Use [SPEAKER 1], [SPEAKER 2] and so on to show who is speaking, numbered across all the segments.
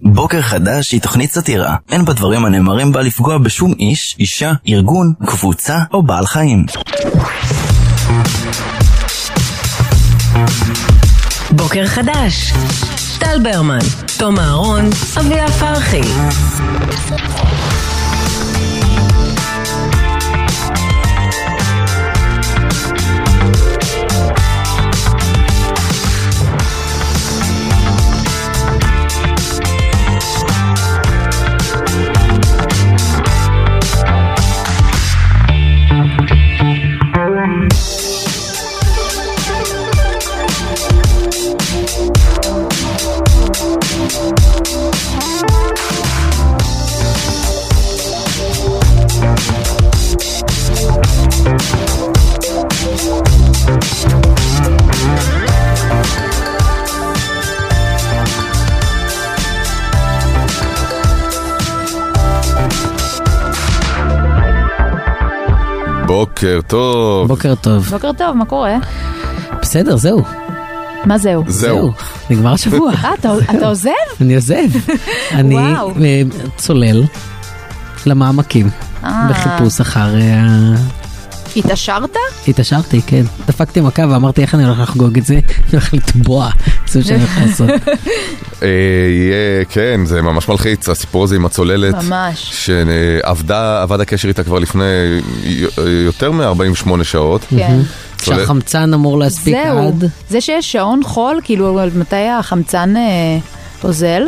[SPEAKER 1] בוקר חדש היא תוכנית סאטירה. אין בדברים הנאמרים בה לפגוע בשום איש, אישה, ארגון, קבוצה או בעל חיים.
[SPEAKER 2] בוקר חדש. טל ברמן, תום אהרון, אביה פרחי.
[SPEAKER 3] בוקר טוב.
[SPEAKER 4] בוקר טוב.
[SPEAKER 5] בוקר טוב, מה קורה?
[SPEAKER 4] בסדר, זהו.
[SPEAKER 5] מה זהו?
[SPEAKER 3] זהו.
[SPEAKER 4] נגמר השבוע.
[SPEAKER 5] אה, אתה אתה עוזב?
[SPEAKER 4] אני עוזב. אני
[SPEAKER 5] וואו.
[SPEAKER 4] אה, צולל למעמקים
[SPEAKER 5] אה.
[SPEAKER 4] בחיפוש אחר... אה,
[SPEAKER 5] התעשרת?
[SPEAKER 4] התעשרתי, כן. דפקתי מכה ואמרתי איך אני הולך לחגוג את זה, אני הולך לתבוע. זה מה שאני הולך לעשות.
[SPEAKER 3] אה, יהיה, כן, זה ממש מלחיץ, הסיפור הזה עם הצוללת.
[SPEAKER 5] ממש.
[SPEAKER 3] שעבדה, עבד הקשר איתה כבר לפני י- יותר מ-48 שעות.
[SPEAKER 5] כן.
[SPEAKER 3] צולל-
[SPEAKER 4] שהחמצן אמור להספיק
[SPEAKER 5] זהו.
[SPEAKER 4] עד...
[SPEAKER 5] זה שיש שעון חול, כאילו, על מתי החמצן אה, אוזל?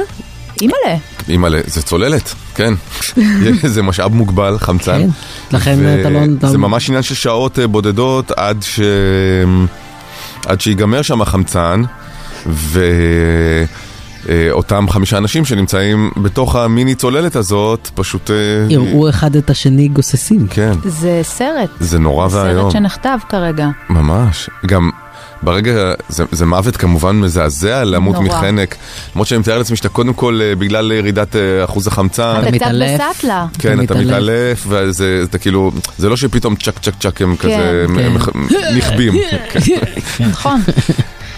[SPEAKER 5] אימא'לה.
[SPEAKER 3] אימא'לה, זה צוללת, כן. זה משאב מוגבל, חמצן.
[SPEAKER 4] כן. לכן
[SPEAKER 3] ו-
[SPEAKER 4] אתה לא... אתה-
[SPEAKER 3] זה ממש עניין של שעות אה, בודדות עד ש... עד שיגמר שם החמצן, ואותם חמישה אנשים שנמצאים בתוך המיני צוללת הזאת, פשוט... אה,
[SPEAKER 4] יראו אחד את השני גוססים.
[SPEAKER 3] כן,
[SPEAKER 5] זה סרט.
[SPEAKER 3] זה נורא ואיום.
[SPEAKER 5] סרט שנכתב כרגע.
[SPEAKER 3] אה, ממש. גם ברגע, זה, זה מוות כמובן מזעזע למות
[SPEAKER 5] נורא.
[SPEAKER 3] מחנק. למרות שאני מתאר לעצמי שאתה קודם כל אה, בגלל אה, ירידת אה, אחוז החמצן.
[SPEAKER 5] אתה קצת
[SPEAKER 4] מתעלף.
[SPEAKER 5] בסטלה.
[SPEAKER 3] כן, אתה
[SPEAKER 4] מתעלף.
[SPEAKER 3] מתעלף, וזה אתה כאילו, זה לא שפתאום צ'ק צ'ק צ'ק הם כזה
[SPEAKER 4] כן.
[SPEAKER 3] הם- הם נכבים, כן.
[SPEAKER 5] נכון.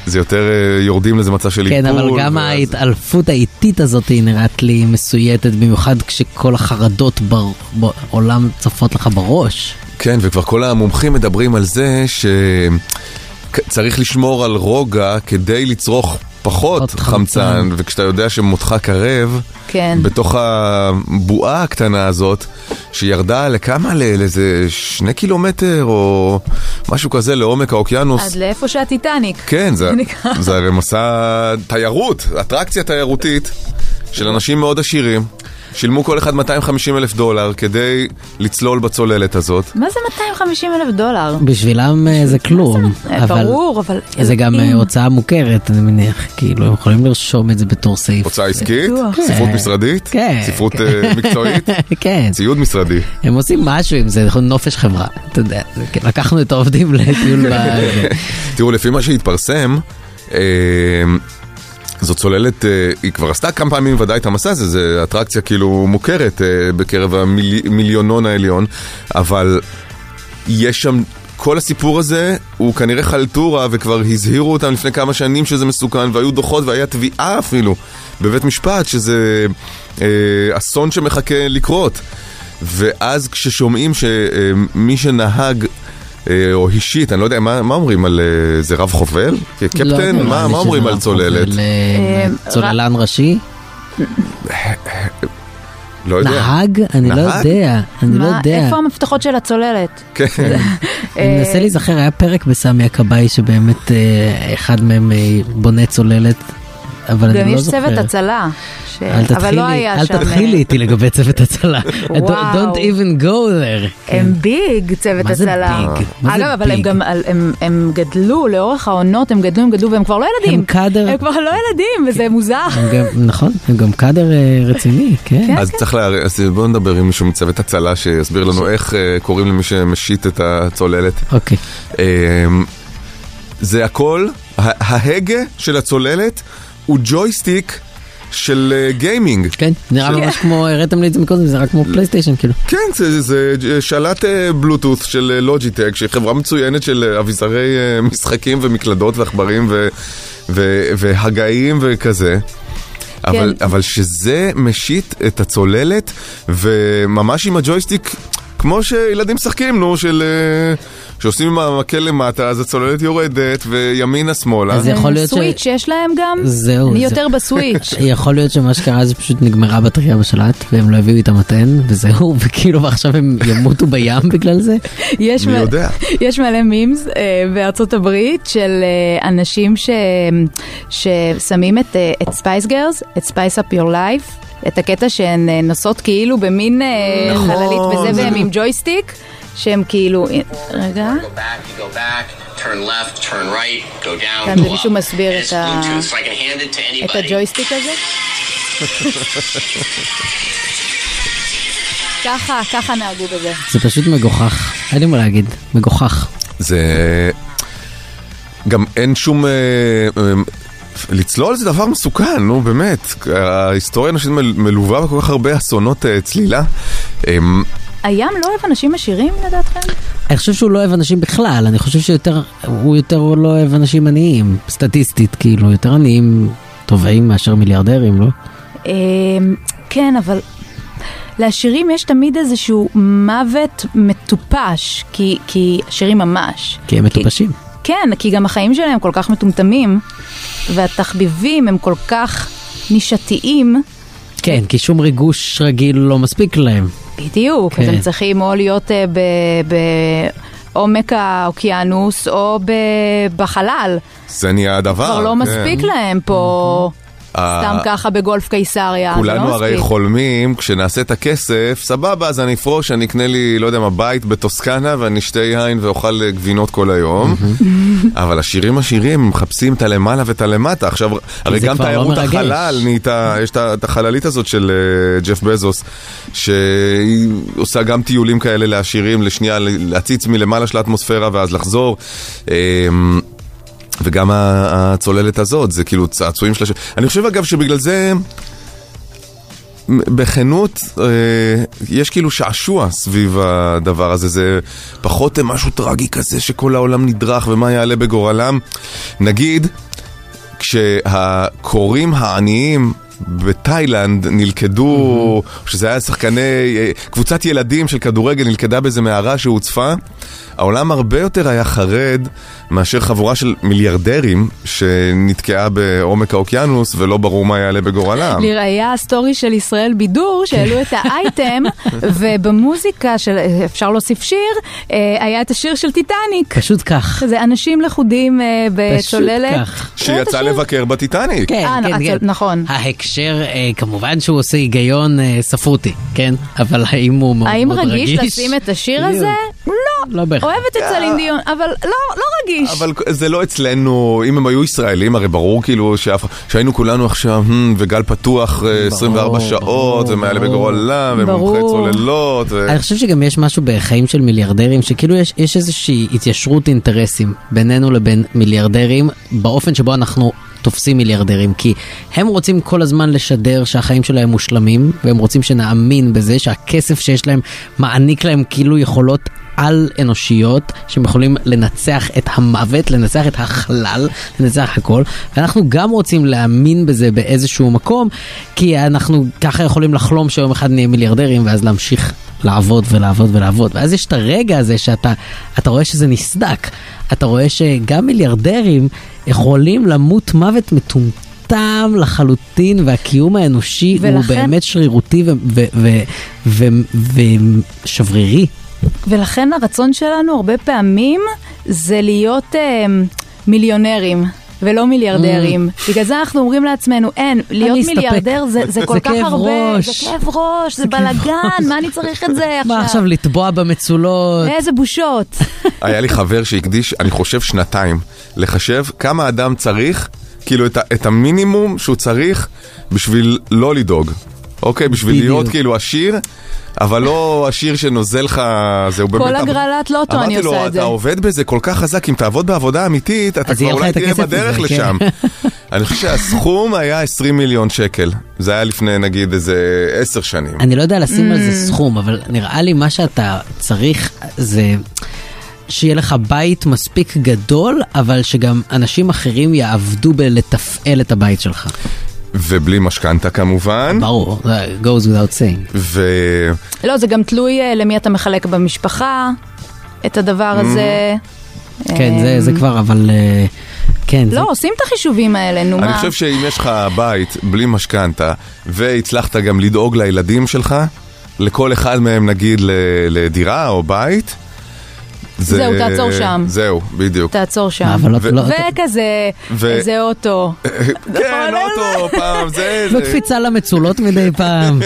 [SPEAKER 3] זה יותר אה, יורדים לאיזה מצב של
[SPEAKER 4] כן,
[SPEAKER 3] איפול.
[SPEAKER 4] אבל
[SPEAKER 3] ואז-
[SPEAKER 4] גם ההתעלפות האיטית הזאת היא נראית לי מסויטת, במיוחד כשכל החרדות בר- בעולם צפות לך בראש.
[SPEAKER 3] כן, וכבר כל המומחים מדברים על זה שצריך לשמור על רוגע כדי לצרוך פחות
[SPEAKER 4] פחות
[SPEAKER 3] חמצן,
[SPEAKER 4] חמצן.
[SPEAKER 3] וכשאתה יודע שמותך קרב,
[SPEAKER 5] כן.
[SPEAKER 3] בתוך הבועה הקטנה הזאת, שירדה לכמה? ל- לאיזה שני קילומטר או משהו כזה לעומק
[SPEAKER 5] עד
[SPEAKER 3] האוקיינוס.
[SPEAKER 5] לאיפה שהטיטניק.
[SPEAKER 3] כן, זה,
[SPEAKER 5] זה נקרא.
[SPEAKER 3] זה הרי מסע תיירות, אטרקציה תיירותית של אנשים מאוד עשירים. שילמו כל אחד 250 אלף דולר כדי לצלול בצוללת הזאת.
[SPEAKER 5] מה זה 250 אלף דולר?
[SPEAKER 4] בשבילם אה, זה כלום,
[SPEAKER 5] אה,
[SPEAKER 4] אבל
[SPEAKER 5] ברור, אבל...
[SPEAKER 4] זה גם אה,
[SPEAKER 5] אלוהים.
[SPEAKER 4] הוצאה מוכרת, אני מניח, כאילו, הם יכולים לרשום את זה בתור סעיף.
[SPEAKER 3] הוצאה עסקית,
[SPEAKER 5] בטוח.
[SPEAKER 3] ספרות
[SPEAKER 4] כן.
[SPEAKER 3] משרדית,
[SPEAKER 4] כן.
[SPEAKER 3] ספרות אה, מקצועית,
[SPEAKER 4] כן,
[SPEAKER 3] ציוד משרדי.
[SPEAKER 4] הם עושים משהו עם זה, נכון, נופש חברה, אתה יודע, זה כאילו, לקחנו את העובדים לטיול ב... זה.
[SPEAKER 3] תראו, לפי מה שהתפרסם, אה, זו צוללת, אה, היא כבר עשתה כמה פעמים ודאי את המסע הזה, זו אטרקציה כאילו מוכרת אה, בקרב המיליונון העליון, אבל יש שם... כל הסיפור הזה הוא כנראה חלטורה וכבר הזהירו אותם לפני כמה שנים שזה מסוכן והיו דוחות והיה תביעה אפילו בבית משפט שזה אה, אסון שמחכה לקרות. ואז כששומעים שמי שנהג אה, או השיט, אני לא יודע, מה, מה אומרים על אה, זה רב חובל?
[SPEAKER 4] לא יודע,
[SPEAKER 3] קפטן? מה,
[SPEAKER 4] נראה לי
[SPEAKER 3] מה
[SPEAKER 4] שזה
[SPEAKER 3] אומרים על
[SPEAKER 4] רב
[SPEAKER 3] צוללת?
[SPEAKER 4] חובל, אה,
[SPEAKER 5] אה,
[SPEAKER 4] צוללן ראשי?
[SPEAKER 3] לא יודע.
[SPEAKER 4] נהג? אני לא
[SPEAKER 3] נהג?
[SPEAKER 4] יודע, אני לא
[SPEAKER 5] מה-
[SPEAKER 4] יודע.
[SPEAKER 5] איפה המפתחות של הצוללת? אה,
[SPEAKER 3] כן.
[SPEAKER 4] אני מנסה להיזכר, היה פרק בסמי הכבאי שבאמת אה, אחד מהם אה, בונה צוללת, אבל
[SPEAKER 5] גם
[SPEAKER 4] אני לא
[SPEAKER 5] יש
[SPEAKER 4] זוכר.
[SPEAKER 5] צוות הצלה. ש-
[SPEAKER 4] אל
[SPEAKER 5] אבל לא
[SPEAKER 4] תתחילי,
[SPEAKER 5] היה
[SPEAKER 4] אל
[SPEAKER 5] שם... אה,
[SPEAKER 4] תתחילי איתי לגבי צוות הצלה.
[SPEAKER 5] וואו.
[SPEAKER 4] Don't- Don't even go there.
[SPEAKER 5] הם ביג, צוות
[SPEAKER 4] כן. מה זה
[SPEAKER 5] הצלה.
[SPEAKER 4] ביג? מה זה
[SPEAKER 5] אגב, אבל הם
[SPEAKER 4] ביג?
[SPEAKER 5] גם, על- הם- הם גדלו לאורך העונות, הם גדלו, הם גדלו, והם כבר לא ילדים.
[SPEAKER 4] הם קאדר, כן.
[SPEAKER 5] הם כבר לא ילדים, וזה מוזר.
[SPEAKER 4] הם גם- נכון, הם גם קאדר אה, רציני, כן.
[SPEAKER 3] אז צריך לה... אז בואו נדבר עם מישהו מצוות הצלה שיסביר לנו איך אה, קוראים למי שמשיט את הצוללת.
[SPEAKER 4] אוקיי,
[SPEAKER 3] אמ, זה הכל, ה- ההגה של הצוללת הוא ג'ויסטיק של אה, גיימינג.
[SPEAKER 4] כן, נראה ממש כמו, הראתם לי את זה מקודם, זה רק כמו פלייסטיישן, כאילו.
[SPEAKER 3] כן, זה, זה זה שלט אה, בלוטות' של אה, לוג'יטק, שהיא חברה מצוינת של אה, אביזרי אה, משחקים ומקלדות ועכברים ו, ו, והגאים וכזה.
[SPEAKER 4] כן.
[SPEAKER 3] אבל, אבל שזה משיט את הצוללת, וממש עם הג'ויסטיק, כמו שילדים משחקים, נו, של... אה, שעושים עם המקל למטה, אז הצוללת יורדת, וימינה שמאלה.
[SPEAKER 4] אז יכול להיות ש-
[SPEAKER 5] סוויץ' יש להם גם?
[SPEAKER 4] זהו,
[SPEAKER 5] אני
[SPEAKER 4] זה-
[SPEAKER 5] יותר בסוויץ'.
[SPEAKER 4] יכול להיות שמה שקרה זה פשוט נגמרה הבטריה בשלט, והם לא הביאו איתם מטען, וזהו, וכאילו ועכשיו הם ימותו בים בגלל זה?
[SPEAKER 5] יש
[SPEAKER 3] מי
[SPEAKER 5] מלא-
[SPEAKER 3] יודע?
[SPEAKER 5] יש מלא מימס אה, בארצות הברית של אה, אנשים ש- ששמים את, אה, את ספייס גרס, את ספייס אפ יור לייף. את הקטע שהן אה, נוסעות כאילו במין אה,
[SPEAKER 3] נכון,
[SPEAKER 5] חללית וזה,
[SPEAKER 3] זה-
[SPEAKER 5] והן עם ג'ויסטיק, שהם כאילו, אה, רגע,
[SPEAKER 6] Go back, you go back, turn left, turn right, go down,
[SPEAKER 5] כאן
[SPEAKER 6] go
[SPEAKER 5] מישהו
[SPEAKER 6] up.
[SPEAKER 5] מסביר
[SPEAKER 6] And it's
[SPEAKER 5] את ה-
[SPEAKER 6] Bluetooth, so I can hand it to
[SPEAKER 5] את
[SPEAKER 6] anybody.
[SPEAKER 5] הג'ויסטיק הזה. ככה, ככה נהגו בזה.
[SPEAKER 4] זה פשוט מגוחך, אין לי מה להגיד, מגוחך.
[SPEAKER 3] זה... גם אין שום... אה, אה, לצלול זה דבר מסוכן, נו באמת. ההיסטוריה האנושית מל- מלווה בכל כך הרבה אסונות אה, צלילה. אה,
[SPEAKER 5] הים לא אוהב אנשים עשירים לדעתכם?
[SPEAKER 4] אני חושב שהוא לא אוהב אנשים בכלל, אני חושב שיותר, הוא יותר לא אוהב אנשים עניים, סטטיסטית, כאילו, יותר עניים טובעים מאשר מיליארדרים, לא?
[SPEAKER 5] אמ, כן, אבל לעשירים יש תמיד איזשהו מוות מטופש, כי, כי עשירים ממש.
[SPEAKER 4] כי הם מטופשים.
[SPEAKER 5] כן, כי גם החיים שלהם כל כך מטומטמים, והתחביבים הם כל כך נישתיים,
[SPEAKER 4] כן, כי שום ריגוש רגיל לא מספיק להם.
[SPEAKER 5] בדיוק,
[SPEAKER 4] כן.
[SPEAKER 5] אז הם צריכים או להיות אה, ב... ב... עומק האוקיינוס או ב... בחלל,
[SPEAKER 3] זה נהיה הדבר.
[SPEAKER 5] כבר לא
[SPEAKER 3] כן. אה,
[SPEAKER 5] מספיק להם פה סתם ככה בגולף קיסריה, זה
[SPEAKER 3] כולנו
[SPEAKER 5] לא
[SPEAKER 3] הרי
[SPEAKER 5] מספיק.
[SPEAKER 3] חולמים, כשנעשה את הכסף, סבבה, אז אני אפרוש, אני אקנה לי, לא יודע מה, בית בטוסקנה, ואני אשתה יין ואוכל אה, גבינות כל היום. אבל השירים השירים, הם מחפשים את הלמעלה ואת הלמטה. עכשיו, הרי
[SPEAKER 4] זה
[SPEAKER 3] גם
[SPEAKER 4] כבר לא
[SPEAKER 3] תיירות
[SPEAKER 4] מרגש.
[SPEAKER 3] החלל נהייתה, יש את ה- את החללית הזאת של אה, ג'ף בזוס, שהיא עושה גם טיולים כאלה לעשירים, לשנייה, להציץ מלמעלה של האטמוספירה ואז לחזור. אה, וגם ה- הצוללת הזאת, זה כאילו צעצועים של הש... אני חושב אגב שבגלל זה, בכנות, אה, יש כאילו שעשוע סביב הדבר הזה, זה פחות משהו טרגי כזה שכל העולם נדרך ומה יעלה בגורלם. נגיד, כשהקוראים העניים... בתאילנד נלכדו, שזה היה שחקני, אה, קבוצת ילדים של כדורגל נלכדה באיזה מערה שהוצפה. העולם הרבה יותר היה חרד מאשר חבורה של מיליארדרים שנתקעה בעומק האוקיינוס ולא ברור מה יעלה בגורלם.
[SPEAKER 5] לראייה הסטורי של ישראל בידור, שהעלו את האייטם, ובמוזיקה של, אפשר להוסיף שיר, אה, היה את השיר של טיטניק.
[SPEAKER 4] פשוט כך.
[SPEAKER 5] זה אנשים לכודים אה,
[SPEAKER 4] פשוט
[SPEAKER 5] בצוללת.
[SPEAKER 4] כך.
[SPEAKER 3] שיצא
[SPEAKER 5] השיר.
[SPEAKER 3] לבקר בטיטניק.
[SPEAKER 4] כן,
[SPEAKER 5] אה,
[SPEAKER 4] כן,
[SPEAKER 5] הצ-
[SPEAKER 4] כן.
[SPEAKER 5] נכון.
[SPEAKER 4] ההקשר, אה, כמובן שהוא עושה היגיון אה, ספרותי, כן? אבל האם הוא מאוד
[SPEAKER 5] האם
[SPEAKER 4] מאוד
[SPEAKER 5] רגיש
[SPEAKER 4] רגיש?
[SPEAKER 5] לשים את השיר
[SPEAKER 4] בדיוק.
[SPEAKER 5] הזה?
[SPEAKER 4] לא בהכרח.
[SPEAKER 5] אוהבת את סלין דיון, אבל לא, לא
[SPEAKER 4] כן.
[SPEAKER 5] רגיש.
[SPEAKER 3] אה. אבל זה לא אצלנו, אם הם היו ישראלים, הרי ברור כאילו שאף- שהיינו כולנו עכשיו, "הם, וגל פתוח אה, 24 שעות,
[SPEAKER 4] ברור,
[SPEAKER 3] ומעלה
[SPEAKER 4] ברור.
[SPEAKER 3] בגורלם, ומומחי
[SPEAKER 5] ברור.
[SPEAKER 3] צוללות. ו-
[SPEAKER 4] אני חושב שגם יש משהו בחיים של מיליארדרים, שכאילו יש, יש איזושהי התיישרות אינטרסים בינינו לבין מיליארדרים, באופן שבו אנחנו תופסים מיליארדרים, כי הם רוצים כל הזמן לשדר שהחיים שלהם מושלמים, והם רוצים שנאמין בזה שהכסף שיש להם מעניק להם כאילו יכולות על אנושיות, שהם יכולים לנצח את המוות, לנצח את החלל, לנצח הכל, ואנחנו גם רוצים להאמין בזה באיזשהו מקום, כי אנחנו ככה יכולים לחלום שיום אחד נהיה מיליארדרים, ואז להמשיך לעבוד ולעבוד ולעבוד, ואז יש את הרגע הזה שאתה אתה רואה שזה נסדק, אתה רואה שגם מיליארדרים יכולים למות מוות מטומטם לחלוטין, והקיום האנושי ולכן... הוא
[SPEAKER 5] ולכן-
[SPEAKER 4] באמת שרירותי ושברירי.
[SPEAKER 5] ולכן הרצון שלנו הרבה פעמים זה להיות אה, מיליונרים. ולא מיליארדרים. בגלל זה אנחנו אומרים לעצמנו, אין, להיות
[SPEAKER 4] Mm. אסתפק.
[SPEAKER 5] מיליארדר זה, זה כל
[SPEAKER 4] זה
[SPEAKER 5] כך
[SPEAKER 4] כאב
[SPEAKER 5] הרבה,
[SPEAKER 4] ראש.
[SPEAKER 5] זה כאב ראש, זה בלאגן, מה אני צריך את זה עכשיו?
[SPEAKER 4] מה עכשיו לטבוע במצולות?
[SPEAKER 5] איזה בושות.
[SPEAKER 3] היה לי חבר שהקדיש, אני חושב, שנתיים לחשב כמה אדם צריך, כאילו את, ה- את המינימום שהוא צריך בשביל לא לדאוג. אוקיי, בשביל
[SPEAKER 4] בדיוק.
[SPEAKER 3] להיות כאילו עשיר, אבל לא עשיר שנוזל לך, זהו באמת...
[SPEAKER 5] כל
[SPEAKER 3] אבל-
[SPEAKER 5] הגרלת
[SPEAKER 4] לא
[SPEAKER 5] לוטו אני
[SPEAKER 3] אמרתי
[SPEAKER 5] עושה
[SPEAKER 3] לו,
[SPEAKER 5] את זה.
[SPEAKER 3] אתה עובד בזה כל כך חזק, אם תעבוד בעבודה אמיתית, אתה
[SPEAKER 4] אז
[SPEAKER 3] כבר
[SPEAKER 4] יהיה לך
[SPEAKER 3] אולי
[SPEAKER 4] את
[SPEAKER 3] תהיה
[SPEAKER 4] הכסף
[SPEAKER 3] בדרך
[SPEAKER 4] הזה, כן.
[SPEAKER 3] לשם. אני חושב שהסכום היה 20 מיליון שקל. זה היה לפני נגיד איזה 10 שנים.
[SPEAKER 4] אני לא יודע לשים
[SPEAKER 5] Mm.
[SPEAKER 4] על זה סכום, אבל נראה לי מה שאתה צריך זה שיהיה לך בית מספיק גדול, אבל שגם אנשים אחרים יעבדו בלתפעל את הבית שלך.
[SPEAKER 3] ובלי משכנתה כמובן,
[SPEAKER 4] ברור, זה goes without saying.
[SPEAKER 3] ו...
[SPEAKER 5] לא, זה גם תלוי אה, למי אתה מחלק במשפחה, את הדבר
[SPEAKER 3] Mm-hmm.
[SPEAKER 5] הזה.
[SPEAKER 4] כן, זה- זה כבר, אבל... אה, כן, זה-
[SPEAKER 5] לא, עושים את החישובים האלה, נו מה.
[SPEAKER 3] אני חושב שאם יש לך בית בלי משכנתה, והצלחת גם לדאוג לילדים שלך, לכל אחד מהם נגיד ל- לדירה או בית, זה-
[SPEAKER 5] זהו, תעצור שם.
[SPEAKER 3] זהו, בדיוק.
[SPEAKER 5] תעצור שם.
[SPEAKER 4] אבל לא- לא-
[SPEAKER 5] וכזה,
[SPEAKER 3] ו-
[SPEAKER 5] איזה אוטו.
[SPEAKER 3] כן, אוטו, פעם זה... זה-
[SPEAKER 4] וקפיצה למצולות מדי פעם.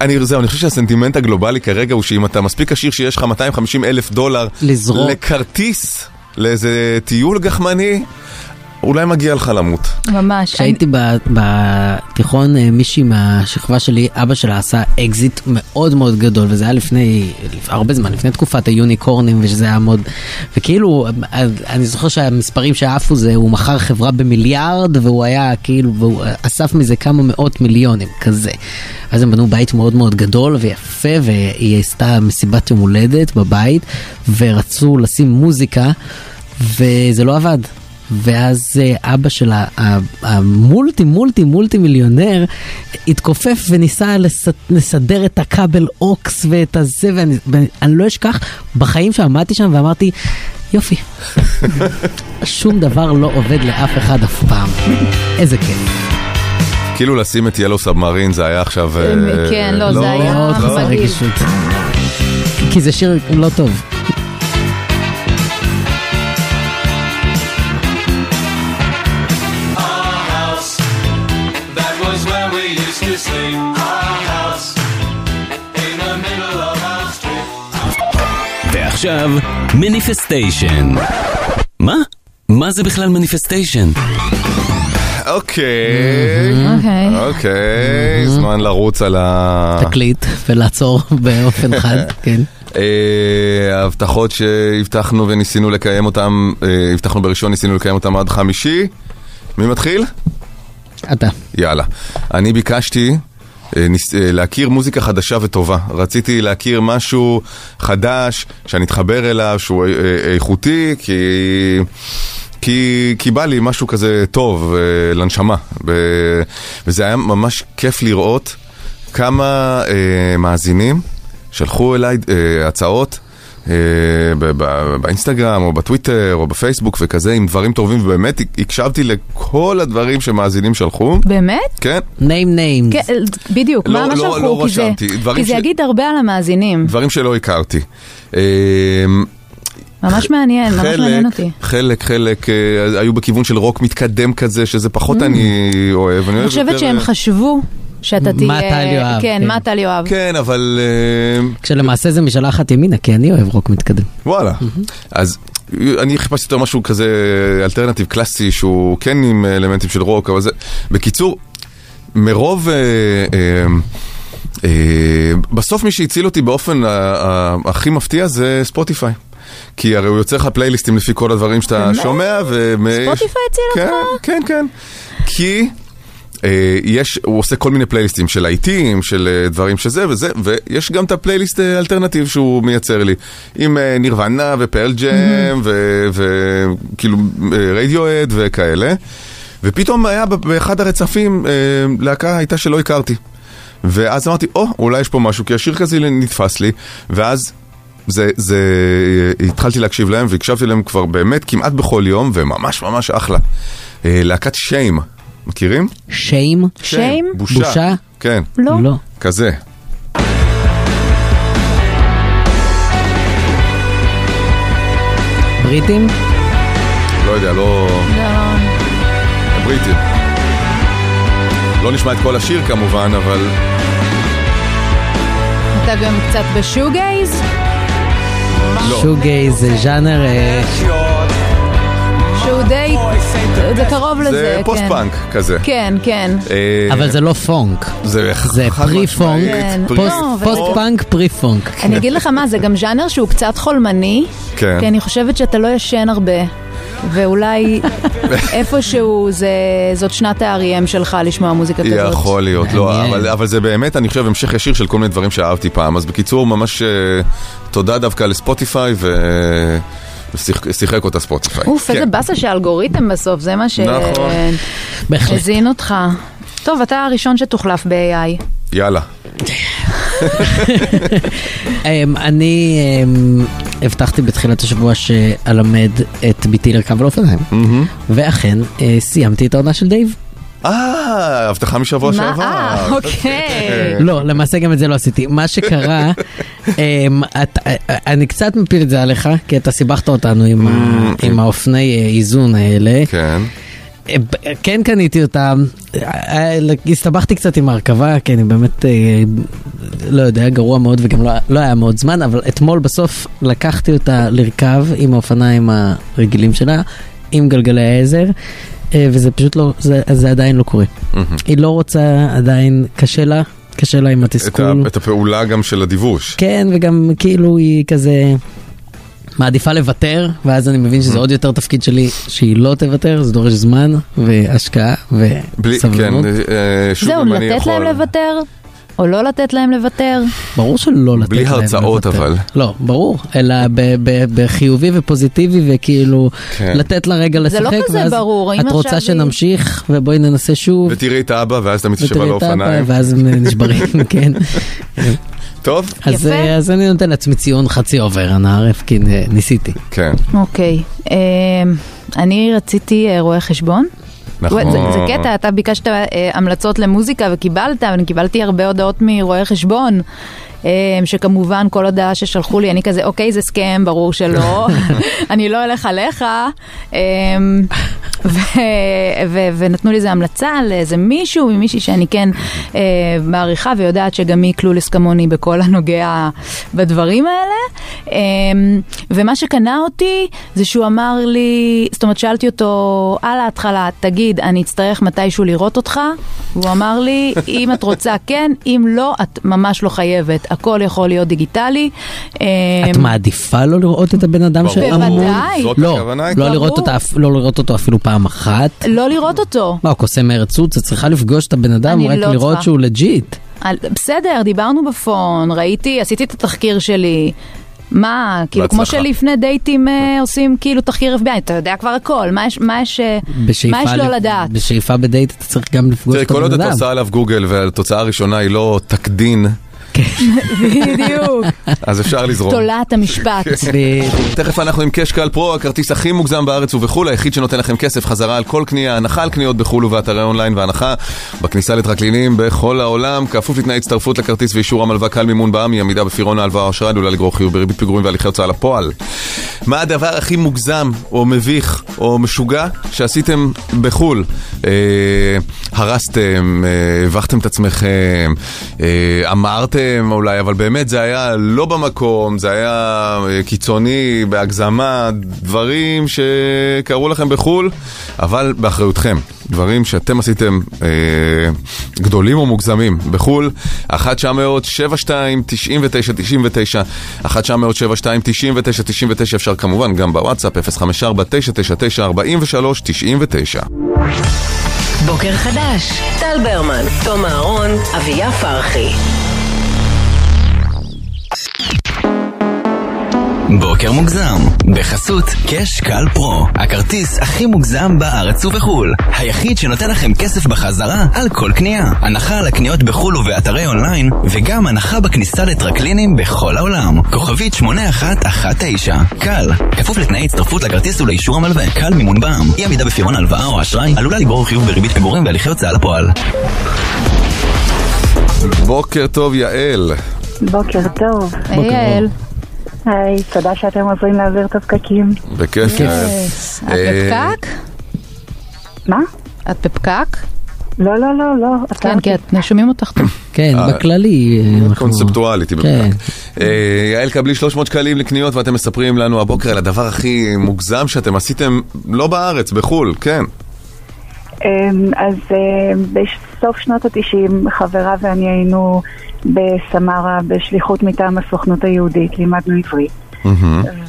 [SPEAKER 3] אני, זהו, אני חושב שהסנטימנט הגלובלי כרגע הוא שאם אתה מספיק עשיר שיש לך 250 אלף דולר
[SPEAKER 4] לזרוק.
[SPEAKER 3] לכרטיס, לאיזה טיול גחמני, אולי מגיע לך למות.
[SPEAKER 5] ממש. אני-
[SPEAKER 4] כשהייתי ב- בתיכון, אה, מישהי מהשכבה שלי, אבא שלה עשה אקזיט מאוד מאוד גדול, וזה היה לפני, לפ- הרבה זמן, לפני תקופת היוניקורנים, ושזה היה מאוד... וכאילו, אה, אני זוכר שהמספרים שעפו זה, הוא מכר חברה במיליארד, והוא היה כאילו, והוא אסף מזה כמה מאות מיליונים, כזה. אז הם בנו בית מאוד מאוד גדול ויפה, והיא עשתה מסיבת יום הולדת בבית, ורצו לשים מוזיקה, וזה לא עבד. ואז אה, אבא שלה, ה- המולטי מולטי מולטי מיליונר, התכופף וניסה לס- לסדר את הכבל אוקס ואת הזה, ואני, ואני לא אשכח, בחיים שעמדתי שם ואמרתי, יופי, שום דבר לא עובד לאף אחד אף פעם. איזה כיף.
[SPEAKER 3] כאילו לשים את ילו סאבמרין זה היה עכשיו... אה,
[SPEAKER 5] כן, לא, זה היה
[SPEAKER 4] מאוד
[SPEAKER 5] אה,
[SPEAKER 4] חסר
[SPEAKER 5] מדהים.
[SPEAKER 4] רגישות. כי זה שיר לא טוב.
[SPEAKER 3] אה.
[SPEAKER 7] house. That was where we used to sleep. Our house in the middle of our street.
[SPEAKER 8] ועכשיו, מניפסטיישן. מה? מה זה בכלל מניפסטיישן?
[SPEAKER 3] אוקיי,
[SPEAKER 5] אוקיי.
[SPEAKER 3] אוקיי, זמן לרוץ על ה...
[SPEAKER 4] תקליט ולעצור באופן חד, כן.
[SPEAKER 3] אה, ההבטחות שהבטחנו וניסינו לקיים אותן, אה, הבטחנו בראשון, ניסינו לקיים אותן עד חמישי. מי מתחיל?
[SPEAKER 4] אתה.
[SPEAKER 3] יאללה. אני ביקשתי אה, ניס- אה, להכיר מוזיקה חדשה וטובה. רציתי להכיר משהו חדש, שאני אתחבר אליו, שהוא אה, אה, איכותי, כי... כי, כי בא לי משהו כזה טוב אה, לנשמה, ו- וזה היה ממש כיף לראות כמה אה, מאזינים שלחו אליי אה, הצעות אה, ב- ב- באינסטגרם או בטוויטר או בפייסבוק וכזה עם דברים טובים, ובאמת הקשבתי לכל הדברים שמאזינים שלחו.
[SPEAKER 5] באמת?
[SPEAKER 3] כן,
[SPEAKER 4] name names.
[SPEAKER 5] כן, בדיוק,
[SPEAKER 3] לא-
[SPEAKER 5] מה מה
[SPEAKER 3] לא-
[SPEAKER 5] שלחו?
[SPEAKER 3] לא
[SPEAKER 5] כי זה-
[SPEAKER 3] רשמתי, דברים
[SPEAKER 5] כי זה
[SPEAKER 3] ש-
[SPEAKER 5] יגיד הרבה על המאזינים.
[SPEAKER 3] דברים שלא הכרתי. אמ,
[SPEAKER 5] ממש מעניין, ממש מעניין
[SPEAKER 3] חלק,
[SPEAKER 5] אותי.
[SPEAKER 3] חלק, חלק, אה, היו בכיוון של רוק מתקדם כזה, שזה פחות אני אוהב.
[SPEAKER 5] Mm. אני
[SPEAKER 3] אוהב
[SPEAKER 5] חושבת
[SPEAKER 3] יותר,
[SPEAKER 5] שהם
[SPEAKER 3] אה,
[SPEAKER 5] חשבו שאתה
[SPEAKER 4] מה
[SPEAKER 5] תהיה...
[SPEAKER 4] טל יואב, כן.
[SPEAKER 5] כן, מה טל יואב.
[SPEAKER 3] כן, אבל אה,
[SPEAKER 4] כשלמעשה זה משלחת ימינה, כי אני אוהב רוק מתקדם.
[SPEAKER 3] וואלה. אז אה, אני חיפשתי יותר משהו כזה אלטרנטיב קלאסי, שהוא כן עם אלמנטים של רוק, אבל זה... בקיצור, מרוב... אה, אה, אה, בסוף מי שהציל אותי באופן ה- ה- הכי מפתיע זה ספוטיפיי. כי הרי הוא יוצר לך פלייליסטים לפי כל הדברים שאתה שומע. ו-
[SPEAKER 5] ספוטיפיי הציל
[SPEAKER 3] כן,
[SPEAKER 5] אותך?
[SPEAKER 3] כן, כן. כי אה, יש, הוא עושה כל מיני פלייליסטים של להיטים, של אה, דברים שזה וזה, ויש גם את הפלייליסט אה, אלטרנטיב שהוא מייצר לי. עם אה, נירוונה ופרל ג'ם וכאילו אה, רדיואד וכאלה. ופתאום היה ב- באחד הרצפים אה, להקה הייתה שלא הכרתי. ואז אמרתי, או, אולי יש פה משהו, כי השיר כזה נתפס לי, ואז זה, זה, אה, התחלתי להקשיב להם, והקשבתי להם כבר באמת כמעט בכל יום, וממש ממש אחלה. אה, להקת שיים, מכירים?
[SPEAKER 4] שיים?
[SPEAKER 5] שיים?
[SPEAKER 3] בושה.
[SPEAKER 4] בושה?
[SPEAKER 3] כן,
[SPEAKER 5] לא?
[SPEAKER 4] לא.
[SPEAKER 3] כזה.
[SPEAKER 4] בריטים?
[SPEAKER 3] לא יודע, לא... הבריטים. לא נשמע את כל השיר כמובן, אבל
[SPEAKER 5] אתה גם קצת בשוגייז?
[SPEAKER 3] לא.
[SPEAKER 4] שוגי זה ז'אנר... אה,
[SPEAKER 5] שהוא די...
[SPEAKER 3] Oh,
[SPEAKER 5] זה קרוב לזה, כן.
[SPEAKER 3] זה פוסט-פאנק כזה.
[SPEAKER 5] כן, כן.
[SPEAKER 3] אה,
[SPEAKER 4] אבל זה לא פונק.
[SPEAKER 3] זה,
[SPEAKER 4] זה
[SPEAKER 3] חד
[SPEAKER 4] פרי פונק.
[SPEAKER 3] משמעית,
[SPEAKER 5] כן.
[SPEAKER 3] פרי-
[SPEAKER 4] פוסט-
[SPEAKER 5] לא, אבל-
[SPEAKER 4] פוסט-פאנק, פרי-פונק.
[SPEAKER 5] אני אגיד לך מה, זה גם ז'אנר שהוא קצת חולמני,
[SPEAKER 3] כן.
[SPEAKER 5] כי אני חושבת שאתה לא ישן הרבה, ואולי איפשהו זה, זאת שנת ה-REM שלך לשמוע מוזיקה כזאת.
[SPEAKER 3] יכול להיות, לא,
[SPEAKER 4] מעניין.
[SPEAKER 3] אבל, אבל זה באמת, אני חושב, המשך ישיר של כל מיני דברים שאהבתי פעם. אז בקיצור, ממש אה, תודה דווקא לספוטיפיי, ו- ושיחק שיחק אותה ספוטיפיי.
[SPEAKER 5] אוף, איזה באסה שהאלגוריתם בסוף, זה מה
[SPEAKER 3] כן. נכון.
[SPEAKER 5] שהזין
[SPEAKER 4] בהחלט.
[SPEAKER 5] אותך. טוב, אתה הראשון שתוחלף ב-AI.
[SPEAKER 3] יאללה.
[SPEAKER 4] אמ, אני אמ, הבטחתי בתחילת השבוע שאלמד את ביתי לרכב על אופניים, ואכן אה, סיימתי את העונה של דייב.
[SPEAKER 3] אה, הבטחה משבוע
[SPEAKER 5] מה? אה,
[SPEAKER 3] שעבר. כן.
[SPEAKER 5] אוקיי.
[SPEAKER 4] לא, למעשה גם את זה לא עשיתי. מה שקרה, אמ, את- אה, אני קצת מפיל את זה עליך, כי אתה סיבכת אותנו עם ה- עם האופני אה, איזון האלה.
[SPEAKER 3] כן.
[SPEAKER 4] אה, ב- כן קניתי אותם, אה, אה, הסתבכתי קצת עם ההרכבה, כי אני באמת, אה, לא יודע, גרוע מאוד וגם לא, לא היה מאוד זמן, אבל אתמול בסוף לקחתי אותה לרכב עם האופניים הרגילים שלה, עם גלגלי העזר, אה, וזה פשוט לא, זה, זה עדיין לא קורה. היא לא רוצה, עדיין קשה לה, קשה לה עם
[SPEAKER 3] את
[SPEAKER 4] התסכול.
[SPEAKER 3] ה- את הפעולה גם של הדיווש.
[SPEAKER 4] כן, וגם כאילו היא כזה מעדיפה לוותר, ואז אני מבין
[SPEAKER 3] Mm-hmm.
[SPEAKER 4] שזה עוד יותר תפקיד שלי, שהיא לא תוותר, זה דורש זמן והשקעה
[SPEAKER 3] בלי, כן,
[SPEAKER 4] וסבלנות.
[SPEAKER 3] אה, שוב,
[SPEAKER 5] זהו,
[SPEAKER 3] אם אני
[SPEAKER 5] לתת להם
[SPEAKER 3] יכול.
[SPEAKER 5] לוותר? או לא לתת להם לוותר?
[SPEAKER 4] ברור שלא לתת
[SPEAKER 3] בלי
[SPEAKER 4] להם
[SPEAKER 3] הרצאות,
[SPEAKER 4] לוותר.
[SPEAKER 3] אבל.
[SPEAKER 4] לא, ברור, אלא ב- ב- בחיובי ופוזיטיבי, וכאילו
[SPEAKER 3] כן.
[SPEAKER 4] לתת לה רגע
[SPEAKER 5] זה
[SPEAKER 4] לשחק,
[SPEAKER 5] לא כזה
[SPEAKER 4] ואז
[SPEAKER 5] ברור, אם
[SPEAKER 4] את
[SPEAKER 5] עכשיו
[SPEAKER 4] רוצה
[SPEAKER 5] היא-
[SPEAKER 4] שנמשיך, ובואי ננסה שוב.
[SPEAKER 3] ותראי את האבא, ואז אתה מתיישב
[SPEAKER 4] ותראי
[SPEAKER 3] על
[SPEAKER 4] את האבא,
[SPEAKER 3] האופניים.
[SPEAKER 4] ואז הם נשברים, כן.
[SPEAKER 3] טוב?
[SPEAKER 4] אז אה, אז אני נותן לעצמי ציון חצי עובר, הנער, כי אה, ניסיתי.
[SPEAKER 3] כן,
[SPEAKER 5] אוקיי. אמ, אני רציתי אה, רואה חשבון.
[SPEAKER 3] נכון.
[SPEAKER 5] זה, זה קטע, אתה ביקשת אה, המלצות למוזיקה וקיבלת, ואני קיבלתי הרבה הודעות מרואי חשבון, אה, שכמובן כל הודעה ששלחו לי, אני כזה, אוקיי, זה סכם, ברור שלא, אני לא אלך עליך. אה, ו- ו- ונתנו לי איזה המלצה על איזה מישהו, ממישהי שאני כן אה, מעריכה ויודעת שגם היא קלולס כמוני בכל הנוגע בדברים האלה. אה, ומה שקנה אותי זה שהוא אמר לי, זאת אומרת שאלתי אותו על ההתחלה, תגיד, אני אצטרך מתישהו לראות אותך? והוא אמר לי, אם את רוצה כן, אם לא, את ממש לא חייבת, הכל יכול להיות דיגיטלי. אה,
[SPEAKER 4] את מעדיפה לא לראות את הבן אדם
[SPEAKER 3] ברור.
[SPEAKER 4] שאמור?
[SPEAKER 5] בוודאי.
[SPEAKER 3] זאת
[SPEAKER 4] לא,
[SPEAKER 3] הכוונה?
[SPEAKER 4] לא
[SPEAKER 5] ברור.
[SPEAKER 4] לראות, אותה, אפ- לא לראות אותו אפילו פעם אחת.
[SPEAKER 5] לא לראות אותו.
[SPEAKER 4] מה, הוא קוסם מרצוץ? את צריכה לפגוש את הבן אדם
[SPEAKER 5] אני
[SPEAKER 4] רק
[SPEAKER 5] לא
[SPEAKER 4] לראות
[SPEAKER 5] צריכה.
[SPEAKER 4] שהוא לג'יט.
[SPEAKER 5] על- בסדר, דיברנו בפון, ראיתי, עשיתי את התחקיר שלי. מה, כאילו, כמו
[SPEAKER 3] בהצלחה.
[SPEAKER 5] שלפני דייטים אה, עושים כאילו תחקיר FBI, אתה יודע כבר הכל, מה יש- מה יש אה,
[SPEAKER 4] בשאיפה
[SPEAKER 5] מה יש לו
[SPEAKER 4] ל-
[SPEAKER 5] לדעת?
[SPEAKER 4] בשאיפה בדייט אתה צריך גם לפגוש
[SPEAKER 3] תראי,
[SPEAKER 4] את
[SPEAKER 3] כל
[SPEAKER 4] הבן
[SPEAKER 3] עוד את
[SPEAKER 4] אדם.
[SPEAKER 3] עושה עליו גוגל והתוצאה הראשונה היא לא תקדין,
[SPEAKER 5] בדיוק,
[SPEAKER 3] אז אפשר לזרום.
[SPEAKER 5] תולעת
[SPEAKER 3] כן.
[SPEAKER 5] המשפט.
[SPEAKER 4] בדיוק.
[SPEAKER 3] תכף אנחנו עם קשקל פרו, הכרטיס הכי מוגזם בארץ ובחו"ל, היחיד שנותן לכם כסף חזרה על כל קנייה, הנחה על קניות בחו"ל ובאתרי אונליין והנחה בכניסה לטרקלינים בכל העולם, כפוף לתנאי הצטרפות לכרטיס ואישור המלווה קל מימון בעם, היא עמידה בפירעון ההלוואה או אשראי, עלולה לגרור חיוב בריבית פיגורים והליכי הוצאה לפועל. מה הדבר הכי מוגזם או מביך או משוגע שעשיתם בחו"ל? אה, הרסתם, אה, הבכתם את עצמכם, אה, אמרתם אולי, אבל באמת זה היה לא במקום, זה היה אה, קיצוני, בהגזמה, דברים שקרו לכם בחו"ל, אבל באחריותכם. דברים שאתם עשיתם אה, גדולים או מוגזמים בחו"ל, 1 900 72 99 99 1 900 72 99 99 אפשר כמובן גם בוואטסאפ 054 999 43 99
[SPEAKER 2] בוקר חדש, טל ברמן, תום אהרון, אביה פרחי.
[SPEAKER 1] בוקר מוגזם, בחסות קאש קל פרו, הכרטיס הכי מוגזם בארץ ובחו"ל. היחיד שנותן לכם כסף בחזרה על כל קנייה. הנחה על הקניות בחו"ל ובאתרי אונליין, וגם הנחה בכניסה לטרקלינים בכל העולם. כוכבית 8119, קל, כפוף לתנאי הצטרפות לכרטיס ולאישור המלווה, קל מימון בע"מ. אי עמידה בפירעון הלוואה או אשראי, עלולה לגרור חיוב בריבית פיגורים והליכי הוצאה לפועל.
[SPEAKER 3] בוקר טוב יעל,
[SPEAKER 9] בוקר טוב.
[SPEAKER 5] היי יעל,
[SPEAKER 9] היי, תודה שאתם עוזרים להעביר את הפקקים.
[SPEAKER 3] בכיף. יעל.
[SPEAKER 5] את
[SPEAKER 3] אה,
[SPEAKER 5] בפקק?
[SPEAKER 9] מה?
[SPEAKER 5] את בפקק?
[SPEAKER 9] לא, לא, לא, לא.
[SPEAKER 5] כן, כי את- שומעים אותך טוב.
[SPEAKER 4] כן,
[SPEAKER 3] אה,
[SPEAKER 4] בכללי. אנחנו-
[SPEAKER 3] קונספטואלית היא
[SPEAKER 4] כן.
[SPEAKER 3] בפרק. אה, יעל, קבלי 300 שקלים לקניות ואתם מספרים לנו הבוקר על הדבר הכי מוגזם שאתם עשיתם, לא בארץ, בחו"ל, כן.
[SPEAKER 9] אמ, אז אמ, בסוף שנות התשעים, חברה ואני היינו בסמרה בשליחות מטעם הסוכנות היהודית, לימדנו עברית.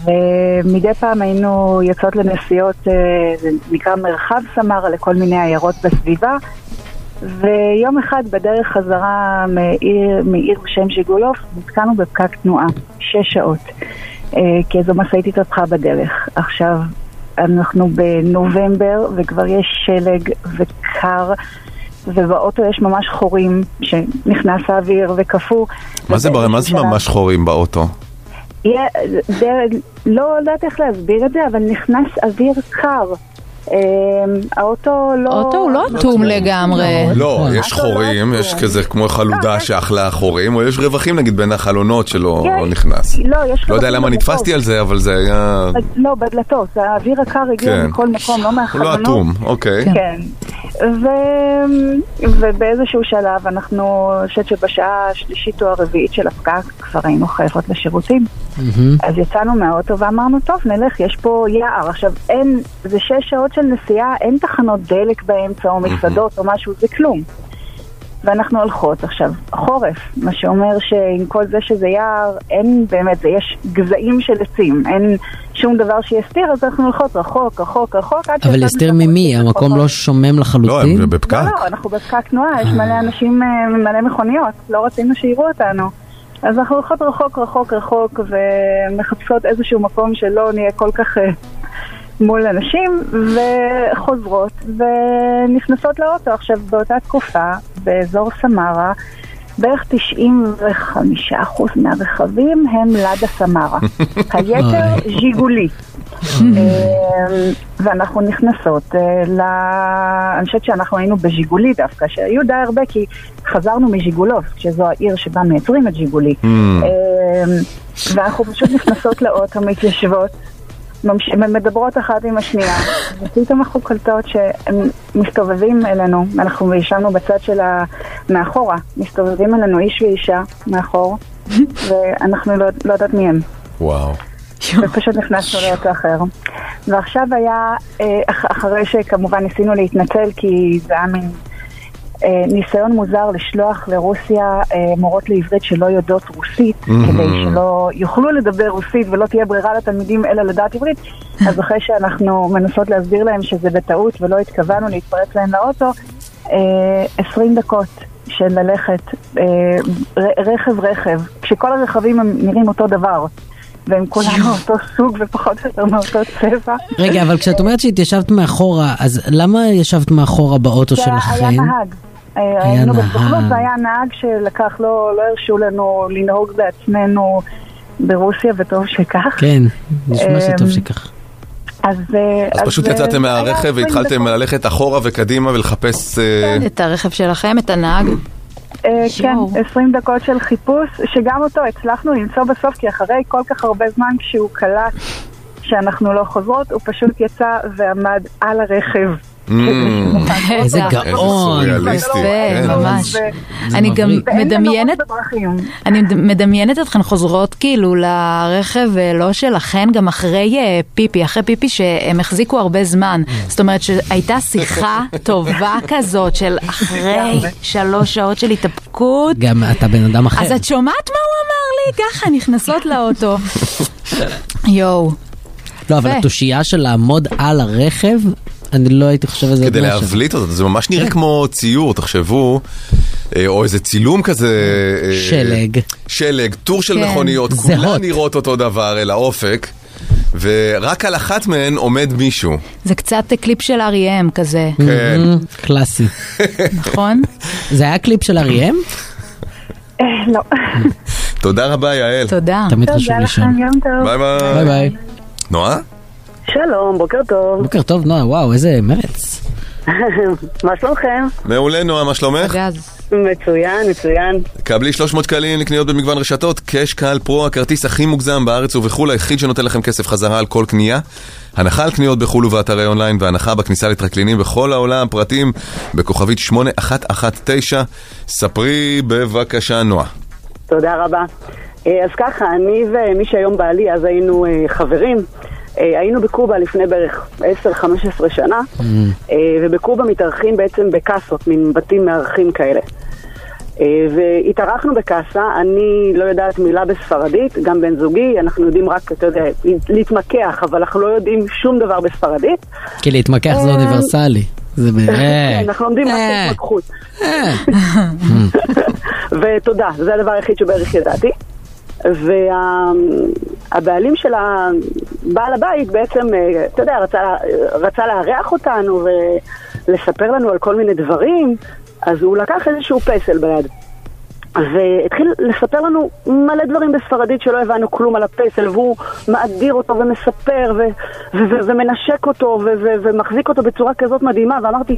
[SPEAKER 9] ומדי פעם היינו יוצאות לנסיעות, אה, זה נקרא מרחב סמרה, לכל מיני עיירות בסביבה. ויום אחד בדרך חזרה מעיר, מעיר בשם ז'יגולוף, נתקענו בפקק תנועה, שש שעות, אה, כי איזו משאית התהפכה בדרך. עכשיו, אנחנו בנובמבר וכבר יש שלג וקר ובאוטו יש ממש חורים שנכנס האוויר וקפוא.
[SPEAKER 3] מה זה בר- מה זה ממש חורים באוטו?
[SPEAKER 9] יהיה- זה- לא יודעת איך להסביר את זה, אבל נכנס אוויר קר. אה, האוטו לא...
[SPEAKER 5] אוטו הוא לא אטום לגמרי.
[SPEAKER 9] כן.
[SPEAKER 3] לא, יש חורים, יש כזה כמו
[SPEAKER 9] לא,
[SPEAKER 3] חלודה שאכלה חורים, או יש רווחים נגיד בין החלונות שלא
[SPEAKER 9] כן.
[SPEAKER 3] נכנס.
[SPEAKER 9] לא, יש
[SPEAKER 3] לא יודע
[SPEAKER 9] רווחים
[SPEAKER 3] למה
[SPEAKER 9] בדלתות.
[SPEAKER 3] נתפסתי על זה, אבל זה היה...
[SPEAKER 9] לא, בדלתות, האוויר הקר הגיע
[SPEAKER 3] כן.
[SPEAKER 9] מכל מקום, לא
[SPEAKER 3] הוא
[SPEAKER 9] מהחלונות.
[SPEAKER 3] לא אטום, אוקיי.
[SPEAKER 9] כן. ו... ובאיזשהו שלב, אנחנו, אני חושבת שבשעה השלישית או הרביעית של הפקק, כבר היינו חייבות לשירותים. אז יצאנו מהאוטו ואמרנו, טוב, נלך, יש פה יער. עכשיו, אין, זה שש שעות של נסיעה, אין תחנות דלק באמצע או מסעדות או משהו, זה כלום. ואנחנו הולכות עכשיו, חורף, מה שאומר שעם כל זה שזה יער, אין באמת, זה- יש גזעים של עצים, אין שום דבר שיסתיר, אז אנחנו הולכות רחוק, רחוק, רחוק, עד
[SPEAKER 4] אבל
[SPEAKER 9] שיצאנו
[SPEAKER 4] הסתיר
[SPEAKER 9] שם
[SPEAKER 4] ממי? המקום לא שומם
[SPEAKER 3] לא,
[SPEAKER 4] לחלוטין?
[SPEAKER 3] הם בפקק.
[SPEAKER 9] לא, לא, אנחנו בפקק תנועה, יש מלא אנשים, אה, מלא מכוניות, לא רצינו שיראו אותנו. אז אנחנו הולכות רחוק, רחוק, רחוק, ומחפשות איזשהו מקום שלא נהיה כל כך אה, מול אנשים, וחוזרות, ונכנסות לאוטו. עכשיו, באותה תקופה, באזור סמרה, בערך 95% מהרכבים הם לדה סמרה. היתר ז'יגולי. אה, ואנחנו נכנסות אה, ל... אני חושבת שאנחנו היינו בז'יגולי דווקא, שהיו די הרבה, כי חזרנו מז'יגולוב, שזו העיר שבה מייצרים את ז'יגולי. אה, ואנחנו פשוט נכנסות לאוטו, מתיישבות, ממש- מדברות אחת עם השנייה, ופתאום אנחנו קולטות שהם מסתובבים אלינו, אנחנו ישבנו בצד של ה... מאחורה, מסתובבים אלינו איש ואישה מאחור, ואנחנו לא, לא יודעות מי הם.
[SPEAKER 3] וואו.
[SPEAKER 9] ופשוט נכנסנו לאותו אחר. ועכשיו היה, אה, אח- אחרי שכמובן ניסינו להתנצל, כי זה היה מין אה, ניסיון מוזר לשלוח לרוסיה אה, מורות לעברית שלא יודעות רוסית, כדי שלא יוכלו לדבר רוסית ולא תהיה ברירה לתלמידים אלא לדעת עברית. אז אחרי שאנחנו מנסות להסביר להם שזה בטעות ולא התכוונו להתפרץ להם לאוטו, אה, 20 דקות של ללכת אה, ר- רכב רכב, כשכל הרכבים הם נראים אותו דבר. והם כולם מאותו סוג ופחות או יותר מאותו צבע.
[SPEAKER 4] רגע, אבל כשאת אומרת שהתיישבת מאחורה, אז למה ישבת מאחורה באוטו
[SPEAKER 9] היה
[SPEAKER 4] שלכן?
[SPEAKER 9] נהג. אה, היינו
[SPEAKER 4] כן? נהג.
[SPEAKER 9] בסוכנות והיה נהג שלקח, לא לא הרשו לנו לנהוג בעצמנו ברוסיה, וטוב שכך.
[SPEAKER 4] כן, נשמע שטוב
[SPEAKER 9] אה,
[SPEAKER 4] שכך.
[SPEAKER 9] אז אה,
[SPEAKER 3] אז פשוט
[SPEAKER 9] אה,
[SPEAKER 3] יצאתם
[SPEAKER 9] היה כן.
[SPEAKER 3] מהרכב
[SPEAKER 9] עשרים
[SPEAKER 3] והתחלתם ללכת אחורה וקדימה ולחפש... אה,
[SPEAKER 5] את הרכב שלכם, את הנהג.
[SPEAKER 9] אה, כן,
[SPEAKER 5] שואו.
[SPEAKER 9] 20 דקות של חיפוש, שגם אותו הצלחנו למצוא בסוף, כי אחרי כל כך הרבה זמן כשהוא קלט שאנחנו לא חוזרות, הוא פשוט יצא ועמד על הרכב.
[SPEAKER 4] איזה
[SPEAKER 3] אה, איזה
[SPEAKER 4] גאון.
[SPEAKER 3] סוריאליסטי.
[SPEAKER 5] יפה,
[SPEAKER 3] כן.
[SPEAKER 5] ממש.
[SPEAKER 9] זה-
[SPEAKER 5] אני גם
[SPEAKER 4] מבריק.
[SPEAKER 9] ואין
[SPEAKER 5] מדמיינת,
[SPEAKER 9] מנורות בדרכים.
[SPEAKER 5] אני מד- מדמיינת אתכן חוזרות כאילו לרכב אה, לא שלכן, גם אחרי אה, פיפי, אחרי פיפי שהם החזיקו הרבה זמן.
[SPEAKER 4] Mm.
[SPEAKER 5] זאת אומרת שהייתה שיחה טובה כזאת של אחרי שלוש שעות של התאפקות.
[SPEAKER 4] גם אתה בן אדם אחר.
[SPEAKER 5] אז את שומעת מה הוא אמר לי? ככה נכנסות לאוטו. יואו.
[SPEAKER 4] לא, אבל
[SPEAKER 5] יפה.
[SPEAKER 4] התושייה של לעמוד על הרכב, אני לא הייתי חושב על זה.
[SPEAKER 3] כדי
[SPEAKER 4] עוד משהו.
[SPEAKER 3] להבליט אותו, זה ממש
[SPEAKER 4] כן.
[SPEAKER 3] נראה כמו ציור, תחשבו, אה, או איזה צילום כזה. אה,
[SPEAKER 4] שלג.
[SPEAKER 3] שלג, טור של
[SPEAKER 5] כן.
[SPEAKER 3] מכוניות,
[SPEAKER 4] זהות.
[SPEAKER 3] כולן נראות אותו דבר אל האופק, ורק על אחת מהן עומד מישהו.
[SPEAKER 4] כן.
[SPEAKER 5] זה קצת קליפ של R.E.M. כזה,
[SPEAKER 3] כן.
[SPEAKER 4] אמ, קלאסי.
[SPEAKER 5] נכון?
[SPEAKER 4] זה היה קליפ של E אריאם?
[SPEAKER 9] אה, לא.
[SPEAKER 3] תודה רבה, יעל.
[SPEAKER 5] תודה.
[SPEAKER 4] תמיד חשוב
[SPEAKER 9] תודה
[SPEAKER 4] לשאול.
[SPEAKER 9] לכם, יום טוב.
[SPEAKER 3] ביי
[SPEAKER 4] ביי
[SPEAKER 3] ביי.
[SPEAKER 4] ביי.
[SPEAKER 3] נועה?
[SPEAKER 9] שלום, בוקר טוב.
[SPEAKER 4] בוקר טוב, נועה, וואו, איזה מרץ.
[SPEAKER 9] מה שלומכם?
[SPEAKER 3] מעולה, נועה, מה שלומך?
[SPEAKER 5] גז.
[SPEAKER 9] מצוין, מצוין.
[SPEAKER 3] קבלי 300 שקלים לקניות במגוון רשתות, קאש קהל פרו, הכרטיס הכי מוגזם בארץ ובחו"ל, היחיד שנותן לכם כסף חזרה על כל קנייה. הנחה על קניות בחו"ל ובאתרי אונליין, והנחה בכניסה לטרקלינים בכל העולם, פרטים בכוכבית 8119. ספרי בבקשה, נועה.
[SPEAKER 10] תודה רבה. אה, אז ככה, אני ומי שהיום בעלי, אז היינו אה, חברים. אה, היינו בקובה לפני בערך 10-15 שנה, אה, ובקובה מתארחים בעצם בקאסות, מין בתים מארחים כאלה. אה, והתארחנו בקאסה, אני לא יודעת מילה בספרדית, גם בן זוגי, אנחנו יודעים רק, אתה יודע, להתמקח, אבל אנחנו לא יודעים שום דבר בספרדית.
[SPEAKER 4] כי להתמקח זה אוניברסלי. זה
[SPEAKER 10] כן,
[SPEAKER 4] באמת.
[SPEAKER 10] אנחנו לומדים רק
[SPEAKER 4] אה.
[SPEAKER 10] התמקחות. ותודה, זה הדבר היחיד שבערך ידעתי. והבעלים של ה- בעל הבית בעצם, אה, אתה יודע, רצה, רצה לארח אותנו ו... לספר לנו על כל מיני דברים, אז הוא לקח איזשהו פסל ביד. והתחיל לספר לנו מלא דברים בספרדית שלא הבנו כלום על הפסל, והוא מאדיר אותו ומספר ו- ו- ו- ומנשק אותו ו- ו- ומחזיק אותו בצורה כזאת מדהימה, ואמרתי,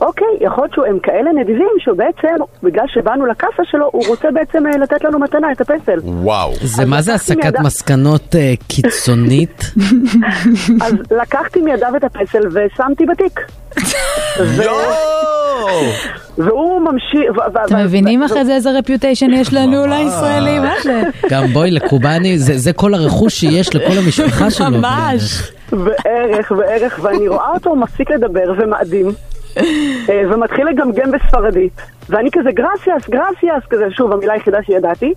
[SPEAKER 10] אוקיי, יכול להיות שהם כאלה נדיבים, שבעצם, בגלל שבאנו לקאסה שלו, הוא רוצה בעצם אה, לתת לנו מתנה את הפסל.
[SPEAKER 3] וואו.
[SPEAKER 4] זה מה זה
[SPEAKER 10] לקחתי
[SPEAKER 4] הסקת
[SPEAKER 10] מידע-
[SPEAKER 4] מסקנות אה, קיצונית?
[SPEAKER 10] אז לקחתי מידיו את הפסל ושמתי בתיק. ו- והוא ממשיך... ו- ו-
[SPEAKER 5] אתם
[SPEAKER 10] ו-
[SPEAKER 5] מבינים אחרי זה איזה רפיוטיישן יש לנו לישראלים? מה זה?
[SPEAKER 4] גם בואי לקובאני, זה זה כל הרכוש שיש לכל המשפחה שלו. בערך.
[SPEAKER 10] בערך, בערך, ואני רואה אותו מפסיק לדבר ומאדים, אה, ומתחיל לגמגם בספרדית, ואני כזה גרסיאס, גרסיאס, כזה, שוב, המילה היחידה שידעתי,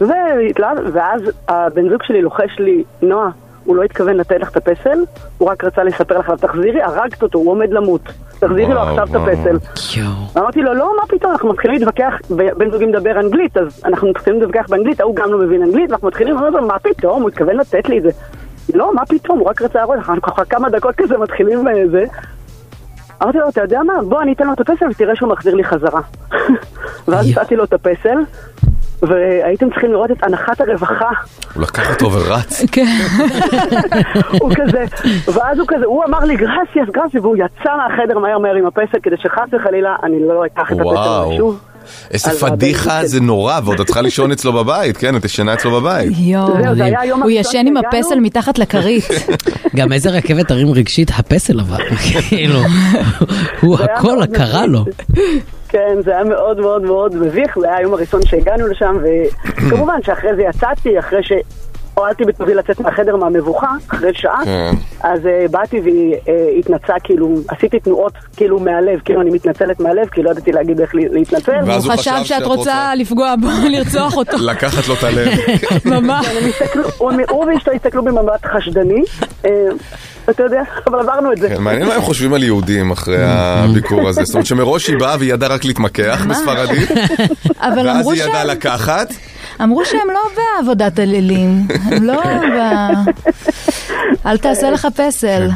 [SPEAKER 10] והתלהב- ואז הבן זוג שלי לוחש לי, נועה, הוא לא התכוון לתת לך את הפסל, הוא רק רצה לספר לך, "אבל תחזירי, הרגת אותו, הוא עומד למות, תחזירי לו
[SPEAKER 7] וואו,
[SPEAKER 10] עכשיו את
[SPEAKER 7] וואו.
[SPEAKER 10] הפסל. אמרתי לו, לא, מה פתאום, אנחנו מתחילים להתווכח, בן זוגי מדבר אנגלית, אז אנחנו מתחילים להתווכח באנגלית, ההוא גם לא מבין אנגלית, ואנחנו מתחילים לדבר, מה פתאום, הוא התכוון לתת לי את זה. לא, מה פתאום, הוא רק רצה להראות, אנחנו ככה כמה דקות כזה מתחילים זה. אמרתי לו, אתה יודע מה, בוא, אני אתן לו את הפסל ותראה שהוא מחזיר לי חזרה. ואז נתתי לו את הפסל, והייתם צריכים לראות את אנחת הרווחה
[SPEAKER 3] הוא לקח אותו ורץ.
[SPEAKER 10] הוא כזה, ואז הוא כזה, הוא אמר לי גרסיאס, גרסיאס, והוא יצא מהחדר מהר מהר עם הפסל כדי שחס וחלילה אני לא אקח את הפסל הזה
[SPEAKER 3] וואו.
[SPEAKER 10] שוב.
[SPEAKER 3] איזה
[SPEAKER 10] אז
[SPEAKER 3] פדיחה,
[SPEAKER 10] הבן-
[SPEAKER 3] זה נורא, ועוד את צריכה לישון אצלו בבית, כן? את ישנה אצלו בבית.
[SPEAKER 5] יואו, הוא ישן עם הפסל מתחת לכרית.
[SPEAKER 4] גם איזה רכבת הרים רגשית הפסל עבר, כאילו, הוא
[SPEAKER 10] היה
[SPEAKER 4] הכל
[SPEAKER 10] מאוד
[SPEAKER 4] קרה לו.
[SPEAKER 10] כן, זה היה מאוד מאוד מאוד מביך, זה היה היום הראשון שהגענו לשם, וכמובן שאחרי זה יצאתי, אחרי שהועלתי בטובי לצאת מהחדר מהמבוכה, אחרי שעה,
[SPEAKER 7] כן.
[SPEAKER 10] אז uh, באתי והתנצה, כאילו, עשיתי תנועות כאילו מהלב, כאילו אני מתנצלת מהלב, כי לא ידעתי להגיד איך לה- להתנצל.
[SPEAKER 3] ואז
[SPEAKER 5] הוא חשב שאת רוצה לפגוע בו, לרצוח אותו.
[SPEAKER 3] לקחת לו את הלב.
[SPEAKER 5] ממש.
[SPEAKER 10] הם הסתכלו- הוא הוא ואשתו הסתכלו במבט חשדני, אה, אתה יודע, אבל עברנו את זה.
[SPEAKER 3] כן, מעניין מה הם חושבים על יהודים אחרי הביקור הזה. זאת אומרת שמראש היא באה והיא ידעה רק להתמקח בספרדית,
[SPEAKER 5] אבל
[SPEAKER 3] ואז
[SPEAKER 5] אמרו
[SPEAKER 3] היא ידעה
[SPEAKER 5] שהם-
[SPEAKER 3] לקחת.
[SPEAKER 5] אמרו שהם לא בעבודת אלילים. הם לא ב... אל תעשה לך פסל.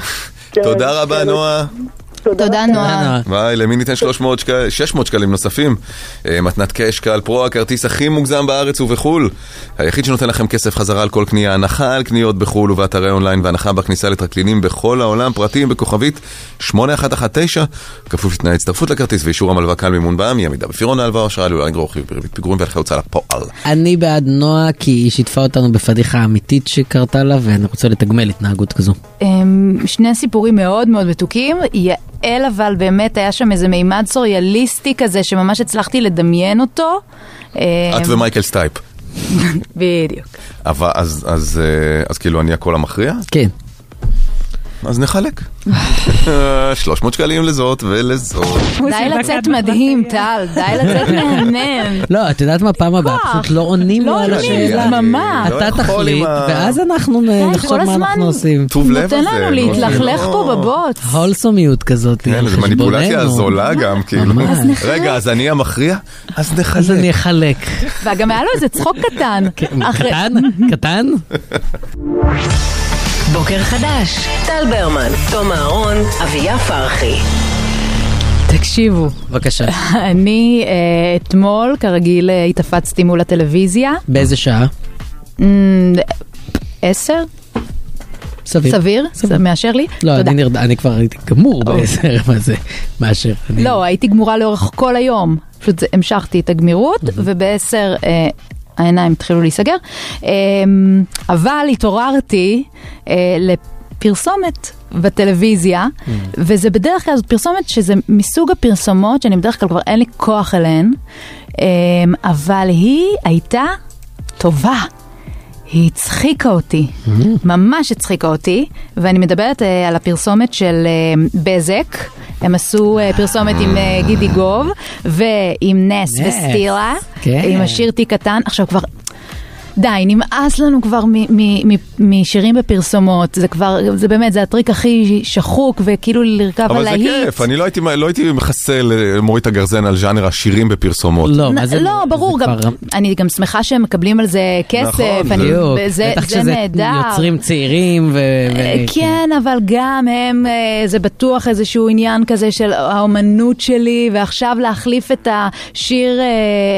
[SPEAKER 3] כן. תודה רבה, נועה.
[SPEAKER 5] תודה, נועה.
[SPEAKER 3] וואי, למי ניתן 300 שקל, 600 שקלים נוספים? אה, מתנת קאש, קהל פרו, הכרטיס הכי מוגזם בארץ ובחול. היחיד שנותן לכם כסף חזרה על כל קנייה, הנחה על קניות בחול ובאתרי אונליין, והנחה בכניסה לטרקלינים בכל העולם, פרטים בכוכבית 8119, כפוף לתנאי הצטרפות לכרטיס ואישור המלווה קל מימון בעם, היא עמידה בפירעון ההלוואה, אשראי עלולה לגרור חיוב בריבית פיגורים והליכי הוצאה לפועל.
[SPEAKER 4] אני בעד נועה כי היא שיתפה אותנו בפדיחה אמיתית שקרתה לה ואני רוצה לתגמל התנהגות כזו.
[SPEAKER 5] אמ, שני סיפורים מאוד מאוד מתוקים. יעל אבל באמת היה שם איזה מימד סוריאליסטי כזה שממש הצלחתי לדמיין אותו. כן. אמ,
[SPEAKER 3] את ומייקל סטייפ.
[SPEAKER 5] בדיוק.
[SPEAKER 3] אבל אז, אז, אה, אז כאילו אני הקול המכריע?
[SPEAKER 4] כן.
[SPEAKER 3] אז נחלק. 300 שקלים לזאת ולזאת.
[SPEAKER 5] די לצאת מדהים, טל, די לצאת מהמם.
[SPEAKER 4] לא, את יודעת מה פעם הבאה?
[SPEAKER 5] כוח.
[SPEAKER 4] פשוט לא עונים לו
[SPEAKER 5] לא
[SPEAKER 4] על
[SPEAKER 5] עונים,
[SPEAKER 4] השאלה.
[SPEAKER 5] דממה.
[SPEAKER 3] לא
[SPEAKER 4] אתה תחליט ואז אנחנו נ-
[SPEAKER 5] די,
[SPEAKER 4] נחשוב
[SPEAKER 5] כל
[SPEAKER 4] מה
[SPEAKER 5] הזמן
[SPEAKER 4] אנחנו עושים.
[SPEAKER 3] טוב לב לא,
[SPEAKER 5] נותן לנו להתלכלך פה בבוץ.
[SPEAKER 4] הולסומיות כזאת.
[SPEAKER 3] כן, זו
[SPEAKER 4] על
[SPEAKER 3] מניפולציה
[SPEAKER 4] חשבוננו.
[SPEAKER 3] זולה גם, כאילו.
[SPEAKER 4] ממש. אז
[SPEAKER 5] נכון.
[SPEAKER 4] נחלק.
[SPEAKER 3] רגע, אז אני המכריע? אז נחלק.
[SPEAKER 4] אז אני אחלק. כן,
[SPEAKER 5] וגם היה לו איזה צחוק קטן. אחרי-
[SPEAKER 4] קטן? קטן?
[SPEAKER 2] בוקר חדש, טל ברמן, תום אהרון, אביה פרחי.
[SPEAKER 5] תקשיבו.
[SPEAKER 4] בבקשה.
[SPEAKER 5] אני אה, אתמול, כרגיל, אה, התאפצתי מול הטלוויזיה.
[SPEAKER 4] באיזה שעה?
[SPEAKER 5] אמ, עשר?
[SPEAKER 4] סביר.
[SPEAKER 5] סביר? זה מאשר לי?
[SPEAKER 4] לא,
[SPEAKER 5] תודה.
[SPEAKER 4] אני נרד... אני כבר הייתי גמור בעשר, מה זה? מאשר. אני-
[SPEAKER 5] לא, הייתי גמורה לאורך כל היום. פשוט זה- המשכתי את הגמירות, ובעשר אה, העיניים התחילו להיסגר. אה, אבל התעוררתי אה, לפרסומת בטלוויזיה, וזה בדרך כלל זאת פרסומת שזה מסוג הפרסומות שאני בדרך כלל כבר אין לי כוח אליהן, אה, אבל היא הייתה טובה. היא הצחיקה אותי, ממש הצחיקה אותי, ואני מדברת אה, על הפרסומת של אה, בזק, הם עשו אה, פרסומת עם אה, גידי גוב, ועם
[SPEAKER 2] נס,
[SPEAKER 5] נס וסטילה,
[SPEAKER 2] כן.
[SPEAKER 5] עם השיר תיק קטן, עכשיו כבר... די, נמאס לנו כבר מ- מ- מ- משירים בפרסומות, זה כבר, זה באמת, זה הטריק הכי שחוק, וכאילו לרכב על
[SPEAKER 3] אבל זה
[SPEAKER 5] להיט.
[SPEAKER 3] כיף, אני לא הייתי- לא הייתי מכסה ל- מוריד את הגרזן על ז'אנר השירים בפרסומות. אה,
[SPEAKER 5] נ- לא, ברור, גם, אני גם שמחה שהם מקבלים על זה כסף,
[SPEAKER 3] נכון,
[SPEAKER 5] אני,
[SPEAKER 3] בדיוק.
[SPEAKER 5] זה,
[SPEAKER 4] בטח
[SPEAKER 5] זה
[SPEAKER 4] שזה
[SPEAKER 5] נהדר.
[SPEAKER 4] יוצרים צעירים ו...
[SPEAKER 5] אה,
[SPEAKER 4] ו-
[SPEAKER 5] כן, אבל גם הם, אה, זה בטוח איזשהו עניין כזה של האומנות שלי, ועכשיו להחליף את השיר, אה,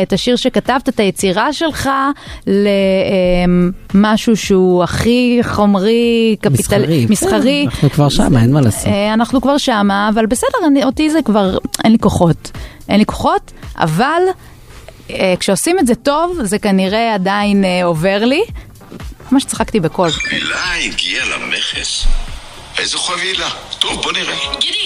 [SPEAKER 5] את השיר שכתבת, את היצירה שלך, למשהו שהוא הכי חומרי, קפיטל...
[SPEAKER 4] מסחרי.
[SPEAKER 5] מסחרי.
[SPEAKER 4] בסדר, אה, אנחנו כבר שם, אין מה לעשות.
[SPEAKER 5] אה, אנחנו כבר שמה, אבל בסדר, אני, אותי זה כבר, אין לי כוחות. אין לי כוחות, אבל אה, כשעושים את זה טוב, זה כנראה עדיין אה, עובר לי. ממש צחקתי בקול.
[SPEAKER 11] המילה הגיעה למכס? איזו חבילה? טוב, בוא נראה.
[SPEAKER 12] גידי,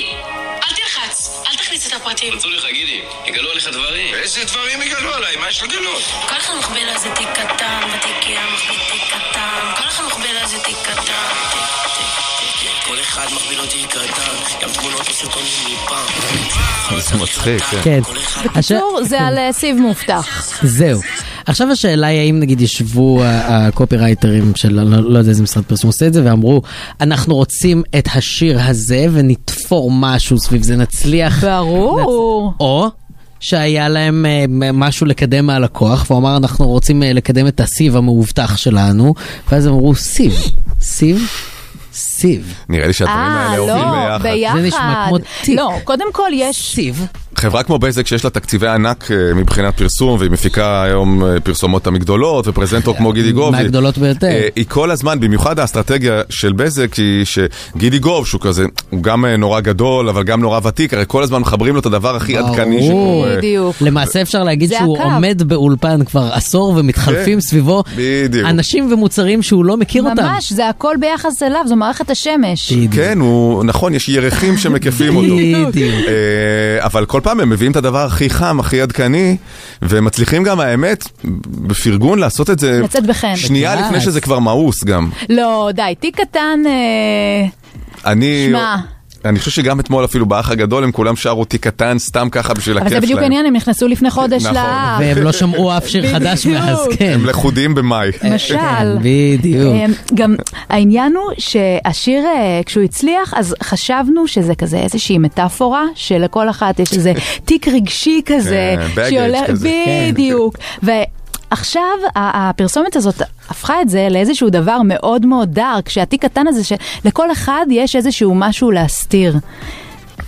[SPEAKER 12] אל תלחץ, אל תכניס את הפרטים.
[SPEAKER 6] רצו לך, גידי, יגלו עליך דברים.
[SPEAKER 11] איזה דברים יגלו עליי? מה יש לגלות?
[SPEAKER 12] כל אחד מחבל הזה תיק קטן, בתיקייה מחביא תיק קטן. כל אחד מחבל הזה תיק קטן.
[SPEAKER 6] כל אחד מכביל אותי קטן, גם תמונות וסרטונים מפעם.
[SPEAKER 3] זה מצחיק,
[SPEAKER 4] כן.
[SPEAKER 5] בקיצור, זה על אה, סיב מובטח.
[SPEAKER 4] זהו. עכשיו השאלה היא האם נגיד ישבו ה- הקופירייטרים של לא, לא יודע איזה משרד פרסום עושה את זה ואמרו אנחנו רוצים את השיר הזה ונתפור משהו סביב זה נצליח.
[SPEAKER 5] ברור.
[SPEAKER 4] נצ... או שהיה להם אה, מ- משהו לקדם מהלקוח והוא אמר אנחנו רוצים אה, לקדם את הסיב המאובטח שלנו ואז הם אמרו סיב, סיב, סיב.
[SPEAKER 3] נראה לי שהדברים האלה עובדים
[SPEAKER 5] לא,
[SPEAKER 3] ביחד.
[SPEAKER 5] ביחד.
[SPEAKER 4] זה נשמע כמו
[SPEAKER 5] תיק. לא, קודם כל יש...
[SPEAKER 4] סיב.
[SPEAKER 3] חברה כמו בזק שיש לה תקציבי ענק אה, מבחינת פרסום והיא מפיקה היום אה, פרסומות המגדולות ופרזנטור
[SPEAKER 5] אה,
[SPEAKER 3] כמו גידי גוב. היא-
[SPEAKER 4] מהגדולות
[SPEAKER 5] כן.
[SPEAKER 4] ביותר.
[SPEAKER 3] אה, היא כל הזמן, במיוחד האסטרטגיה של בזק היא שגידי גוב שהוא כזה, הוא גם אה, נורא גדול אבל גם נורא ותיק, הרי כל הזמן מחברים לו את הדבר הכי עדכני
[SPEAKER 4] ברור.
[SPEAKER 3] שקורה.
[SPEAKER 4] למעשה אפשר להגיד
[SPEAKER 3] זה
[SPEAKER 4] שהוא
[SPEAKER 3] הקו.
[SPEAKER 4] עומד באולפן כבר עשור ומתחלפים
[SPEAKER 3] כן,
[SPEAKER 4] סביבו
[SPEAKER 3] בדיוק.
[SPEAKER 4] אנשים ומוצרים שהוא לא מכיר אותם.
[SPEAKER 5] ממש, זה הכל ביחס אליו, זו מערכת השמש.
[SPEAKER 3] כן, הוא, נכון, יש ירחים שמקיפים אותו.
[SPEAKER 4] בדיוק.
[SPEAKER 3] אה, אבל כל פעם הם מביאים את הדבר הכי חם, הכי עדכני, והם מצליחים גם, האמת, בפרגון לעשות את זה...
[SPEAKER 5] לצאת בחן.
[SPEAKER 3] שנייה לפני שזה כבר מאוס גם.
[SPEAKER 5] לא, די, תיק קטן... אה,
[SPEAKER 3] אני...
[SPEAKER 5] שמע.
[SPEAKER 3] אני חושב שגם אתמול אפילו באח הגדול הם כולם שרו אותי קטן סתם ככה בשביל הכיף
[SPEAKER 5] אבל
[SPEAKER 3] שלהם.
[SPEAKER 5] זה בדיוק העניין, הם נכנסו לפני חודש
[SPEAKER 3] נכון.
[SPEAKER 5] לאף.
[SPEAKER 4] והם לא שמעו אף שיר חדש מאז, כן. אה,
[SPEAKER 3] הם לכודים במאי.
[SPEAKER 5] משל. כן,
[SPEAKER 4] בדיוק.
[SPEAKER 5] אמ, גם העניין הוא שהשיר, אה, כשהוא הצליח, אז חשבנו שזה כזה איזושהי מטאפורה, שלכל אחת יש איזה תיק רגשי כזה,
[SPEAKER 12] כן, baggage
[SPEAKER 5] שעולה-
[SPEAKER 12] כזה, כן.
[SPEAKER 5] בדיוק. ועכשיו ה- הפרסומת הזאת הפכה את זה לאיזשהו דבר מאוד מאוד דארק, שהתיק קטן הזה, שלכל אחד יש איזשהו משהו להסתיר.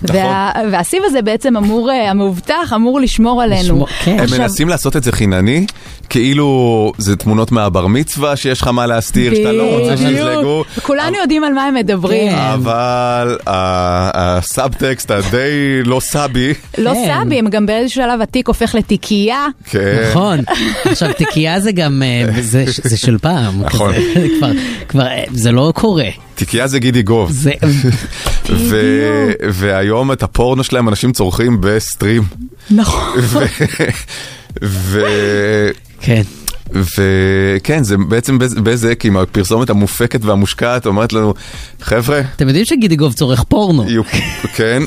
[SPEAKER 3] נכון.
[SPEAKER 5] וה- והסיב הזה בעצם אמור, אה, המאובטח אמור לשמור עלינו.
[SPEAKER 4] כן.
[SPEAKER 3] הם
[SPEAKER 5] עכשיו-
[SPEAKER 3] מנסים לעשות את זה חינני, כאילו זה תמונות מהבר מצווה שיש לך מה להסתיר, שאתה לא רוצה שיזלגו, כן.
[SPEAKER 5] בדיוק. כולנו יודעים על מה הם
[SPEAKER 4] כן.
[SPEAKER 5] מדברים.
[SPEAKER 3] אבל ה- הסאבטקסט הדי לא סאבי,
[SPEAKER 5] לא
[SPEAKER 4] כן.
[SPEAKER 5] סאבים, גם באיזשהו שלב התיק הופך לתיקייה.
[SPEAKER 3] כן.
[SPEAKER 4] נכון, עכשיו תיקייה זה גם, אה, זה זה של פעם,
[SPEAKER 3] נכון.
[SPEAKER 4] כזה, כבר- כבר, אה, זה לא קורה.
[SPEAKER 3] תיקייה זה גידי גוב.
[SPEAKER 4] זה...
[SPEAKER 3] ו- והיום את הפורנו שלהם אנשים צורכים בסטרים.
[SPEAKER 5] נכון.
[SPEAKER 3] ו...
[SPEAKER 4] כן.
[SPEAKER 3] וכן, זה בעצם בז- בזק עם הפרסומת המופקת והמושקעת אומרת לנו, חבר'ה,
[SPEAKER 4] אתם יודעים שגידי גוב צורך פורנו.
[SPEAKER 3] כן,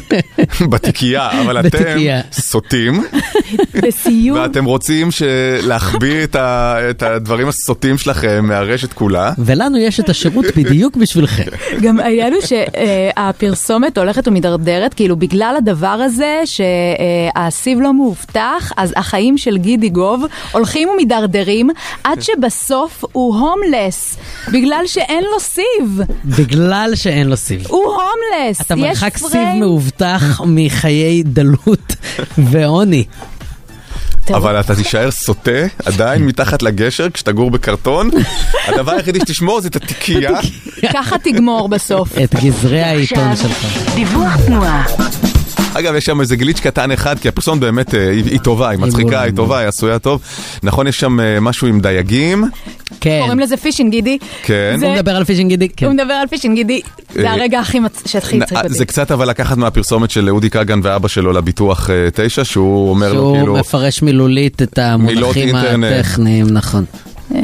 [SPEAKER 3] בתיקייה, אבל אתם
[SPEAKER 4] בתיקייה.
[SPEAKER 3] סוטים,
[SPEAKER 5] בסיום.
[SPEAKER 3] ואתם רוצים ש- להחביא את ה- את הדברים הסוטים שלכם מהרשת כולה.
[SPEAKER 4] ולנו יש את השירות בדיוק בשבילכם.
[SPEAKER 5] גם העניין הוא שהפרסומת הולכת ומידרדרת, כאילו בגלל הדבר הזה שהסיב לא מאובטח, אז החיים של גידי גוב הולכים ומידרדרים, עד שבסוף הוא הומלס, בגלל שאין לו סיב.
[SPEAKER 4] בגלל שאין לו סיב.
[SPEAKER 5] הוא הומלס.
[SPEAKER 4] אתה
[SPEAKER 5] יש
[SPEAKER 4] מרחק סיב
[SPEAKER 5] פריים.
[SPEAKER 4] מאובטח מחיי דלות ועוני.
[SPEAKER 3] אבל אתה תישאר סוטה עדיין מתחת לגשר כשתגור בקרטון. הדבר היחידי שתשמור זה את התיקייה.
[SPEAKER 5] ככה תגמור בסוף.
[SPEAKER 4] את גזרי העיתון
[SPEAKER 5] עכשיו,
[SPEAKER 4] שלך.
[SPEAKER 5] דיווח תנועה.
[SPEAKER 3] אגב, יש שם איזה גליץ' קטן אחד, כי הפרסומת באמת אה, היא היא טובה, היא מצחיקה, היא טובה, היא עשויה טוב. נכון, יש שם אה, משהו עם דייגים.
[SPEAKER 4] כן.
[SPEAKER 5] קוראים לזה פישינג גידי.
[SPEAKER 3] כן.
[SPEAKER 5] זה- הוא מדבר
[SPEAKER 4] על פישינג גידי.
[SPEAKER 5] הוא מדבר על פישינג גידי, זה
[SPEAKER 3] אה,
[SPEAKER 5] הרגע הכי מצ- שהתחיל לצחוק אותי.
[SPEAKER 3] זה קצת אבל לקחת מהפרסומת של אודי כגן ואבא שלו לביטוח 9, שהוא אומר לו
[SPEAKER 4] שהוא
[SPEAKER 3] כאילו...
[SPEAKER 4] מפרש מילולית את
[SPEAKER 3] מילות
[SPEAKER 4] המונחים
[SPEAKER 3] אינטרנט.
[SPEAKER 4] הטכניים, נכון.
[SPEAKER 5] אה,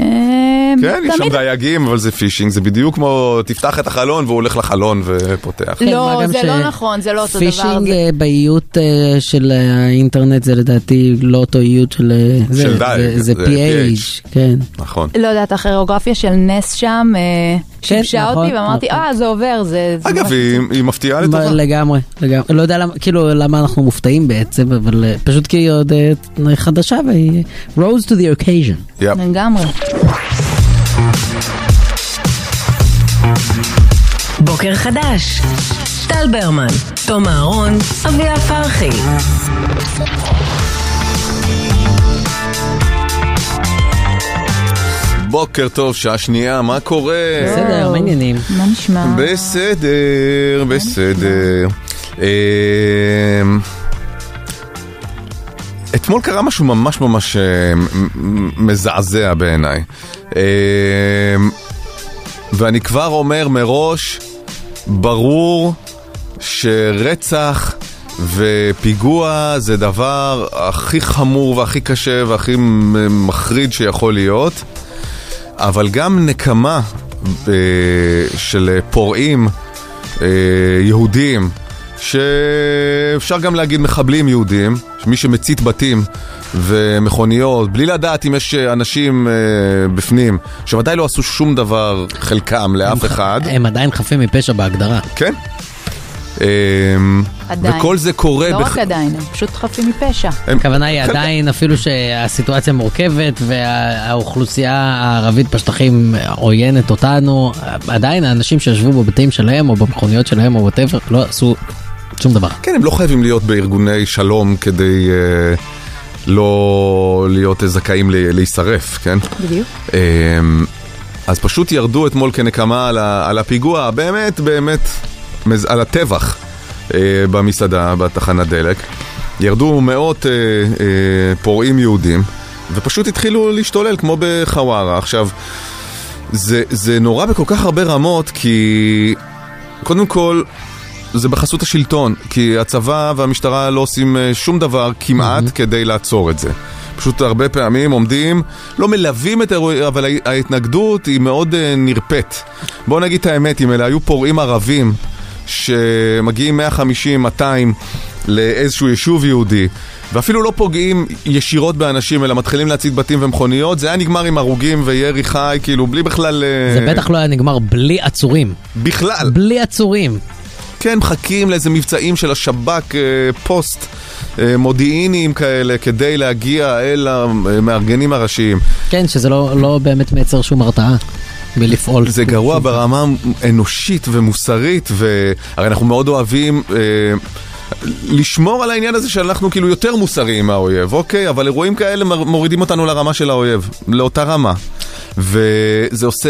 [SPEAKER 3] כן, יש שם
[SPEAKER 5] תמיד-
[SPEAKER 3] דייגים, אבל זה פישינג, זה בדיוק כמו תפתח את החלון והוא הולך לחלון ופותח.
[SPEAKER 5] לא,
[SPEAKER 4] כן, מה גם
[SPEAKER 5] זה
[SPEAKER 4] ש-
[SPEAKER 5] לא נכון, זה לא אותו דבר.
[SPEAKER 4] פישינג
[SPEAKER 5] זה-
[SPEAKER 4] אה, באיות אה, של האינטרנט זה לדעתי לא אותו איות של... אה, זה-
[SPEAKER 3] של
[SPEAKER 4] זה-
[SPEAKER 3] דייג,
[SPEAKER 4] זה
[SPEAKER 3] זה
[SPEAKER 4] PH, כן.
[SPEAKER 3] נכון.
[SPEAKER 5] לא יודעת, הכירוגרפיה של נס שם אה, שיבשה אותי,
[SPEAKER 4] נכון,
[SPEAKER 5] ואמרתי,
[SPEAKER 4] נכון.
[SPEAKER 5] אה, זה עובר, זה... זה
[SPEAKER 3] אגב,
[SPEAKER 5] ממש-
[SPEAKER 3] היא היא מפתיעה
[SPEAKER 4] ב-
[SPEAKER 3] לטובה.
[SPEAKER 4] לגמרי, לגמרי. לא יודע למה, כאילו, למה אנחנו מופתעים בעצם, אבל אה, פשוט כי היא עוד אה, חדשה והיא... אה, rose to the occasion.
[SPEAKER 3] אה,
[SPEAKER 5] לגמרי.
[SPEAKER 2] בוקר חדש. טל ברמן, תום אהרון, אביה פרחי.
[SPEAKER 3] בוקר טוב, שעה שנייה, מה קורה?
[SPEAKER 5] אה,
[SPEAKER 4] בסדר, מה העניינים?
[SPEAKER 5] מה נשמע?
[SPEAKER 3] בסדר, בסדר. אמ, אתמול קרה משהו ממש ממש אה, מ- מ- מזעזע בעיניי. אמ, ואני כבר אומר מראש, ברור שרצח ופיגוע זה דבר הכי חמור והכי קשה והכי מ- מחריד שיכול להיות. אבל גם נקמה אה, של פורעים אה, יהודים, שאפשר גם להגיד מחבלים יהודים, מי שמצית בתים ומכוניות, בלי לדעת אם יש אה, אנשים אה, בפנים, שוודאי לא עשו שום דבר, חלקם, לאף אחד.
[SPEAKER 4] הם עדיין חפים מפשע בהגדרה.
[SPEAKER 3] כן. אה,
[SPEAKER 5] עדיין.
[SPEAKER 3] וכל זה קורה...
[SPEAKER 5] לא
[SPEAKER 3] בח-
[SPEAKER 5] רק עדיין, הם פשוט חפים מפשע.
[SPEAKER 4] הכוונה היא
[SPEAKER 3] חלק-
[SPEAKER 4] עדיין, אפילו שהסיטואציה מורכבת והאוכלוסייה הערבית בשטחים עוינת אותנו, עדיין האנשים שישבו בבתים שלהם או במכוניות שלהם או בטבע לא עשו שום דבר.
[SPEAKER 3] כן, הם לא חייבים להיות בארגוני שלום כדי אה, לא להיות זכאים ל- להישרף, כן?
[SPEAKER 5] בדיוק.
[SPEAKER 3] אה, אז פשוט ירדו אתמול כנקמה על, ה- על הפיגוע, באמת, באמת, מז- על הטבח אה, במסעדה, בתחנת דלק. ירדו מאות אה, אה, פורעים יהודים, ופשוט התחילו להשתולל כמו בחווארה. עכשיו, זה, זה נורא בכל כך הרבה רמות, כי קודם כל, זה בחסות השלטון, כי הצבא והמשטרה לא עושים אה, שום דבר כמעט mm-hmm. כדי לעצור את זה. פשוט הרבה פעמים עומדים, לא מלווים את האירועים, אבל הה- ההתנגדות היא מאוד אה, נרפית. בואו נגיד את האמת, אם אלה היו פורעים ערבים שמגיעים 150-200 לאיזשהו יישוב יהודי, ואפילו לא פוגעים ישירות באנשים, אלא מתחילים להצית בתים ומכוניות, זה היה נגמר עם הרוגים וירי חי, כאילו, בלי בכלל... אה,
[SPEAKER 4] זה בטח לא היה נגמר בלי עצורים.
[SPEAKER 3] בכלל.
[SPEAKER 4] בלי עצורים.
[SPEAKER 3] כן, מחכים לאיזה מבצעים של השב"כ, אה, פוסט אה, מודיעיניים כאלה, כדי להגיע אל המארגנים הראשיים.
[SPEAKER 4] כן, שזה לא לא באמת מייצר שום הרתעה מלפעול.
[SPEAKER 3] זה גרוע ברמה אנושית ומוסרית, והרי אנחנו מאוד אוהבים... אה, לשמור על העניין הזה שאנחנו כאילו יותר מוסריים מהאויב, אוקיי? אבל אירועים כאלה מר- מורידים אותנו לרמה של האויב, לאותה רמה. וזה עושה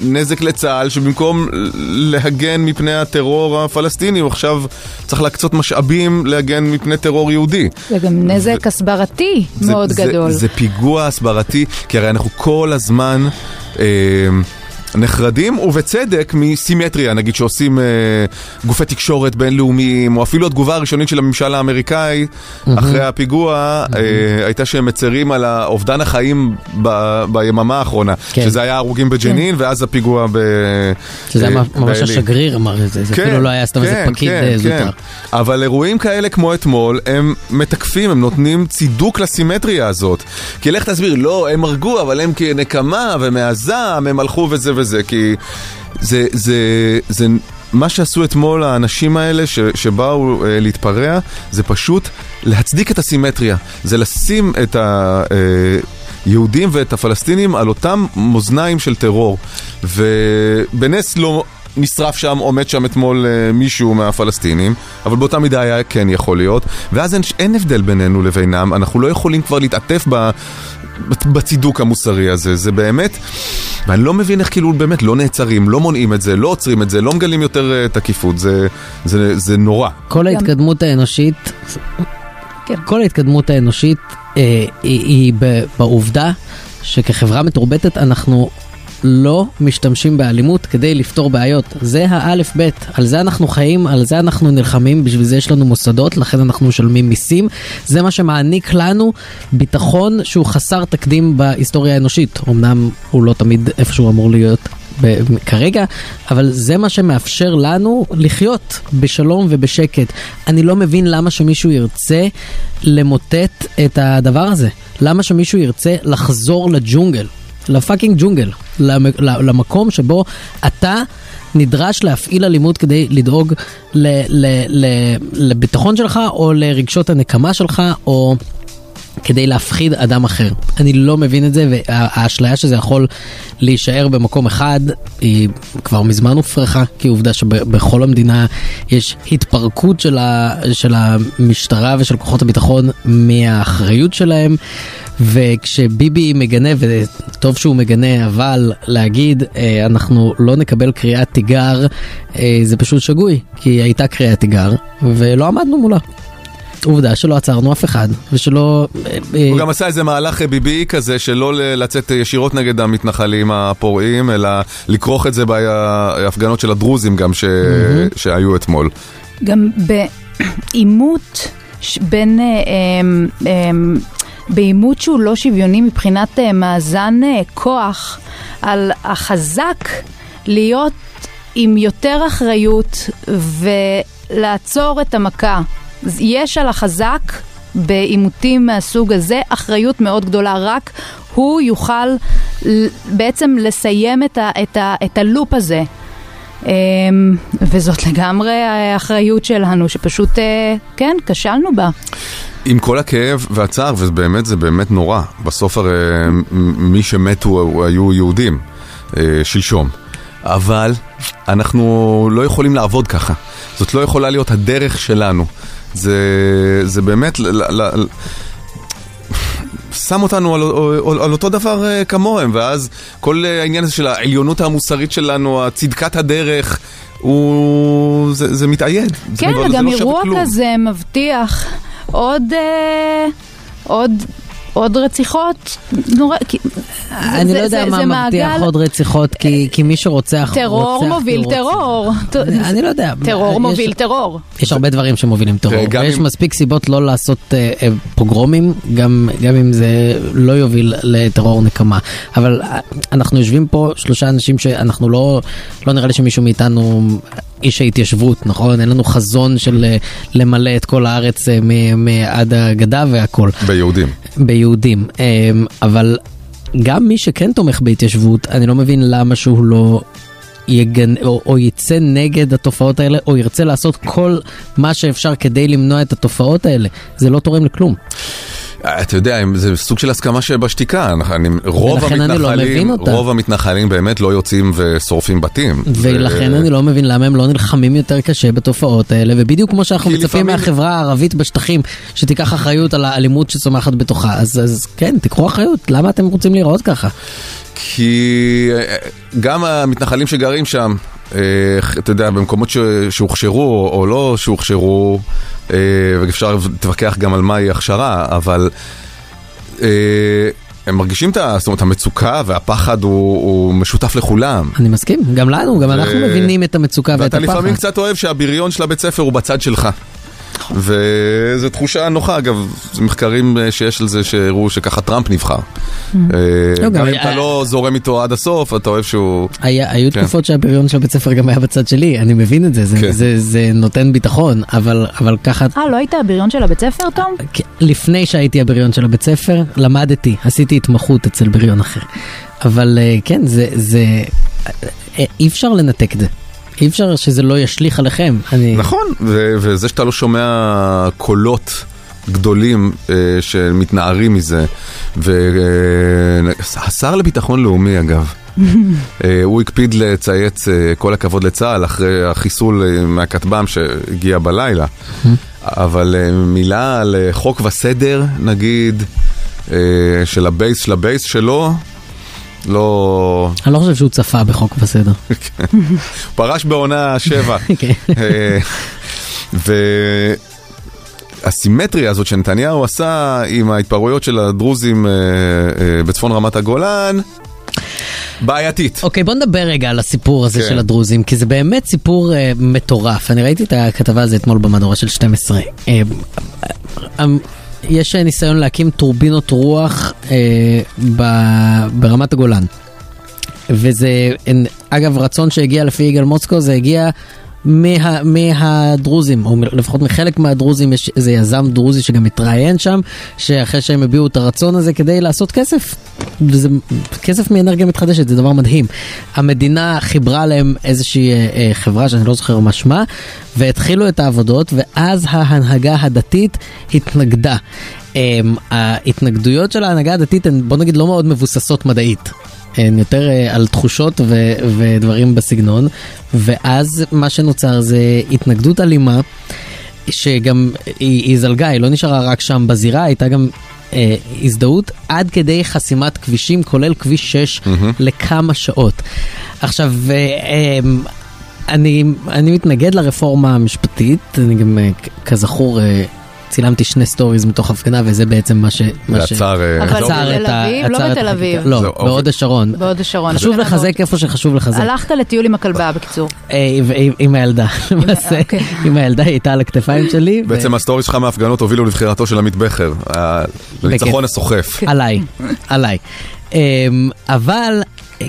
[SPEAKER 3] נזק לצה"ל שבמקום להגן מפני הטרור הפלסטיני, הוא עכשיו צריך להקצות משאבים להגן מפני טרור יהודי.
[SPEAKER 5] זה גם נזק הסברתי
[SPEAKER 3] זה-
[SPEAKER 5] מאוד
[SPEAKER 3] זה,
[SPEAKER 5] גדול.
[SPEAKER 3] זה, זה פיגוע הסברתי, כי הרי אנחנו כל הזמן אה, נחרדים, ובצדק, מסימטריה, נגיד שעושים אה, גופי תקשורת בינלאומיים, או אפילו התגובה הראשונית של הממשל האמריקאי אחרי הפיגוע, אה, הייתה שהם מצרים על אובדן החיים ב, ביממה האחרונה,
[SPEAKER 4] כן.
[SPEAKER 3] שזה היה הרוגים בג'נין, ואז הפיגוע ב...
[SPEAKER 4] שזה היה
[SPEAKER 3] אה,
[SPEAKER 4] ממש
[SPEAKER 3] בעלי.
[SPEAKER 4] השגריר אמר את זה, זה
[SPEAKER 3] כן,
[SPEAKER 4] אפילו לא היה סתם איזה
[SPEAKER 3] כן,
[SPEAKER 4] פקיד
[SPEAKER 3] כן,
[SPEAKER 4] אה,
[SPEAKER 3] כן.
[SPEAKER 4] זוטר.
[SPEAKER 3] אבל אירועים כאלה כמו אתמול, הם מתקפים, הם נותנים צידוק לסימטריה הזאת. כי לך תסביר, לא, הם הרגו, אבל הם כנקמה ומהזעם, הם הלכו וזה וזה, כי זה, זה, זה, מה שעשו אתמול האנשים האלה ש, שבאו אה, להתפרע, זה פשוט להצדיק את הסימטריה. זה לשים את ה... אה, יהודים ואת הפלסטינים על אותם מאזניים של טרור. ובנס לא נשרף שם, עומד שם אתמול אה, מישהו מהפלסטינים, אבל באותה מידה היה כן יכול להיות. ואז אין, אין הבדל בינינו לבינם, אנחנו לא יכולים כבר להתעטף ב... בצידוק המוסרי הזה, זה באמת, ואני לא מבין איך כאילו באמת לא נעצרים, לא מונעים את זה, לא עוצרים את זה, לא מגלים יותר אה, תקיפות, זה, זה, זה נורא.
[SPEAKER 4] כל ההתקדמות האנושית, כל ההתקדמות האנושית אה, היא, היא ב- בעובדה שכחברה מתורבתת אנחנו לא משתמשים באלימות כדי לפתור בעיות. זה האלף-בית. על זה אנחנו חיים, על זה אנחנו נלחמים, בשביל זה יש לנו מוסדות, לכן אנחנו משלמים מיסים. זה מה שמעניק לנו ביטחון שהוא חסר תקדים בהיסטוריה האנושית. אמנם הוא לא תמיד איפה שהוא אמור להיות. ב- כרגע, אבל זה מה שמאפשר לנו לחיות בשלום ובשקט. אני לא מבין למה שמישהו ירצה למוטט את הדבר הזה. למה שמישהו ירצה לחזור לג'ונגל. לפאקינג ג'ונגל, למ- למקום שבו אתה נדרש להפעיל אלימות כדי לדאוג ל, ל, ל, לביטחון שלך או לרגשות הנקמה שלך או כדי להפחיד אדם אחר. אני לא מבין את זה והאשליה שזה יכול להישאר במקום אחד היא כבר מזמן הופרכה כי עובדה שבכל המדינה יש התפרקות של, ה, של המשטרה ושל כוחות הביטחון מהאחריות שלהם וכשביבי מגנה, וטוב שהוא מגנה, אבל להגיד אה, אנחנו לא נקבל קריאת תיגר, אה, זה פשוט שגוי, כי הייתה קריאת תיגר ולא עמדנו מולה. עובדה שלא עצרנו אף אחד ושלא... אה, אה,
[SPEAKER 3] הוא גם עשה איזה מהלך אה, ביבי כזה שלא ל- לצאת אה, ישירות נגד המתנחלים הפורעים, אלא לכרוך את זה בהפגנות של הדרוזים גם ש- שהיו אתמול.
[SPEAKER 5] גם בעימות ש- בין... אה, אה, אה, בעימות שהוא לא שוויוני מבחינת אה, מאזן אה, כוח על החזק להיות עם יותר אחריות ולעצור את המכה. אז יש על החזק בעימותים מהסוג הזה אחריות מאוד גדולה, רק הוא יוכל ל- בעצם לסיים את, ה, את, ה, את הלופ הזה. אמ, וזאת לגמרי האחריות שלנו, שפשוט, אה, כן, כשלנו בה.
[SPEAKER 3] עם כל הכאב והצער, ובאמת זה באמת נורא. בסוף הרי מ- מי שמתו הוא- היו יהודים, אה, שלשום. אבל אנחנו לא יכולים לעבוד ככה. זאת לא יכולה להיות הדרך שלנו. זה, זה באמת... ל- ל- ל- שם אותנו על, על, על אותו דבר אה, כמוהם, ואז כל אה, העניין הזה של העליונות המוסרית שלנו, הצדקת הדרך, הוא... זה, זה מתאייד. זה
[SPEAKER 5] כן,
[SPEAKER 3] כבר- זה
[SPEAKER 5] גם
[SPEAKER 3] לא שווה
[SPEAKER 5] אירוע
[SPEAKER 3] כלום.
[SPEAKER 5] כזה מבטיח עוד, אה, עוד, עוד רציחות. נורא, כי-
[SPEAKER 4] אני
[SPEAKER 5] זה-
[SPEAKER 4] לא יודע
[SPEAKER 5] זה-
[SPEAKER 4] מה
[SPEAKER 5] זה
[SPEAKER 4] מבטיח
[SPEAKER 5] מעגל- אה,
[SPEAKER 4] עוד רציחות, כי כי מי שרוצח...
[SPEAKER 5] טרור
[SPEAKER 4] רוצח
[SPEAKER 5] מוביל טרור.
[SPEAKER 4] אני לא יודע. יש-
[SPEAKER 5] טרור מוביל טרור.
[SPEAKER 4] יש הרבה דברים שמובילים
[SPEAKER 3] תראה,
[SPEAKER 4] טרור,
[SPEAKER 3] גם
[SPEAKER 4] ויש
[SPEAKER 3] אם-
[SPEAKER 4] מספיק סיבות לא לעשות אה, אה, פוגרומים, גם, גם אם זה לא יוביל לטרור נקמה. אבל אה, אנחנו יושבים פה שלושה אנשים שאנחנו לא, לא נראה לי שמישהו מאיתנו איש ההתיישבות, נכון? אין לנו חזון של אה, למלא את כל הארץ אה, מ- מ- עד הגדה והכל.
[SPEAKER 3] ביהודים.
[SPEAKER 4] ביהודים, אה, אבל גם מי שכן תומך בהתיישבות, אני לא מבין למה שהוא לא יגנ... או, או יצא נגד התופעות האלה, או ירצה לעשות כל מה שאפשר כדי למנוע את התופעות האלה. זה לא תורם לכלום.
[SPEAKER 3] אתה יודע, אם זה סוג של הסכמה שבשתיקה, אנחנו- אני, רוב
[SPEAKER 4] ולכן אני לא מבין
[SPEAKER 3] המתנחלים,
[SPEAKER 4] אותה.
[SPEAKER 3] רוב המתנחלים באמת לא יוצאים ושורפים בתים. אה,
[SPEAKER 4] ולכן
[SPEAKER 3] ו-
[SPEAKER 4] אני לא מבין למה הם לא נלחמים יותר קשה בתופעות האלה, ובדיוק כמו שאנחנו
[SPEAKER 3] כי
[SPEAKER 4] מצפים
[SPEAKER 3] לפעמים-
[SPEAKER 4] מהחברה הערבית בשטחים, שתיקח אחריות על האלימות שצומחת בתוכה. אז, אז כן, תיקחו אחריות, למה אתם רוצים להיראות ככה?
[SPEAKER 3] כי אה, גם המתנחלים שגרים שם, אה, אתה יודע, במקומות ש- שהוכשרו או לא שהוכשרו, אה, ואפשר להתווכח גם על מהי הכשרה, אבל אה, הם מרגישים את ה- זאת אומרת, המצוקה והפחד הוא הוא משותף לכולם.
[SPEAKER 4] אני מסכים, גם לנו, גם אנחנו
[SPEAKER 3] ו-
[SPEAKER 4] מבינים את המצוקה ואת
[SPEAKER 3] ואתה
[SPEAKER 4] הפחד.
[SPEAKER 3] לפעמים קצת אוהב שהבריון של הבית ספר הוא בצד שלך.
[SPEAKER 4] נכון.
[SPEAKER 3] וזו תחושה נוחה, אגב, זה מחקרים אה, שיש על זה שהראו שככה טראמפ נבחר. אה,
[SPEAKER 4] Mm. גם
[SPEAKER 3] גם אם
[SPEAKER 4] היה-
[SPEAKER 3] אתה לא זורם איתו עד הסוף, אתה אוהב שהוא...
[SPEAKER 4] היה, היו
[SPEAKER 3] כן.
[SPEAKER 4] תקופות שהבריון של הבית ספר גם היה בצד שלי, אני מבין את זה, זה,
[SPEAKER 3] כן.
[SPEAKER 4] זה, זה נותן ביטחון, אבל, אבל ככה,
[SPEAKER 5] אה, לא היית הבריון של הבית ספר, תום?
[SPEAKER 4] כ- לפני שהייתי הבריון של הבית ספר, למדתי, עשיתי התמחות אצל בריון אחר. אבל אה, כן, זה, זה, אה, אי אפשר לנתק את זה. אי אפשר שזה לא ישליך עליכם. אני...
[SPEAKER 3] נכון, ו- וזה שאתה לא שומע קולות גדולים אה, שמתנערים מזה, והשר לביטחון לאומי אגב, אה, הוא הקפיד לצייץ אה, כל הכבוד לצה"ל אחרי החיסול אה, מהכטב"ם שהגיע בלילה, אבל אה, מילה על אה, חוק וסדר נגיד, אה, של הבייס של הבייס שלו, לא...
[SPEAKER 4] אני לא חושב שהוא צפה בחוק וסדר.
[SPEAKER 3] כן. פרש בעונה שבע.
[SPEAKER 4] כן.
[SPEAKER 3] אה, והסימטריה הזאת שנתניהו עשה עם ההתפרעויות של הדרוזים אה, אה, בצפון רמת הגולן, בעייתית.
[SPEAKER 4] אוקיי, בוא נדבר רגע על הסיפור הזה
[SPEAKER 3] כן.
[SPEAKER 4] של הדרוזים, כי זה באמת סיפור אה, מטורף. אני ראיתי את הכתבה הזו אתמול במהדורה של 12. אה, אה, יש אה, ניסיון להקים טורבינות רוח אה, ב- ברמת הגולן. וזה, אין- אגב, רצון שהגיע לפי יגאל מוצקו, זה הגיע מה, מהדרוזים, או מ- לפחות מחלק מהדרוזים, יש איזה יזם דרוזי שגם התראיין שם, שאחרי שהם הביעו את הרצון הזה כדי לעשות כסף, וזה כסף מאנרגיה מתחדשת, זה דבר מדהים. המדינה חיברה להם איזושהי אה, אה, חברה שאני לא זוכר מה שמה, והתחילו את העבודות, ואז ההנהגה הדתית התנגדה. אמ, ההתנגדויות של ההנהגה הדתית הן בוא נגיד לא מאוד מבוססות מדעית. הן יותר אה, על תחושות ו- ודברים בסגנון, ואז מה שנוצר זה התנגדות אלימה, שגם היא, היא זלגה, היא לא נשארה רק שם בזירה, הייתה גם אה, הזדהות עד כדי חסימת כבישים, כולל כביש 6 לכמה שעות. עכשיו, אה, אה, אני, אני מתנגד לרפורמה המשפטית, אני גם, אה, כ- כזכור, אה, צילמתי שני סטוריז מתוך הפגנה, וזה בעצם מה ש... מה ש-
[SPEAKER 3] ועצר, אה,
[SPEAKER 5] אבל
[SPEAKER 4] עצר
[SPEAKER 5] בתל
[SPEAKER 4] את ה-
[SPEAKER 5] אביב? לא
[SPEAKER 4] עצר את
[SPEAKER 5] בתל אביב.
[SPEAKER 4] החקיקה. לא,
[SPEAKER 5] זה
[SPEAKER 4] בהוד
[SPEAKER 3] אוקיי.
[SPEAKER 4] השרון.
[SPEAKER 5] בהוד השרון.
[SPEAKER 4] חשוב
[SPEAKER 5] לכן
[SPEAKER 4] לחזק איפה שחשוב לחזק.
[SPEAKER 5] הלכת לטיול עם הכלבה, בקיצור.
[SPEAKER 4] אה, עם- עם- עם הילדה, למעשה, עם הילדה היא הייתה על הכתפיים שלי. ו-
[SPEAKER 3] בעצם הסטורי שלך מההפגנות הובילו לבחירתו של עמית בכר, ה- לניצחון הסוחף.
[SPEAKER 4] עליי, עליי. אמ, אבל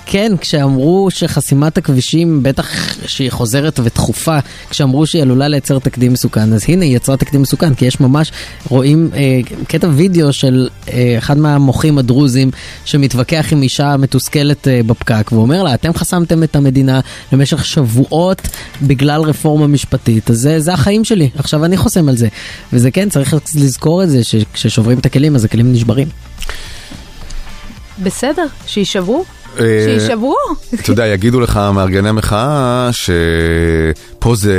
[SPEAKER 4] כן, כשאמרו שחסימת הכבישים, בטח שהיא חוזרת ודחופה, כשאמרו שהיא עלולה לייצר תקדים מסוכן, אז הנה היא יצרה תקדים מסוכן, כי יש ממש, רואים אה, קטע וידאו של אה, אחד מהמוחים הדרוזים שמתווכח עם אישה מתוסכלת אה, בפקק, ואומר לה, אתם חסמתם את המדינה למשך שבועות בגלל רפורמה משפטית, אז זה, זה החיים שלי, עכשיו אני חוסם על זה. וזה כן, צריך לזכור את זה, שכששוברים את הכלים, אז הכלים נשברים.
[SPEAKER 5] בסדר, שיישברו.
[SPEAKER 3] אה,
[SPEAKER 5] שיישברו.
[SPEAKER 3] אתה יודע, יגידו לך מארגני המחאה שפה זה,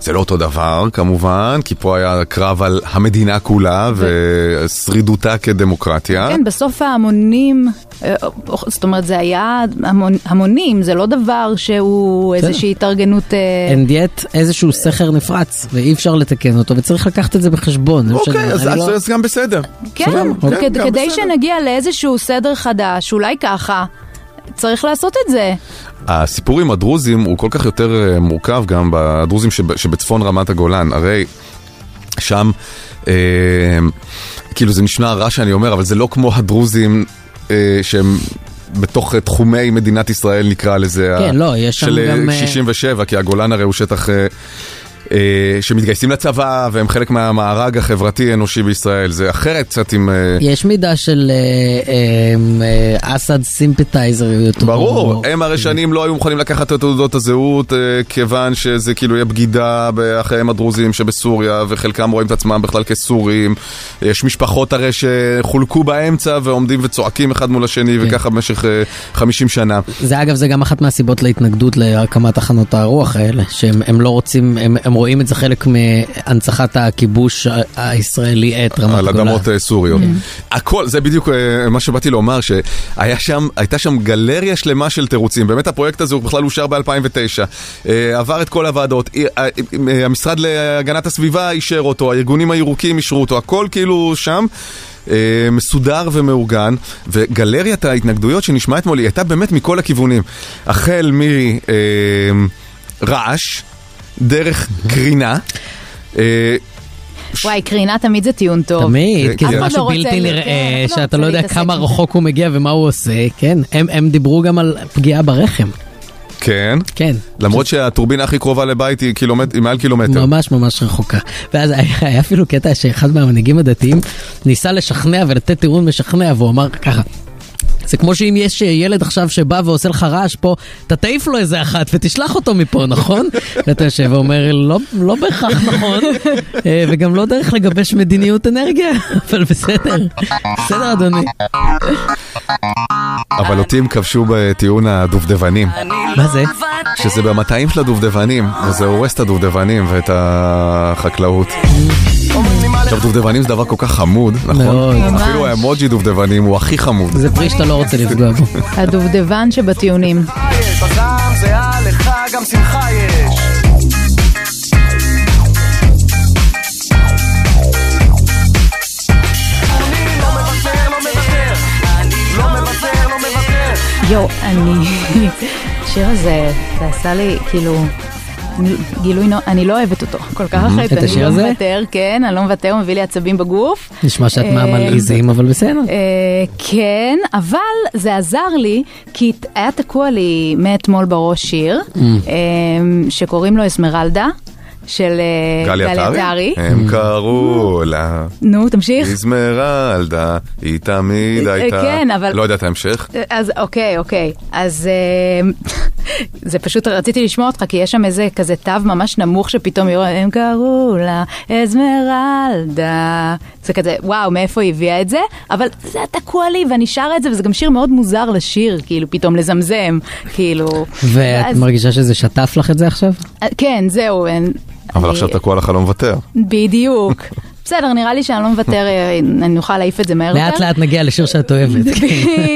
[SPEAKER 3] זה לא אותו דבר כמובן, כי פה היה קרב על המדינה כולה ושרידותה
[SPEAKER 4] אה?
[SPEAKER 3] כדמוקרטיה.
[SPEAKER 5] כן, בסוף ההמונים, אה, אה, זאת אומרת, זה היה המון- המונים, זה לא דבר שהוא
[SPEAKER 4] בסדר.
[SPEAKER 5] איזושהי התארגנות... אה,
[SPEAKER 4] And yet איזשהו סכר נפרץ, ואי אפשר לתקן אותו, וצריך לקחת את זה בחשבון. זה
[SPEAKER 3] אוקיי,
[SPEAKER 4] משנה,
[SPEAKER 3] אז-
[SPEAKER 4] אני
[SPEAKER 3] אז
[SPEAKER 4] לא-
[SPEAKER 3] אז גם בסדר.
[SPEAKER 5] כן,
[SPEAKER 4] סבבה, אוקיי.
[SPEAKER 5] כד- כדי שנגיע לאיזשהו סדר חדש, אולי ככה, צריך לעשות את זה.
[SPEAKER 3] הסיפור עם הדרוזים הוא כל כך יותר אה, מורכב גם בדרוזים שב, שבצפון רמת הגולן, הרי שם, אה, כאילו זה נשמע רע שאני אומר, אבל זה לא כמו הדרוזים אה, שהם... בתוך אה, תחומי מדינת ישראל נקרא לזה,
[SPEAKER 4] כן, לא, יש שם
[SPEAKER 3] של אה,
[SPEAKER 4] גם, אה,
[SPEAKER 3] 67, כי הגולן הרי הוא שטח אה, אה, שמתגייסים לצבא והם חלק מהמארג החברתי-אנושי בישראל, זה אחרת קצת עם... אה,
[SPEAKER 4] יש מידה של אה, אה, אה, אסד סימפטייזריות.
[SPEAKER 3] ברור, הם הרי שנים לא היו מוכנים לקחת את תעודות הזהות, אה, כיוון שזה כאילו יהיה בגידה באחיהם הדרוזים שבסוריה, וחלקם רואים את עצמם בכלל כסורים. יש משפחות הרי שחולקו באמצע ועומדים וצועקים אחד מול השני, וככה במשך אה, 50 שנה.
[SPEAKER 4] זה אגב, זה גם אחת מהסיבות להתנגדות להקמת תחנות הרוח האלה, שהם הם לא רוצים, הם, הם רואים את זה חלק מהנצחת הכיבוש ה- הישראלי את רמת
[SPEAKER 3] על
[SPEAKER 4] הגולן. כן.
[SPEAKER 3] אדמות אה, סוריות. הכל, זה בדיוק אה, מה שבאתי לומר, שהייתה שם, הייתה שם גלריה שלמה של תירוצים. באמת הפרויקט הזה הוא בכלל אושר ב-2009. אה, עבר את כל הוועדות, אה, אה, אה, המשרד להגנת הסביבה אישר אותו, הארגונים הירוקים אישרו אותו, הכל כאילו שם. אה, מסודר ומאורגן, וגלריית ההתנגדויות שנשמעה אתמול, היא הייתה באמת מכל הכיוונים. החל מרעש, דרך קרינה, אה,
[SPEAKER 5] וואי, קרינה תמיד זה טיעון טוב.
[SPEAKER 3] אוקיי,
[SPEAKER 4] תמיד, כי
[SPEAKER 5] אף
[SPEAKER 4] זה
[SPEAKER 3] כן.
[SPEAKER 5] אחד לא
[SPEAKER 4] משהו
[SPEAKER 5] רוצה-
[SPEAKER 4] בלתי נראה,
[SPEAKER 5] כן, אף אחד
[SPEAKER 4] שאתה
[SPEAKER 5] רוצה
[SPEAKER 4] לא יודע
[SPEAKER 5] להתעסק
[SPEAKER 4] כמה
[SPEAKER 5] עם
[SPEAKER 4] רחוק הוא מגיע ומה הוא עושה, כן? הם הם דיברו גם על פגיעה ברחם.
[SPEAKER 3] כן.
[SPEAKER 4] כן.
[SPEAKER 3] למרות שהטורבינה הכי קרובה לבית היא קילומט- היא מעל קילומטר.
[SPEAKER 4] ממש ממש רחוקה. ואז היה- היה אפילו קטע שאחד מהמנהיגים הדתיים ניסה לשכנע ולתת טיעון משכנע, והוא אמר ככה. זה כמו שאם יש ילד עכשיו שבא ועושה לך רעש פה, אתה תעיף לו איזה אחת ותשלח אותו מפה, נכון? ואתה יושב ואומר, לא, לא בהכרח נכון, אה, וגם לא דרך לגבש מדיניות אנרגיה, אבל בסדר, בסדר אדוני.
[SPEAKER 3] אבל אותי הם כבשו בטיעון הדובדבנים.
[SPEAKER 5] לא
[SPEAKER 4] מה זה?
[SPEAKER 3] שזה במטעים של הדובדבנים, וזה הורס את הדובדבנים ואת החקלאות. עכשיו דובדבנים זה דבר כל כך חמוד,
[SPEAKER 4] מאוד.
[SPEAKER 3] נכון?
[SPEAKER 5] ממש.
[SPEAKER 3] אפילו האמוג'י דובדבנים הוא הכי חמוד.
[SPEAKER 4] זה פרי שאתה לא רוצה לפגוע בו.
[SPEAKER 5] הדובדבן שבטיעונים.
[SPEAKER 13] בזעם זהה לך גם שמחה יש. אני לא מוותר, לא מוותר, לא מוותר, לא מוותר.
[SPEAKER 5] יואו, אני... השיר הזה, זה עשה לי, כאילו... גילוי נאות, אני לא אוהבת אותו כל כך,
[SPEAKER 4] Mhm. את
[SPEAKER 5] אחרת אני
[SPEAKER 4] השיר
[SPEAKER 5] לא
[SPEAKER 4] הזה?
[SPEAKER 5] מוותר, כן, אני לא מוותר, הוא מביא לי עצבים בגוף.
[SPEAKER 4] נשמע שאת
[SPEAKER 5] אה,
[SPEAKER 4] מהמלעיזים, אבל בסדר.
[SPEAKER 5] אה, כן, אבל זה עזר לי, כי ת- היה תקוע לי מאתמול בראש שיר,
[SPEAKER 4] Mm.
[SPEAKER 5] אה, שקוראים לו אסמרלדה, של אה,
[SPEAKER 3] גלי עטרי? הם קראו לה.
[SPEAKER 5] נו, תמשיך.
[SPEAKER 3] איזמרלדה, היא תמיד
[SPEAKER 5] אה,
[SPEAKER 3] הייתה...
[SPEAKER 5] כן, אבל-
[SPEAKER 3] לא יודע את ההמשך.
[SPEAKER 5] אז אוקיי, אוקיי. אז אה, זה פשוט רציתי לשמוע אותך, כי יש שם איזה כזה תו ממש נמוך שפתאום יורד, הם קראו לה אזמרלדה. זה כזה, וואו, מאיפה היא הביאה את זה? אבל זה היה תקוע לי, ואני שרה את זה, וזה גם שיר מאוד מוזר לשיר, כאילו, פתאום לזמזם, כאילו.
[SPEAKER 4] ואת
[SPEAKER 5] ואז-
[SPEAKER 4] מרגישה שזה שטף לך את זה עכשיו?
[SPEAKER 5] אה, כן, זהו, אין-
[SPEAKER 3] אבל עכשיו תקוע לך לא מוותר.
[SPEAKER 5] בדיוק. בסדר, נראה לי שאני לא מוותר, אה, אני אוכל להעיף את זה מהר יותר.
[SPEAKER 4] לאט לאט נגיע לשיר שאת אוהבת. כן.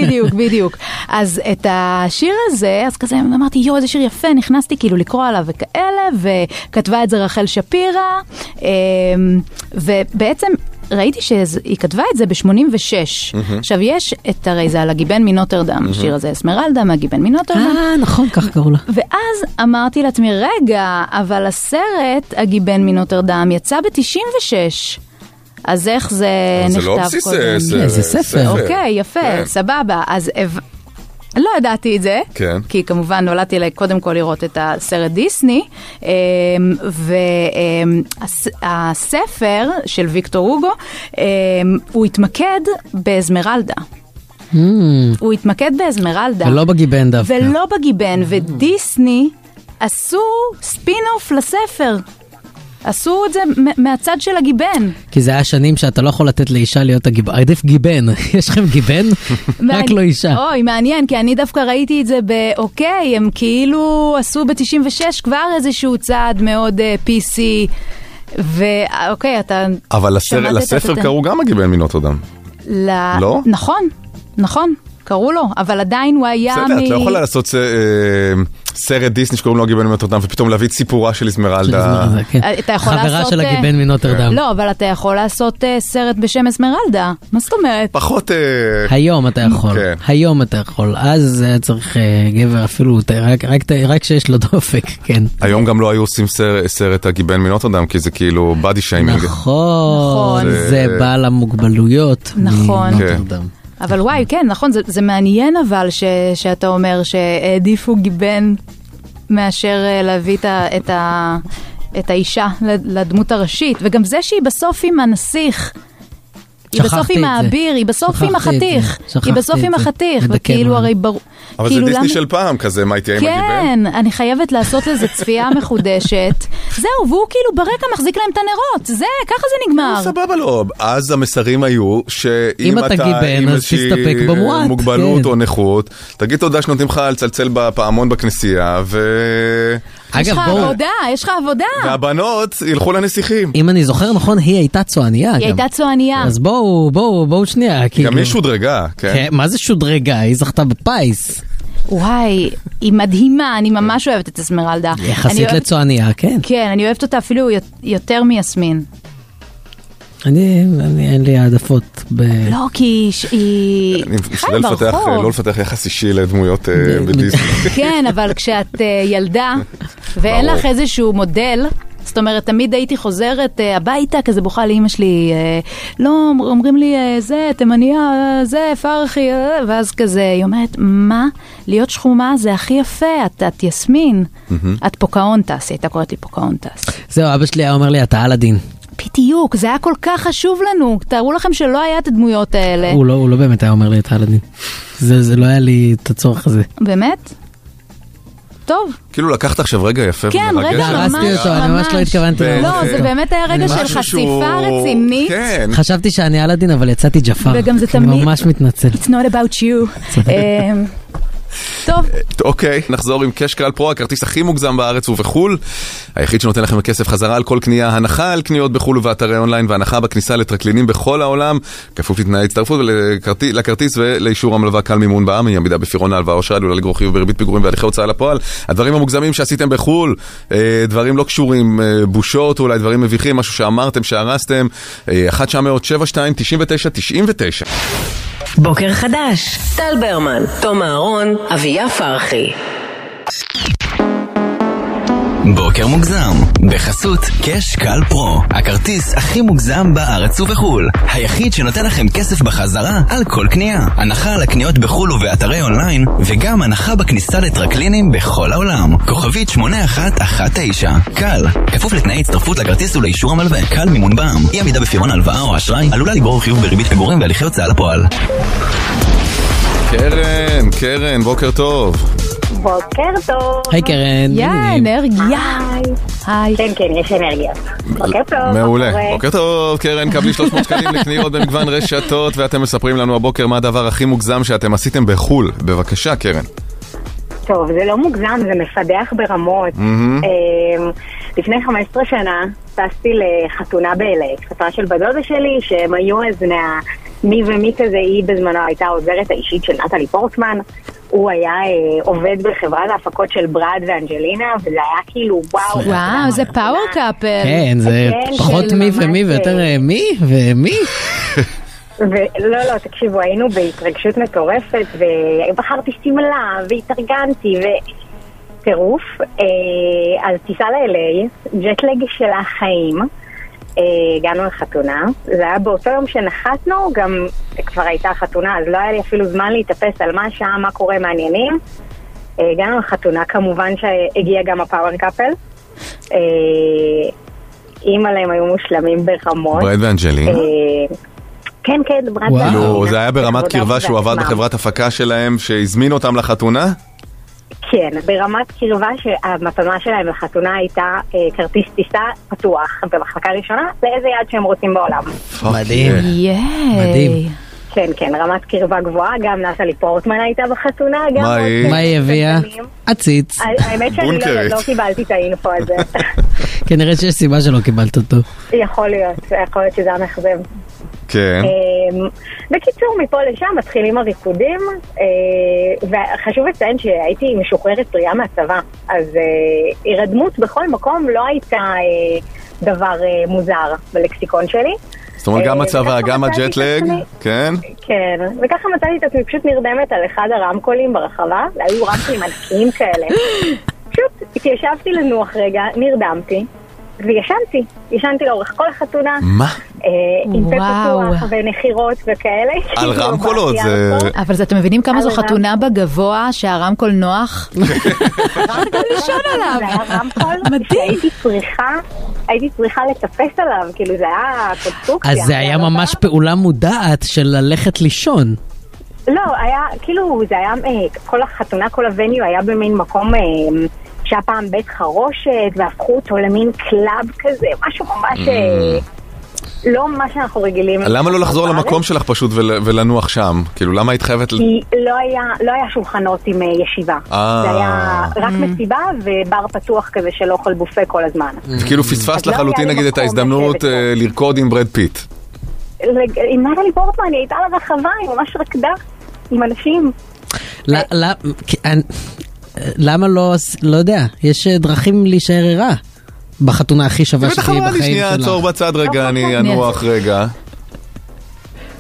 [SPEAKER 5] בדיוק, בדיוק. אז את השיר הזה, אז כזה אמרתי, יואו, איזה שיר יפה, נכנסתי כאילו לקרוא עליו וכאלה, וכתבה את זה רחל שפירא, אמ, ובעצם... ראיתי שהיא כתבה את זה ב-86.
[SPEAKER 4] מהמם.
[SPEAKER 5] עכשיו, יש את, הרי זה על הגיבן מנוטרדם,
[SPEAKER 4] מהמם.
[SPEAKER 5] השיר הזה, אסמרלדה מהגיבן מנוטרדם.
[SPEAKER 4] אה, נכון, כך קראו לה.
[SPEAKER 5] ואז אמרתי לעצמי, רגע, אבל הסרט, הגיבן מנוטרדם, יצא ב-96. אז איך זה
[SPEAKER 3] זה
[SPEAKER 5] נכתב
[SPEAKER 3] לא על בסיס,
[SPEAKER 5] קודם?
[SPEAKER 3] אה, סרט, כן, זה ספר. ספר.
[SPEAKER 5] אוקיי, יפה,
[SPEAKER 3] כן.
[SPEAKER 5] סבבה. אז הב- לא ידעתי את זה.
[SPEAKER 3] כן.
[SPEAKER 5] כי כמובן נולדתי ל- קודם כל לראות את הסרט דיסני, אמ, והספר של ויקטור הוגו, אמ, הוא התמקד באזמרלדה. הוא התמקד באזמרלדה.
[SPEAKER 4] Hmm, ולא בגיבן דווקא.
[SPEAKER 5] ולא בגיבן, ודיסני עשו ספין-אוף לספר. עשו את זה מ- מהצד של הגיבן.
[SPEAKER 4] כי זה היה שנים שאתה לא יכול לתת לאישה להיות הגיבן. עדיף גיבן. יש לכם גיבן? רק
[SPEAKER 5] מעניין-
[SPEAKER 4] לא אישה.
[SPEAKER 5] אוי, מעניין, כי אני דווקא ראיתי את זה באוקיי, הם כאילו עשו ב-96 כבר איזשהו צעד מאוד אה, PC, ואוקיי, אוקיי, אתה...
[SPEAKER 3] אבל
[SPEAKER 5] שמעת
[SPEAKER 3] לסרט-
[SPEAKER 5] את
[SPEAKER 3] לספר
[SPEAKER 5] הכותרת?
[SPEAKER 3] קראו גם הגיבן מנוטרדם.
[SPEAKER 5] ל...
[SPEAKER 3] לא?
[SPEAKER 5] נכון, נכון, קראו לו, אבל עדיין הוא היה
[SPEAKER 3] בסדר, את לא יכולה לעשות ס- אה, סרט דיסני שקוראים לו הגיבן מנוטרדם, ופתאום להביא את סיפורה של איזמרלדה.
[SPEAKER 4] כן.
[SPEAKER 5] אתה יכול
[SPEAKER 4] חברה
[SPEAKER 5] לעשות...
[SPEAKER 4] של
[SPEAKER 5] אה,
[SPEAKER 4] הגיבן מנוטרדם.
[SPEAKER 5] לא, אבל אתה יכול לעשות אה, סרט בשם אסמרלדה, מה זאת אומרת?
[SPEAKER 3] פחות... אה,
[SPEAKER 4] היום אתה יכול, היום אתה יכול, אז היה צריך אה, גבר אפילו, ת- רק- רק ת- רק שיש לו דופק, כן.
[SPEAKER 3] היום גם לא היו עושים סר- סרט הגיבן מנוטרדם, כי זה כאילו בדי שיימינג.
[SPEAKER 4] נכון,
[SPEAKER 3] זה-
[SPEAKER 4] זה בעל המוגבלויות.
[SPEAKER 5] נכון.
[SPEAKER 4] מנוטרדם.
[SPEAKER 5] אבל וואי, כן, נכון, זה, זה מעניין אבל ש, שאתה אומר שהעדיפו גיבן מאשר אה, להביא את, ה, את, ה, את האישה ל- לדמות הראשית, וגם זה שהיא בסוף עם הנסיך. היא
[SPEAKER 4] שכחתי
[SPEAKER 5] בסוף
[SPEAKER 4] את
[SPEAKER 5] עם
[SPEAKER 4] זה.
[SPEAKER 5] האביר, היא בסוף עם
[SPEAKER 4] שכחתי את זה.
[SPEAKER 5] החתיך.
[SPEAKER 4] שכחתי
[SPEAKER 5] היא בסוף
[SPEAKER 4] את
[SPEAKER 5] עם
[SPEAKER 4] זה.
[SPEAKER 5] החתיך,
[SPEAKER 4] מדכא
[SPEAKER 5] וכאילו
[SPEAKER 4] מאוד.
[SPEAKER 5] הרי ברור...
[SPEAKER 3] אבל זה
[SPEAKER 5] כאילו,
[SPEAKER 3] דיסני
[SPEAKER 5] למה-
[SPEAKER 3] של פעם כזה, מה היא תהיה עם הגיבן?
[SPEAKER 5] כן, אני חייבת לעשות לזה צפייה מחודשת. זהו, והוא כאילו ברקע מחזיק להם את הנרות, זה, ככה זה נגמר.
[SPEAKER 3] סבבה לא, אז המסרים היו שאם
[SPEAKER 4] אם אתה גיבן,
[SPEAKER 3] עם
[SPEAKER 4] אז
[SPEAKER 3] איזושהי
[SPEAKER 4] תסתפק במועט,
[SPEAKER 3] מוגבלות
[SPEAKER 4] כן.
[SPEAKER 3] או נכות, תגיד תודה שנותנים לך לצלצל בפעמון בכנסייה, ו...
[SPEAKER 5] יש לך עבודה, יש לך עבודה.
[SPEAKER 3] והבנות ילכו לנסיכים.
[SPEAKER 4] אם אני זוכר נכון, היא הייתה צועניה גם.
[SPEAKER 5] היא הייתה צועניה.
[SPEAKER 4] אז בואו, בואו, בואו שנייה, כאילו.
[SPEAKER 3] גם היא שודרגה,
[SPEAKER 4] כן,
[SPEAKER 3] כן.
[SPEAKER 4] מה זה שודרגה? היא זכתה בפיס.
[SPEAKER 5] וואי, היא מדהימה,
[SPEAKER 3] כן.
[SPEAKER 5] אני ממש אוהבת את אסמרלדה. אני
[SPEAKER 4] יחסית
[SPEAKER 5] אוהבת-
[SPEAKER 4] לצועניה, כן.
[SPEAKER 5] כן, אני אוהבת אותה אפילו יות- יותר מיסמין.
[SPEAKER 4] אני, אני- אין לי העדפות. ב-
[SPEAKER 5] לא, כי היא ש- היא
[SPEAKER 3] כן. אני
[SPEAKER 5] חיה
[SPEAKER 3] משתדל לפתח, אה, לא
[SPEAKER 5] ברחוב.
[SPEAKER 3] לפתח יחס אישי לדמויות אה, בדיסני.
[SPEAKER 5] כן, אבל כשאת אה, ילדה ואין
[SPEAKER 3] ברור.
[SPEAKER 5] לך איזשהו מודל... זאת אומרת, תמיד הייתי חוזרת אה, הביתה, כזה בוכה לאימא שלי, אה, לא, אומר- אומרים לי, אה, זה, תימניה, אה, זה, פרחי, אה, ואז כזה, היא אומרת, מה? להיות שחומה זה הכי יפה, את, את יסמין, את פוקאונטס, היא הייתה קוראת לי פוקאונטס.
[SPEAKER 4] זהו, אבא שלי היה אומר לי, אתה אלאדין.
[SPEAKER 5] בדיוק, זה היה כל כך חשוב לנו. תארו לכם שלא היה את הדמויות האלה.
[SPEAKER 4] הוא לא, הוא לא באמת היה אומר לי, אתה אלאדין. זה, זה לא היה לי את הצורך הזה.
[SPEAKER 5] באמת? טוב.
[SPEAKER 3] כאילו לקחת עכשיו רגע יפה
[SPEAKER 5] כן,
[SPEAKER 3] ומרגש.
[SPEAKER 5] רגע ממש, ממש. לא, זה באמת היה רגע של
[SPEAKER 3] כן, משהו שהוא- כן.
[SPEAKER 5] חשיפה רצינית.
[SPEAKER 4] חשבתי שאני אלאדין, אבל יצאתי ג'פר.
[SPEAKER 5] וגם זה
[SPEAKER 4] אני
[SPEAKER 5] תמיד-
[SPEAKER 4] ממש מתנצל.
[SPEAKER 5] It's not about you. אמ, טוב,
[SPEAKER 3] אוקיי, נחזור עם קאש קהל פרו, הכרטיס הכי מוגזם בארץ ובחול. היחיד שנותן לכם כסף חזרה על כל קנייה, הנחה על קניות בחול ובאתרי אונליין, והנחה בכניסה לטרקלינים בכל העולם, כפוף לתנאי הצטרפות ולכרטיס- לכרטיס ולאישור המלווה קל מימון בעם, היא עמידה בפירעון ההלוואה אשראי עלולה לגרור חיוב בריבית פיגורים והליכי הוצאה לפועל. הדברים המוגזמים שעשיתם בחול, אה, דברים לא קשורים, אה, בושות, אולי דברים אה, מביכים, משהו שאמרתם, שהרסתם, 1 900 7 2 99 99
[SPEAKER 2] בוקר חדש, טל ברמן, תום אהרון, אביה פרחי.
[SPEAKER 1] בוקר מוגזם, בחסות קאש קל פרו, הכרטיס הכי מוגזם בארץ ובחו"ל, היחיד שנותן לכם כסף בחזרה על כל קנייה, הנחה על הקניות בחו"ל ובאתרי אונליין, וגם הנחה בכניסה לטרקלינים בכל העולם, כוכבית 8119, קל, כפוף לתנאי הצטרפות לכרטיס ולאישור המלווה, קל מימון בע"מ, אי עמידה בפירעון הלוואה או אשראי, עלולה לגרור חיוב בריבית פיגורים והליכי הוצאה לפועל.
[SPEAKER 3] קרן, קרן, בוקר טוב.
[SPEAKER 14] בוקר טוב.
[SPEAKER 4] היי קרן,
[SPEAKER 5] יא, אנרגיה. היי.
[SPEAKER 14] כן, כן, יש אנרגיה. בוקר
[SPEAKER 4] אה,
[SPEAKER 14] טוב. מה
[SPEAKER 3] מעולה.
[SPEAKER 14] לא, קורה?
[SPEAKER 3] בוקר טוב, קרן, קבלי 300 שקלים לקניות במגוון רשתות, ואתם מספרים לנו הבוקר מה הדבר הכי מוגזם שאתם עשיתם בחו"ל. בבקשה, קרן.
[SPEAKER 14] טוב, זה לא מוגזם, זה מפדח ברמות.
[SPEAKER 3] מהמם.
[SPEAKER 14] אמ, לפני 15 שנה טסתי לחתונה ב-LA, חתונה של בת דודה שלי, שהם היו אז מה... מי ומי כזה, היא בזמנו הייתה העוזרת האישית של נטלי פורטמן. הוא היה אה, עובד בחברת ההפקות של ברד ואנג'לינה, וזה היה כאילו וואו.
[SPEAKER 5] וואו, זה פאוור קאפל.
[SPEAKER 4] כן, זה
[SPEAKER 14] כן,
[SPEAKER 4] פחות
[SPEAKER 14] של
[SPEAKER 4] מי
[SPEAKER 14] ממש,
[SPEAKER 4] ומי ויותר
[SPEAKER 14] אה,
[SPEAKER 4] אה, מי ומי.
[SPEAKER 14] ו- לא, לא, תקשיבו, היינו בהתרגשות מטורפת, ובחרתי שמלה, והתארגנתי, ו... טירוף. אה, אז טיסה ל-LA, ג'טלג של החיים. אה, הגענו לחתונה, זה היה באותו יום שנחתנו, גם כבר הייתה חתונה, אז לא היה לי אפילו זמן להתאפס על מה השעה, מה קורה, מעניינים. אה, הגענו לחתונה, כמובן שהגיע גם הפאוור קאפל. אה, אימא'לה הם היו מושלמים ברמות.
[SPEAKER 3] ברד ואנג'לינה?
[SPEAKER 14] אה, כן, כן, ברד
[SPEAKER 3] כאילו, זה היה ברמת
[SPEAKER 14] עבודה
[SPEAKER 3] קרבה שהוא עבד
[SPEAKER 14] בעצמם.
[SPEAKER 3] בחברת הפקה שלהם, שהזמין אותם לחתונה?
[SPEAKER 14] כן, ברמת קרבה שהמתנה שלהם לחתונה הייתה אה, כרטיס טיסה פתוח במחלקה ראשונה לאיזה יעד שהם רוצים בעולם.
[SPEAKER 4] מדהים. אה, מדהים.
[SPEAKER 14] כן, כן, רמת קרבה גבוהה, גם נטלי פורטמן הייתה בחתונה, גם...
[SPEAKER 4] מה היא? מה היא הביאה? עציץ.
[SPEAKER 14] האמת שאני לא-
[SPEAKER 4] בונקרית.
[SPEAKER 14] לא קיבלתי את האינפו הזה,
[SPEAKER 4] כנראה שיש סיבה שלא קיבלת אותו.
[SPEAKER 14] יכול להיות, יכול להיות שזה היה מאכזב.
[SPEAKER 3] כן.
[SPEAKER 14] אמ, בקיצור, מפה לשם מתחילים הריקודים, אה, וחשוב לציין שהייתי משוחררת טריה מהצבא, אז אה, הירדמות בכל מקום לא הייתה אה, דבר אה, מוזר בלקסיקון שלי.
[SPEAKER 3] זאת אומרת, גם
[SPEAKER 14] אה,
[SPEAKER 3] הצבא,
[SPEAKER 14] וככה
[SPEAKER 3] גם
[SPEAKER 14] מצאתי את
[SPEAKER 3] הג'טלג,
[SPEAKER 14] עצמי-
[SPEAKER 3] כן?
[SPEAKER 14] כן, וככה מצאתי את עצמי פשוט נרדמת על אחד הרמקולים ברחבה, והיו רמקולים ענקיים כאלה. פשוט התיישבתי לנוח רגע, נרדמתי, וישנתי. ישנתי לאורך כל החתונה.
[SPEAKER 3] מה?
[SPEAKER 14] אה, עם פה
[SPEAKER 5] וואו.
[SPEAKER 14] פתוח ונחירות וכאלה.
[SPEAKER 3] על
[SPEAKER 14] כאילו,
[SPEAKER 3] רמקולות,
[SPEAKER 14] באתי
[SPEAKER 3] זה...
[SPEAKER 5] אבל אתם מבינים כמה זו
[SPEAKER 14] על הרמקול.
[SPEAKER 5] חתונה בגבוה שהרמקול נוח? לישון עליו.
[SPEAKER 14] זה היה רמקול שהייתי צריכה, הייתי צריכה לטפס עליו, כאילו זה היה קונסטרוקציה.
[SPEAKER 4] אז זה היה ממש פעולה מודעת של ללכת לישון.
[SPEAKER 14] לא, היה, כאילו, זה היה, אה, כל החתונה, כל הווניו היה במין מקום אה, שהיה פעם בית חרושת, והפכו אותו למין קלאב כזה, משהו ממש... אה,
[SPEAKER 5] Mm.
[SPEAKER 14] לא מה שאנחנו רגילים.
[SPEAKER 3] למה לא לחזור
[SPEAKER 14] בארץ?
[SPEAKER 3] למקום שלך פשוט ול- ולנוח שם? כאילו, למה היית חייבת... ל-
[SPEAKER 14] כי לא היה, לא היה שולחנות עם אה, ישיבה.
[SPEAKER 3] אה.
[SPEAKER 14] זה היה
[SPEAKER 5] Mm.
[SPEAKER 14] רק מסיבה ובר פתוח כזה של אוכל בופה כל הזמן.
[SPEAKER 3] וכאילו כאילו, פספסת
[SPEAKER 14] אז לא היה
[SPEAKER 3] לחלוטין
[SPEAKER 14] לי
[SPEAKER 3] נגיד את
[SPEAKER 14] מקום
[SPEAKER 3] ההזדמנות אה, לרקוד עם ברד פיט.
[SPEAKER 14] לג- עם נטלי פורטמן, היא הייתה על הרחבה, היא ממש רקדה עם אנשים.
[SPEAKER 4] ל- ל- כי- אני- למה לא, עש- לא יודע, יש אה, דרכים להישאר ערה בחתונה הכי שווה
[SPEAKER 3] בטח
[SPEAKER 4] שתהיי
[SPEAKER 3] אמרה לי
[SPEAKER 4] בחיים
[SPEAKER 3] שנייה, עצור
[SPEAKER 4] שלך.
[SPEAKER 3] בצד רגע, אני אנוח רגע.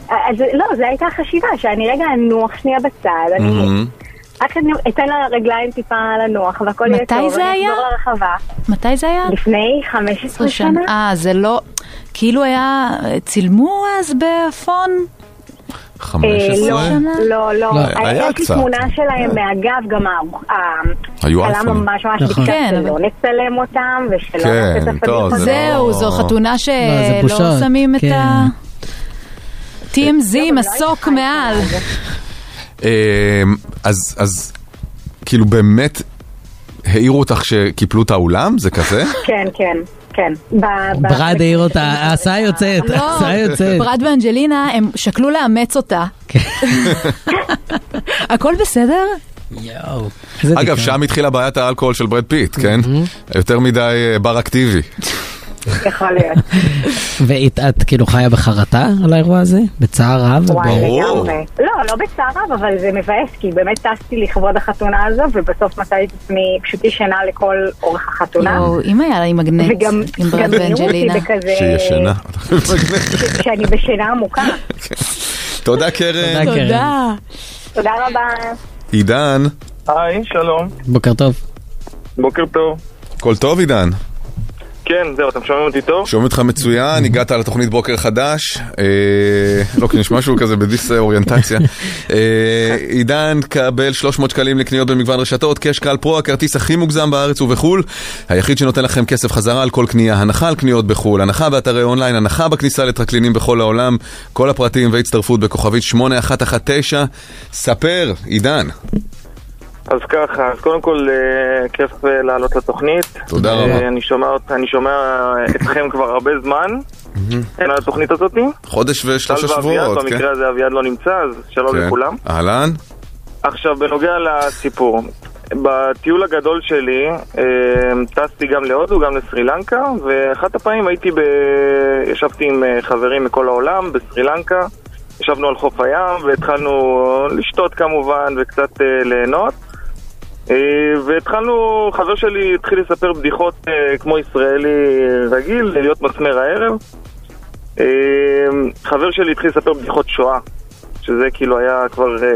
[SPEAKER 14] אז לא, זו הייתה החשיבה, שאני רגע אנוח שנייה בצד, אני
[SPEAKER 3] מהמם.
[SPEAKER 14] רק אני אתן לרגליים טיפה לנוח והכל יהיה
[SPEAKER 5] מתי
[SPEAKER 14] טוב.
[SPEAKER 5] זה היה?
[SPEAKER 14] אני אחזור לרחבה.
[SPEAKER 5] מתי זה היה?
[SPEAKER 14] לפני 15 שנה.
[SPEAKER 5] אה, זה לא... כאילו היה... צילמו אז בפון?
[SPEAKER 14] אה, לא, לא, לא.
[SPEAKER 5] לא,
[SPEAKER 14] היה-
[SPEAKER 5] היה
[SPEAKER 14] יש לי
[SPEAKER 5] קצת.
[SPEAKER 14] תמונה שלהם מהגב, גם ה- ה-
[SPEAKER 5] היו
[SPEAKER 14] עלה
[SPEAKER 5] אייפונים.
[SPEAKER 14] ממש ממש
[SPEAKER 5] נכון.
[SPEAKER 14] ביקשה
[SPEAKER 5] כן,
[SPEAKER 14] שלא
[SPEAKER 5] אבל-
[SPEAKER 14] נצלם אותם, ושלא
[SPEAKER 3] כן,
[SPEAKER 14] נעשה את
[SPEAKER 3] טוב,
[SPEAKER 14] הפדיחות.
[SPEAKER 3] זה לא-
[SPEAKER 5] זהו, זו חתונה
[SPEAKER 3] לא, זה
[SPEAKER 5] שלא
[SPEAKER 3] בושות,
[SPEAKER 5] שמים את
[SPEAKER 3] כן.
[SPEAKER 5] ה...
[SPEAKER 14] לא,
[SPEAKER 5] TMZ, מסוק מעל.
[SPEAKER 3] אמ, אז, אז, כאילו באמת העירו אותך שקיפלו את האולם? זה כזה?
[SPEAKER 14] כן, כן, כן. ב- ב-
[SPEAKER 4] ברד העיר אותה, ההסעה יוצאת,
[SPEAKER 5] לא,
[SPEAKER 4] ההסעה יוצאת.
[SPEAKER 5] ברד ואנג'לינה, הם שקלו לאמץ אותה.
[SPEAKER 3] כן.
[SPEAKER 5] הכל בסדר?
[SPEAKER 4] יואו.
[SPEAKER 3] אגב, שם התחילה בעיית האלכוהול של ברד פיט, כן? יותר מדי אה, בר אקטיבי.
[SPEAKER 14] יכול להיות.
[SPEAKER 4] ואת את כאילו חיה בחרטה על האירוע הזה? בצער רב?
[SPEAKER 14] וואי,
[SPEAKER 4] וב-
[SPEAKER 14] לגמרי. לא, לא בצער רב, אבל זה מבאס, כי באמת טסתי לכבוד החתונה הזו, ובסוף מצאתי את עצמי פשוט ישנה לכל אורך החתונה.
[SPEAKER 5] יואו, אם היה לה עם מגנט,
[SPEAKER 14] וגם
[SPEAKER 5] עם
[SPEAKER 14] גם
[SPEAKER 5] ברד
[SPEAKER 14] העירו אותי
[SPEAKER 5] ואנג'לינה.
[SPEAKER 14] בכזה-
[SPEAKER 3] שישנה.
[SPEAKER 14] שאני בשינה עמוקה.
[SPEAKER 3] תודה קרן.
[SPEAKER 5] אוקיי.
[SPEAKER 14] תודה רבה.
[SPEAKER 3] עידן,
[SPEAKER 15] היי, שלום.
[SPEAKER 4] בוקר טוב.
[SPEAKER 15] בוקר טוב.
[SPEAKER 3] הכל טוב עידן?
[SPEAKER 15] כן, זהו, אתם שומעים אותי טוב?
[SPEAKER 3] שומעים אותך מצוין, הגעת לתוכנית בוקר חדש, אה, לא, כי יש משהו כזה בדיס אוריינטציה. אה, עידן קבל 300 שקלים לקניות במגוון רשתות, קש קל פרו, הכרטיס הכי מוגזם בארץ ובחול, היחיד שנותן לכם כסף חזרה על כל קנייה, הנחה על קניות בחול, הנחה באתרי אונליין, הנחה בכניסה לטרקלינים בכל העולם, כל הפרטים והצטרפות בכוכבית 8119. ספר, עידן.
[SPEAKER 15] אז ככה, אז קודם כל אה, כיף אה, לעלות לתוכנית.
[SPEAKER 3] תודה
[SPEAKER 15] אה,
[SPEAKER 3] רבה.
[SPEAKER 15] אני שומע, אות- אני שומע אה, אתכם כבר הרבה זמן, כן, על התוכנית הזאתי.
[SPEAKER 3] חודש ושלושה
[SPEAKER 15] טל ואביעד,
[SPEAKER 3] שבועות, כן?
[SPEAKER 15] במקרה הזה אביעד לא נמצא, אז שלום
[SPEAKER 3] כן.
[SPEAKER 15] לכולם.
[SPEAKER 3] אהלן.
[SPEAKER 15] עכשיו, בנוגע לסיפור. בטיול הגדול שלי אה, טסתי גם להודו, גם לסרי לנקה, ואחת הפעמים הייתי ב... ישבתי עם אה, חברים מכל העולם בסרי לנקה, ישבנו על חוף הים והתחלנו לשתות כמובן וקצת אה, ליהנות. אה, והתחלנו, חבר שלי התחיל לספר בדיחות אה, כמו ישראלי רגיל, להיות מסמר הערב. אה, חבר שלי התחיל לספר בדיחות שואה, שזה כאילו היה כבר, אה,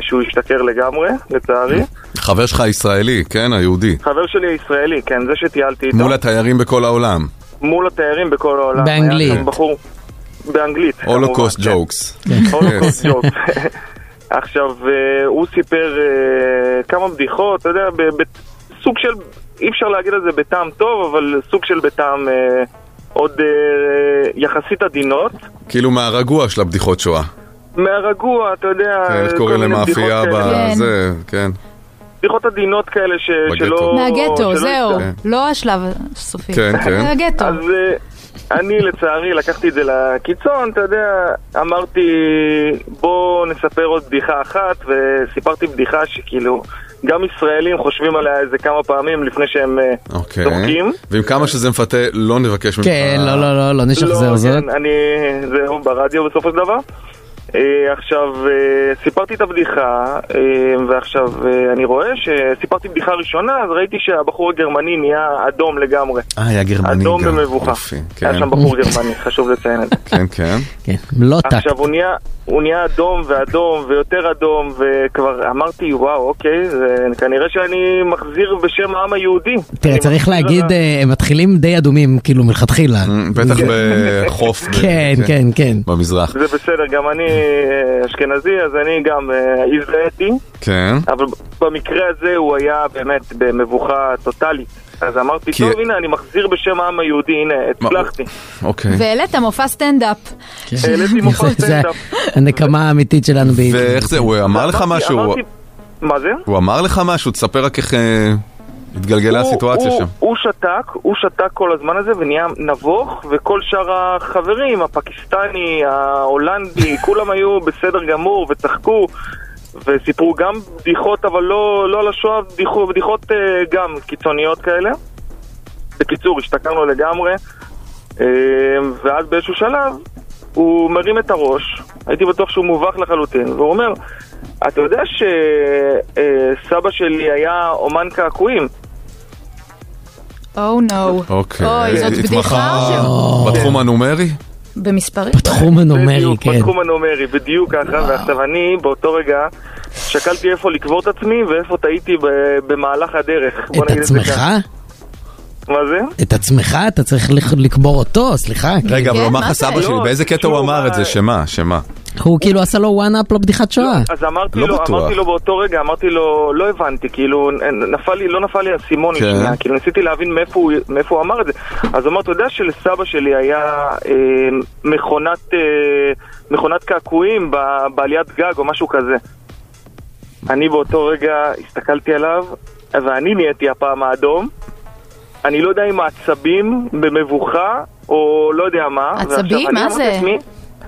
[SPEAKER 15] שהוא השתכר לגמרי, לצערי.
[SPEAKER 3] חבר שלך הישראלי, כן? היהודי.
[SPEAKER 15] חבר שלי הישראלי, כן, זה שטיילתי איתו,
[SPEAKER 3] מול התיירים בכל העולם.
[SPEAKER 15] מול התיירים בכל העולם.
[SPEAKER 3] באנגלית.
[SPEAKER 15] היה שם בחור, באנגלית.
[SPEAKER 3] הולוקוסט
[SPEAKER 15] כמובן,
[SPEAKER 3] ג'וקס.
[SPEAKER 15] הולוקוסט
[SPEAKER 3] כן.
[SPEAKER 15] ג'וקס. עכשיו, אה, הוא סיפר אה, כמה בדיחות, אתה יודע, ב- בסוג של, אי אפשר להגיד על זה בטעם טוב, אבל סוג של בטעם אה, עוד אה, יחסית עדינות.
[SPEAKER 3] כאילו מהרגוע של הבדיחות שואה.
[SPEAKER 15] מהרגוע, אתה יודע,
[SPEAKER 3] כן, איך
[SPEAKER 15] אה, כל
[SPEAKER 3] קוראים
[SPEAKER 15] מיני
[SPEAKER 3] למאפייה
[SPEAKER 15] בדיחות כאלה.
[SPEAKER 3] בזה, כן.
[SPEAKER 15] בדיחות עדינות כאלה ש...
[SPEAKER 3] בגטו. כן.
[SPEAKER 15] שלא...
[SPEAKER 5] מהגטו,
[SPEAKER 15] שלא
[SPEAKER 5] זהו.
[SPEAKER 15] יצא.
[SPEAKER 5] לא השלב הסופי.
[SPEAKER 15] כן, כן.
[SPEAKER 5] מהגטו.
[SPEAKER 15] אז אה, אני לצערי לקחתי את זה לקיצון, אתה יודע, אמרתי בוא נספר עוד בדיחה אחת, וסיפרתי בדיחה שכאילו גם ישראלים חושבים עליה איזה כמה פעמים לפני שהם אה,
[SPEAKER 3] אוקיי.
[SPEAKER 15] צוחקים.
[SPEAKER 3] ועם כמה שזה מפתה, לא נבקש ממך.
[SPEAKER 4] כן, לא, לא, לא, לא נשחזר זאת.
[SPEAKER 15] כן, אני, זהו, ברדיו בסופו של דבר. אה, עכשיו, אה, סיפרתי את הבדיחה, אה, ועכשיו אה, אני רואה שסיפרתי בדיחה ראשונה, אז ראיתי שהבחור הגרמני נהיה אדום לגמרי.
[SPEAKER 3] אה, היה גרמני
[SPEAKER 15] אדום
[SPEAKER 3] גם.
[SPEAKER 15] במבוכה.
[SPEAKER 3] יופי, כן.
[SPEAKER 15] היה שם בחור גרמני, אה, חשוב לציין את זה.
[SPEAKER 3] כן, כן.
[SPEAKER 4] כן, לא טאק.
[SPEAKER 15] עכשיו הוא נהיה, הוא נהיה אדום ואדום ויותר אדום וכבר אמרתי וואו אוקיי זה כנראה שאני מחזיר בשם העם היהודי.
[SPEAKER 4] תראה,
[SPEAKER 15] אני
[SPEAKER 4] צריך
[SPEAKER 15] מחזיר
[SPEAKER 4] להגיד,
[SPEAKER 15] לה-
[SPEAKER 4] אה, הם מתחילים די אדומים, כאילו, מלכתחילה.
[SPEAKER 3] אה, בטח
[SPEAKER 4] זה-
[SPEAKER 3] בחוף. ב-
[SPEAKER 4] כן, כן, כן.
[SPEAKER 3] במזרח.
[SPEAKER 15] כן. זה בסדר, גם אני אה, אשכנזי, אז אני גם אה, הזדהיתי,
[SPEAKER 3] כן.
[SPEAKER 15] אבל במקרה הזה הוא היה באמת במבוכה טוטאלית. אז אמרתי,
[SPEAKER 3] כי-
[SPEAKER 15] טוב, הנה, אני מחזיר בשם העם היהודי, הנה, הצלחתי.
[SPEAKER 3] אוקיי.
[SPEAKER 5] והעלית מופע סטנדאפ.
[SPEAKER 3] כן.
[SPEAKER 15] כן.
[SPEAKER 3] אה,
[SPEAKER 15] העליתי מופע
[SPEAKER 4] זה
[SPEAKER 15] סטנדאפ.
[SPEAKER 4] הנקמה האמיתית שלנו בעברית.
[SPEAKER 3] ואיך זה, הוא אמר לך
[SPEAKER 15] אמרתי-
[SPEAKER 3] משהו?
[SPEAKER 15] אמרתי- מה זה?
[SPEAKER 3] הוא אמר לך משהו? תספר רק איך אה, התגלגלה
[SPEAKER 15] הוא-
[SPEAKER 3] הסיטואציה
[SPEAKER 15] הוא-
[SPEAKER 3] שם.
[SPEAKER 15] הוא שתק, הוא שתק כל הזמן הזה ונהיה נבוך, וכל שאר החברים, הפקיסטני, ההולנדי, כולם היו בסדר גמור וצחקו. וסיפרו גם בדיחות, אבל לא, לא על השואה, בדיחות, בדיחות אה, גם קיצוניות כאלה. בקיצור, השתקענו לגמרי, אה, ואז באיזשהו שלב הוא מרים את הראש, הייתי בטוח שהוא מובך לחלוטין, והוא אומר, אתה יודע שסבא שלי היה אומן קעקועים?
[SPEAKER 5] או נו.
[SPEAKER 3] אוקיי.
[SPEAKER 5] אוי, זאת בדיחה
[SPEAKER 3] התמחה
[SPEAKER 5] ש-
[SPEAKER 3] בתחום הנומרי?
[SPEAKER 5] במספרים.
[SPEAKER 4] בתחום הנומרי,
[SPEAKER 15] כן. בדיוק,
[SPEAKER 4] כן.
[SPEAKER 15] בתחום הנומרי, בדיוק ככה, ועכשיו אני באותו רגע שקלתי איפה לקבור את עצמי ואיפה טעיתי ב- במהלך הדרך. בוא
[SPEAKER 4] את
[SPEAKER 15] נגיד זה
[SPEAKER 4] עצמך?
[SPEAKER 15] ככה. מה זה?
[SPEAKER 4] את עצמך אתה צריך לכ- לקבור אותו, סליחה.
[SPEAKER 3] רגע,
[SPEAKER 4] כאילו.
[SPEAKER 5] כן,
[SPEAKER 3] אבל הוא אמר לך סבא
[SPEAKER 15] לא,
[SPEAKER 3] שלי, באיזה קטע הוא אמר את
[SPEAKER 15] אה,
[SPEAKER 3] זה? שמה, שמה?
[SPEAKER 4] הוא כאילו עשה לו וואן אפ לבדיחת שואה.
[SPEAKER 15] אז אמרתי
[SPEAKER 3] לא
[SPEAKER 15] לו,
[SPEAKER 3] בטוח.
[SPEAKER 15] אמרתי לו באותו רגע, אמרתי לו, לא הבנתי, כאילו, נ- נפל לי, לא נפל לי האסימון
[SPEAKER 3] כן.
[SPEAKER 15] לשנייה, כאילו ניסיתי להבין מאיפה הוא, מאיפה הוא אמר את זה. אז הוא אמר, אתה יודע שלסבא שלי היה אה, מכונת, אה, מכונת קעקועים ב- בעליית גג או משהו כזה. אני באותו רגע הסתכלתי עליו, ואני נהייתי הפעם האדום. אני לא יודע אם העצבים במבוכה, או לא יודע מה.
[SPEAKER 5] עצבים?
[SPEAKER 15] ועכשיו אני
[SPEAKER 5] מה
[SPEAKER 15] אמרתי
[SPEAKER 5] זה?
[SPEAKER 15] לעצמי-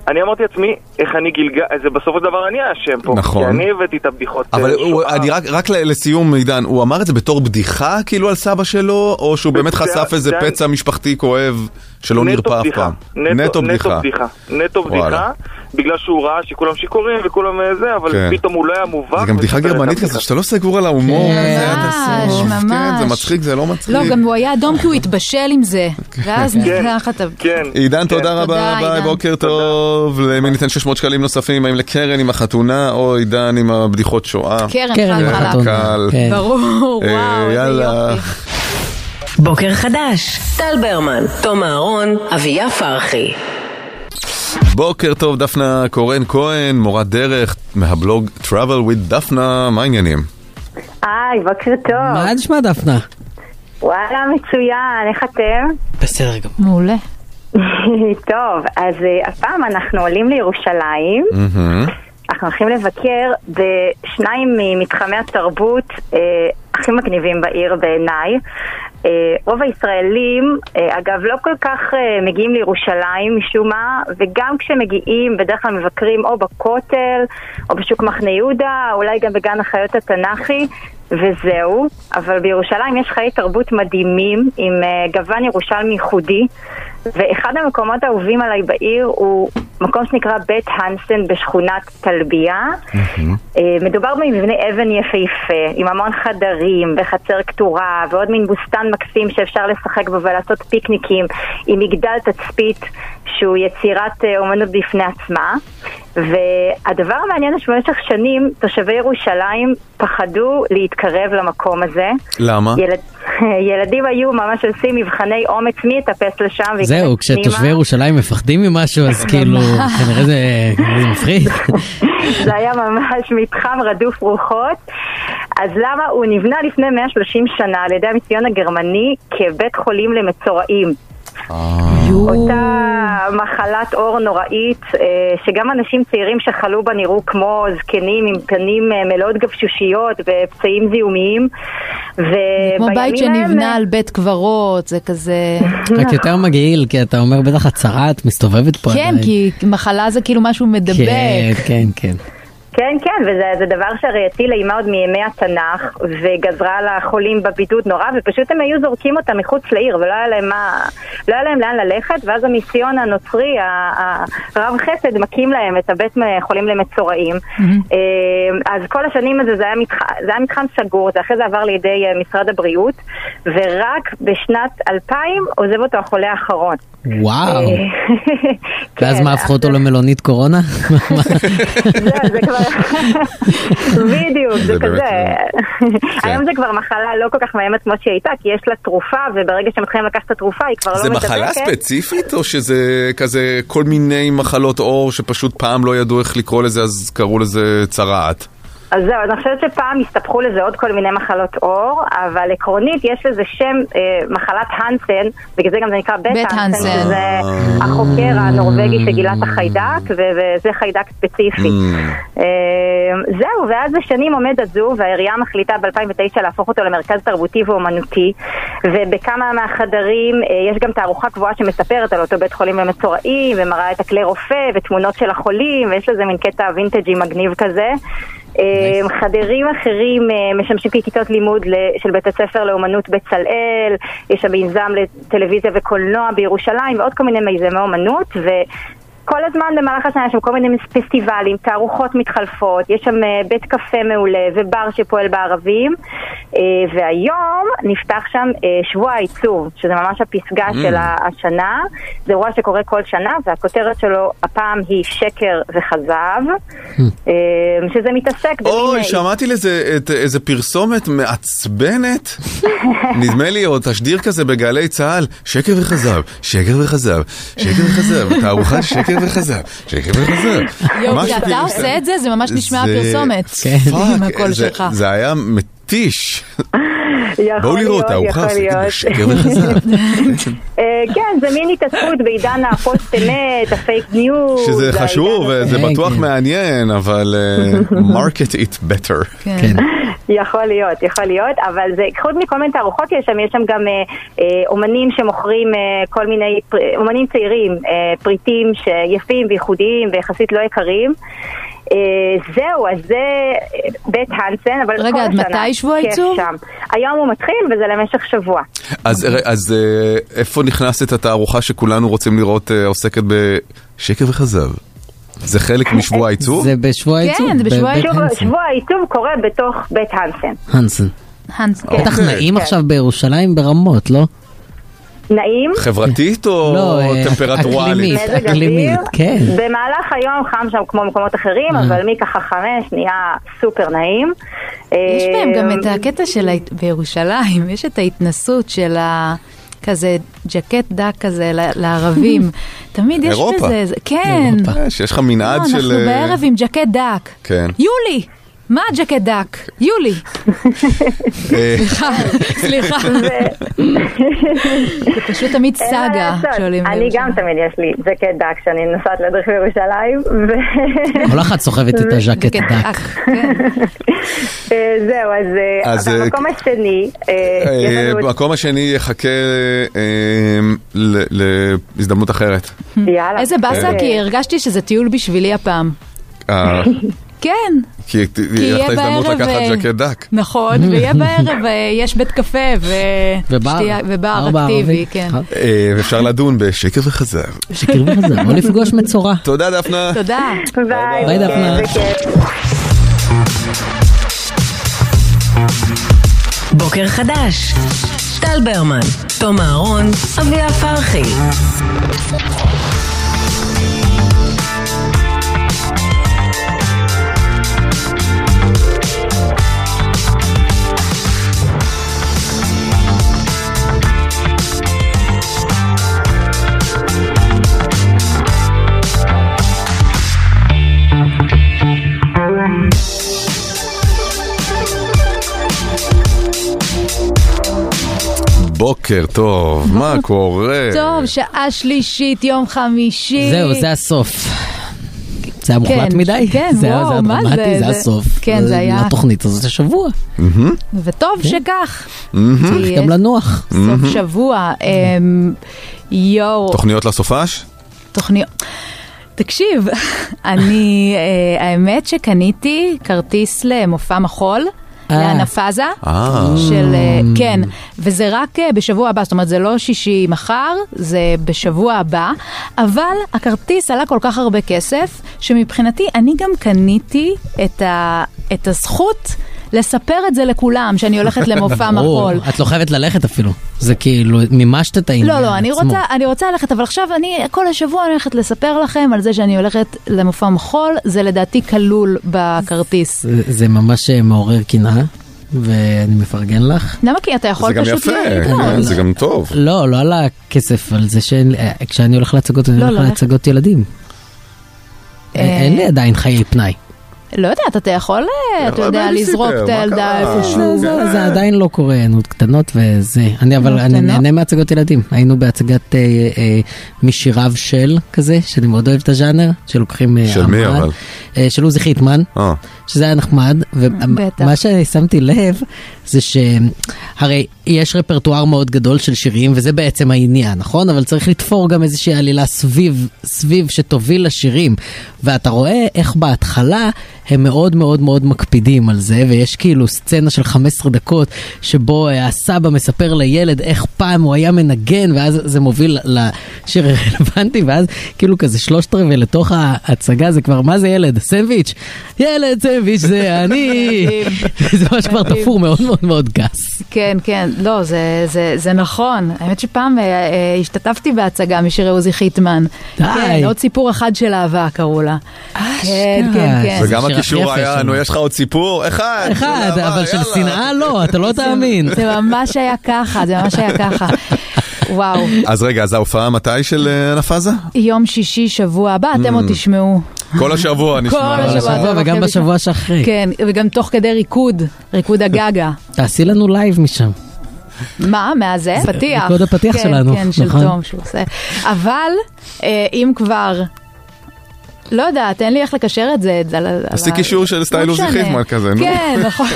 [SPEAKER 15] אני אמרתי לעצמי, איך אני גילגל, זה בסופו של דבר אני האשם פה.
[SPEAKER 3] נכון.
[SPEAKER 15] כי אני הבאתי את הבדיחות.
[SPEAKER 3] אבל
[SPEAKER 15] אה,
[SPEAKER 3] הוא-
[SPEAKER 15] שואה.
[SPEAKER 3] אני רק- רק ל- לסיום, עידן, הוא אמר את זה בתור בדיחה כאילו על סבא שלו, או שהוא באמת
[SPEAKER 15] זה-
[SPEAKER 3] חשף
[SPEAKER 15] זה-
[SPEAKER 3] איזה
[SPEAKER 15] זה-
[SPEAKER 3] פצע משפחתי כואב שלא
[SPEAKER 15] נטו
[SPEAKER 3] לא נרפא אף
[SPEAKER 15] בדיחה.
[SPEAKER 3] פעם?
[SPEAKER 15] נטו בדיחה. נטו בדיחה.
[SPEAKER 3] וואלה.
[SPEAKER 15] בגלל שהוא ראה שכולם שיכורים וכולם אה, זה, אבל
[SPEAKER 3] כן.
[SPEAKER 15] פתאום הוא לא היה מובן.
[SPEAKER 3] זה גם בדיחה גרמנית כזאת, שאתה לא סגור על ההומור. זה עד
[SPEAKER 5] ממש,
[SPEAKER 3] הסוף, כן,
[SPEAKER 5] כן, ממש.
[SPEAKER 3] זה מצחיק, כן. זה לא מצחיק.
[SPEAKER 5] לא, גם הוא היה אדום כי הוא התבשל עם זה. ואז נפתח לך את
[SPEAKER 15] כן.
[SPEAKER 3] עידן, תודה רבה,
[SPEAKER 5] תודה,
[SPEAKER 3] ביי,
[SPEAKER 5] עידן.
[SPEAKER 3] בוקר טוב. למי ניתן 600 שקלים נוספים, האם לקרן עם החתונה, או עידן עם הבדיחות שואה.
[SPEAKER 5] קרן, קרן חד עם וחלק.
[SPEAKER 2] החתונה,
[SPEAKER 3] קל.
[SPEAKER 2] כן.
[SPEAKER 5] ברור,
[SPEAKER 3] אה, יאללה.
[SPEAKER 2] בוקר חדש, טל ברמן, תום אהרון, אביה פרחי.
[SPEAKER 3] בוקר טוב, דפנה קורן כהן, מורת דרך, מהבלוג Travel with דפנה, מה העניינים?
[SPEAKER 16] היי, בוקר טוב.
[SPEAKER 4] מה נשמע דפנה?
[SPEAKER 16] וואלה, מצוין, איך אתם?
[SPEAKER 4] בסדר גמור.
[SPEAKER 5] מעולה.
[SPEAKER 16] טוב, אז אה, הפעם אנחנו עולים לירושלים. אנחנו הולכים לבקר בשניים ממתחמי התרבות אה, הכי מגניבים בעיר בעיניי. אה, רוב הישראלים, אה, אגב, לא כל כך אה, מגיעים לירושלים משום מה, וגם כשמגיעים, בדרך כלל מבקרים או בכותל, או בשוק מחנה יהודה, אולי גם בגן החיות התנ"כי. וזהו, אבל בירושלים יש חיי תרבות מדהימים עם אה, גוון ירושלמי ייחודי ואחד המקומות האהובים עליי בעיר הוא מקום שנקרא בית הנסן בשכונת טלביה. אה, מדובר במבנה אבן יפהפה, עם המון חדרים וחצר קטורה ועוד מין בוסתן מקסים שאפשר לשחק בו ולעשות פיקניקים עם מגדל תצפית שהוא יצירת אה, אומנות בפני עצמה. והדבר המעניין הוא שבמשך שנים תושבי ירושלים פחדו להתקרב למקום הזה.
[SPEAKER 3] למה?
[SPEAKER 16] ילד... ילדים היו ממש עושים מבחני אומץ מי יטפס לשם וייכנס
[SPEAKER 4] זהו,
[SPEAKER 16] פנימה.
[SPEAKER 4] כשתושבי ירושלים מפחדים ממשהו, אז כאילו, כנראה זה כנראה זה מפחיד.
[SPEAKER 16] זה היה ממש מתחם רדוף רוחות. אז למה? הוא נבנה לפני 130 שנה על ידי המיסיון הגרמני כבית חולים למצורעים. אותה מחלת עור נוראית, אה, שגם אנשים צעירים שחלו בה נראו כמו זקנים עם פנים אה, מלאות גבשושיות ופצעים זיהומיים.
[SPEAKER 5] כמו
[SPEAKER 16] ובימים
[SPEAKER 5] בית
[SPEAKER 16] האלה-
[SPEAKER 5] שנבנה על בית קברות, זה כזה...
[SPEAKER 4] רק יותר מגעיל, כי אתה אומר בטח הצהרה, את מסתובבת פה.
[SPEAKER 5] כן,
[SPEAKER 4] עדיין.
[SPEAKER 5] כי מחלה זה כאילו משהו
[SPEAKER 4] כן,
[SPEAKER 5] מדבק.
[SPEAKER 4] כן, כן.
[SPEAKER 16] כן, כן, וזה זה דבר שהרי הטילה אימה עוד מימי התנ"ך, וגזרה על החולים בבידוד נורא, ופשוט הם היו זורקים אותם מחוץ לעיר, ולא היה להם, מה, לא היה להם לאן ללכת, ואז המיסיון הנוצרי, ה- ה- הרב חסד, מקים להם את הבית חולים למצורעים. אה, אז כל השנים הזה זה היה, מתח... זה היה מתחם סגור, זה אחרי זה עבר לידי אה, משרד הבריאות, ורק בשנת 2000 עוזב אותו החולה האחרון.
[SPEAKER 4] וואו.
[SPEAKER 16] אה,
[SPEAKER 4] ואז
[SPEAKER 5] כן,
[SPEAKER 4] מה, הפכו אותו למלונית קורונה?
[SPEAKER 16] זה כבר... בדיוק,
[SPEAKER 4] זה
[SPEAKER 16] זה
[SPEAKER 4] באמת
[SPEAKER 16] כזה. היום זה כבר מחלה לא כל כך מאיימת כמו שהיא הייתה, כי יש לה תרופה, וברגע שמתחילים לקחת את התרופה היא כבר לא
[SPEAKER 3] זה
[SPEAKER 16] מדבקת.
[SPEAKER 3] מחלה ספציפית, או שזה כזה כל מיני מחלות עור שפשוט פעם לא ידעו איך לקרוא לזה, אז קראו לזה צרעת?
[SPEAKER 16] אז זהו, אז אני חושבת שפעם הסתבכו לזה עוד כל מיני מחלות עור, אבל עקרונית יש לזה שם אה, מחלת הנסן, בגלל זה גם זה נקרא בית הנסן, שזה החוקר הנורבגי שגילה את החיידק, ו- וזה חיידק ספציפי. אה, זהו, ואז בשנים עומד הזו, והעירייה מחליטה ב-2009 להפוך אותו למרכז תרבותי ואומנותי, ובכמה מהחדרים אה, יש גם תערוכה קבועה שמספרת על אותו בית חולים למצורעים, ומראה את הכלי רופא, ותמונות של החולים, ויש לזה מין קטע וינטג'י מגניב כזה. אה, חדרים אחרים אה, משמשים ככיתות לימוד ל- של בית הספר לאומנות בצלאל, יש שם מיזם לטלוויזיה וקולנוע בירושלים ועוד כל מיני מיזמי אומנות וכל הזמן במהלך השנה יש שם כל מיני פסטיבלים, תערוכות מתחלפות, יש שם אה, בית קפה מעולה ובר שפועל בערבים אה, והיום נפתח שם אה, שבוע העיצוב, שזה ממש הפסגה
[SPEAKER 17] Mm.
[SPEAKER 16] של ה- השנה, זה אירוע שקורה כל שנה והכותרת שלו הפעם היא שקר וכזב, אה, שזה מתעסק במין...
[SPEAKER 3] אוי, שמעתי לזה את, איזה פרסומת מעצבנת. נדמה לי, או תשדיר כזה בגלי צה"ל, שקר וכזב, שקר וכזב, שקר וכזב, תערוכת שקר וכזב, שקר וכזב.
[SPEAKER 5] יואו,
[SPEAKER 3] משהו
[SPEAKER 5] כשאתה
[SPEAKER 3] כאילו-
[SPEAKER 5] עושה את זה, זה ממש נשמע
[SPEAKER 3] זה- כן.
[SPEAKER 5] פרסומת. עם
[SPEAKER 3] פאק,
[SPEAKER 5] הקול
[SPEAKER 3] זה-
[SPEAKER 5] שלך.
[SPEAKER 3] זה היה מתיש.
[SPEAKER 16] יכול
[SPEAKER 3] בואו לראות,
[SPEAKER 16] להיות,
[SPEAKER 3] תערוכה,
[SPEAKER 16] יכול
[SPEAKER 3] שקר-
[SPEAKER 16] להיות.
[SPEAKER 3] שקר וכזב.
[SPEAKER 16] אה, כן, זה מין התעסקות בעידן הפוסט אמת, הפייק ניוז.
[SPEAKER 3] שזה
[SPEAKER 16] העידן
[SPEAKER 3] חשוב,
[SPEAKER 16] הזה.
[SPEAKER 3] זה בטוח מעניין, אבל אה, market it better.
[SPEAKER 5] כן.
[SPEAKER 4] כן.
[SPEAKER 16] יכול להיות, יכול להיות, אבל זה, חוץ מכל מיני תערוכות שיש שם, יש שם גם אה, אה, אומנים שמוכרים אה, כל מיני, פר- אומנים צעירים, אה, פריטים שיפים וייחודיים ויחסית לא יקרים. אה, זהו, אז זה אה, בית הנסן, אבל
[SPEAKER 5] רגע,
[SPEAKER 16] כל
[SPEAKER 5] עד
[SPEAKER 16] השנה
[SPEAKER 5] מתי שבוע
[SPEAKER 16] כיף
[SPEAKER 5] העיצוב?
[SPEAKER 16] שם. היום הוא מתחיל וזה למשך שבוע.
[SPEAKER 3] אז, אז אה, איפה נכנסת התערוכה שכולנו רוצים לראות אה, עוסקת בשקר וכזב? זה חלק משבוע הייצור?
[SPEAKER 4] זה בשבוע
[SPEAKER 5] כן,
[SPEAKER 4] הייצור.
[SPEAKER 16] שבוע- שבוע העיצוב קורה בתוך בית הנסן.
[SPEAKER 4] הנסן.
[SPEAKER 5] הנסן.
[SPEAKER 4] בטח
[SPEAKER 3] אוקיי.
[SPEAKER 4] נעים
[SPEAKER 16] כן.
[SPEAKER 4] עכשיו בירושלים ברמות, לא?
[SPEAKER 16] נעים.
[SPEAKER 3] חברתית או
[SPEAKER 4] לא, אה,
[SPEAKER 3] טמפרטורלית?
[SPEAKER 4] אקלימית.
[SPEAKER 16] מזג
[SPEAKER 4] אקלימית,
[SPEAKER 16] אוויר.
[SPEAKER 4] כן.
[SPEAKER 16] במהלך היום חם שם כמו מקומות אחרים,
[SPEAKER 5] אה.
[SPEAKER 16] אבל מככה חמש נהיה סופר נעים.
[SPEAKER 5] יש בהם גם את
[SPEAKER 16] אה,
[SPEAKER 5] הקטע של ההת- בירושלים, יש את ההתנסות של ה... כזה ג'קט דק כזה ל- לערבים. תמיד יש
[SPEAKER 3] אירופה. אה,
[SPEAKER 5] בזה, זה- כן.
[SPEAKER 3] יש, יש לך מנעד
[SPEAKER 5] לא,
[SPEAKER 3] של...
[SPEAKER 5] אנחנו
[SPEAKER 3] אה,
[SPEAKER 5] בערב עם ג'קט דק.
[SPEAKER 3] כן.
[SPEAKER 5] יולי! מה הג'קט דק? יולי.
[SPEAKER 3] אה,
[SPEAKER 5] סליחה, סליחה. זה פשוט תמיד
[SPEAKER 16] אין מה
[SPEAKER 5] סאגה
[SPEAKER 16] לעשות.
[SPEAKER 5] שעולים
[SPEAKER 16] אני גם תמיד יש לי ג'קט דק שאני נוסעת לדרך בירושלים. ו-
[SPEAKER 4] כל אחת סוחבת את הז'קט דק.
[SPEAKER 5] כן.
[SPEAKER 16] אה, זהו, אז... אה,
[SPEAKER 3] אז,
[SPEAKER 16] והמקום השני, אה, יש
[SPEAKER 3] אה,
[SPEAKER 16] לנו את-
[SPEAKER 3] במקום השני יחכה אה, ל- להזדמנות אחרת.
[SPEAKER 16] יאללה.
[SPEAKER 5] איזה
[SPEAKER 3] כן.
[SPEAKER 5] באסה, כי הרגשתי שזה טיול בשבילי הפעם.
[SPEAKER 3] אה,
[SPEAKER 5] כן,
[SPEAKER 3] כי
[SPEAKER 5] יהיה
[SPEAKER 3] תהיה לך את ההזדמנות
[SPEAKER 5] בערב,
[SPEAKER 3] לקחת
[SPEAKER 5] אה,
[SPEAKER 3] ז'קט דק.
[SPEAKER 5] נכון, ויהיה בערב, אה, יש בית קפה ו...
[SPEAKER 3] ובר.
[SPEAKER 5] שתייה- ובר
[SPEAKER 3] ארבע
[SPEAKER 5] אקטיבי,
[SPEAKER 3] ערבית.
[SPEAKER 5] כן.
[SPEAKER 3] אה, ואפשר לדון בשקר וחזר.
[SPEAKER 4] שקר וחזר, או לא לפגוש מצורע.
[SPEAKER 3] תודה דפנה.
[SPEAKER 5] תודה.
[SPEAKER 16] ביי.
[SPEAKER 4] ביי, דפנה.
[SPEAKER 2] בוקר חדש. טל ברמן, תום אהרון, אביה פרחי.
[SPEAKER 3] בוקר טוב, מה קורה?
[SPEAKER 5] טוב, שעה שלישית, יום
[SPEAKER 4] אה.
[SPEAKER 5] חמישי.
[SPEAKER 4] זהו, זה הסוף. זה היה מוחלט
[SPEAKER 5] כן,
[SPEAKER 4] מדי?
[SPEAKER 5] כן,
[SPEAKER 4] זה היה-
[SPEAKER 5] וואו,
[SPEAKER 4] זה היה
[SPEAKER 5] מה זה,
[SPEAKER 4] דרמטי, זה
[SPEAKER 5] זה-
[SPEAKER 4] הסוף.
[SPEAKER 5] כן, זה היה-
[SPEAKER 4] התוכנית הזאת השבוע.
[SPEAKER 5] וטוב שכך.
[SPEAKER 4] צריך כן.
[SPEAKER 5] כי
[SPEAKER 4] גם
[SPEAKER 5] יש
[SPEAKER 4] לנוח.
[SPEAKER 5] סוף שבוע. אמ, יואו.
[SPEAKER 3] תוכניות לסופש?
[SPEAKER 5] תוכניות. תקשיב, אני, אה, האמת שקניתי כרטיס למופע מחול.
[SPEAKER 4] אה.
[SPEAKER 5] לאנפאזה,
[SPEAKER 4] אה.
[SPEAKER 5] של, אה, כן, וזה רק אה, בשבוע הבא, זאת אומרת זה לא שישי מחר, זה בשבוע הבא, אבל הכרטיס עלה כל כך הרבה כסף, שמבחינתי אני גם קניתי את, ה, את הזכות לספר את זה לכולם, שאני הולכת למופע
[SPEAKER 4] ברור,
[SPEAKER 5] מחול.
[SPEAKER 4] את לא חייבת ללכת אפילו. זה כאילו, מימשת את העניין
[SPEAKER 5] לא, לא, אני
[SPEAKER 4] עצמו.
[SPEAKER 5] רוצה, אני רוצה ללכת, אבל עכשיו אני, כל השבוע אני הולכת לספר לכם על זה שאני הולכת למופע מחול, זה לדעתי כלול בכרטיס.
[SPEAKER 4] זה- זה ממש אה, מעורר קנאה, ואני מפרגן לך.
[SPEAKER 5] למה? כי אתה יכול פשוט... נכון.
[SPEAKER 4] כן,
[SPEAKER 3] אה, זה גם טוב.
[SPEAKER 4] לא, לא על הכסף, על זה שאין לי, אה, כשאני הולך להצגות, אני
[SPEAKER 5] לא,
[SPEAKER 4] הולך
[SPEAKER 5] לא,
[SPEAKER 4] להצגות ילדים. אין-
[SPEAKER 5] אה,
[SPEAKER 4] אין לי עדיין חיי פנאי.
[SPEAKER 5] לא יודעת, אתה יכול,
[SPEAKER 4] לא,
[SPEAKER 5] אה, אתה יודע,
[SPEAKER 4] בייביסיטר,
[SPEAKER 5] לזרוק את
[SPEAKER 4] מה
[SPEAKER 5] הילדה
[SPEAKER 4] קרה?
[SPEAKER 5] איפשהו.
[SPEAKER 4] לא, זה עדיין לא קורה, הן עוד קטנות וזה. אני אבל, אני נהנה מהצגות ילדים. היינו בהצגת אה, אה, משיריו של כזה, שאני מאוד אוהב את הז'אנר, שלוקחים... אה,
[SPEAKER 3] של מי
[SPEAKER 4] אמן.
[SPEAKER 3] אבל? אה.
[SPEAKER 4] אה, של עוזי חיטמן, שזה היה נחמד,
[SPEAKER 5] בטח.
[SPEAKER 4] ומה ששמתי לב זה שהרי יש רפרטואר מאוד גדול של שירים, וזה בעצם העניין, נכון? אבל צריך לתפור גם איזושהי עלילה סביב, סביב שתוביל לשירים, ואתה רואה איך בהתחלה הם מאוד מאוד מאוד מקפידים על זה, ויש כאילו סצנה של 15 דקות שבו אה, הסבא מספר לילד איך פעם הוא היה מנגן, ואז זה מוביל לשיר הרלוונטי, ואז כאילו כזה שלושת רבעי לתוך ההצגה, זה כבר, מה זה ילד? סנדוויץ'. ילד סנדוויץ' זה אני. זה ממש כבר
[SPEAKER 5] מדהים.
[SPEAKER 4] תפור מאוד מאוד מאוד גס.
[SPEAKER 5] כן, כן, לא, זה, זה, זה נכון. האמת שפעם אה, אה, השתתפתי בהצגה משירי עוזי חיטמן.
[SPEAKER 4] די.
[SPEAKER 5] כן, עוד סיפור אחד של אהבה קראו לה. כן, כן, כן.
[SPEAKER 3] אה, וגם
[SPEAKER 4] זה שיר
[SPEAKER 3] הקישור
[SPEAKER 4] הכי יפה
[SPEAKER 3] היה,
[SPEAKER 4] שלנו.
[SPEAKER 3] נו, יש לך עוד סיפור? אחד.
[SPEAKER 4] אחד, אבל של שנאה לא, אתה לא תאמין.
[SPEAKER 5] זה ממש היה ככה, זה ממש היה ככה. וואו.
[SPEAKER 3] אז רגע, אז ההופעה מתי של אה, הנפאזה?
[SPEAKER 5] יום שישי שבוע הבא, אתם
[SPEAKER 3] Mm.
[SPEAKER 5] עוד תשמעו.
[SPEAKER 3] כל השבוע נשמע.
[SPEAKER 5] כל השבוע,
[SPEAKER 4] וגם בשבוע שאחרי.
[SPEAKER 5] כן, וגם תוך כדי ריקוד, ריקוד הגגה.
[SPEAKER 4] כן. תעשי לנו לייב משם.
[SPEAKER 5] מה, מה זה? פתיח.
[SPEAKER 4] ריקוד הפתיח
[SPEAKER 5] כן,
[SPEAKER 4] שלנו,
[SPEAKER 5] כן, של
[SPEAKER 4] נכון.
[SPEAKER 5] תום שהוא עושה. אבל, אה, אם כבר... לא יודעת, אין לי איך לקשר את זה. על ה- על
[SPEAKER 3] עשי
[SPEAKER 5] ה-
[SPEAKER 3] קישור של
[SPEAKER 5] לא
[SPEAKER 3] סטייל עוזי
[SPEAKER 5] משנה.
[SPEAKER 3] חיטמן כזה, נו.
[SPEAKER 5] כן, נכון.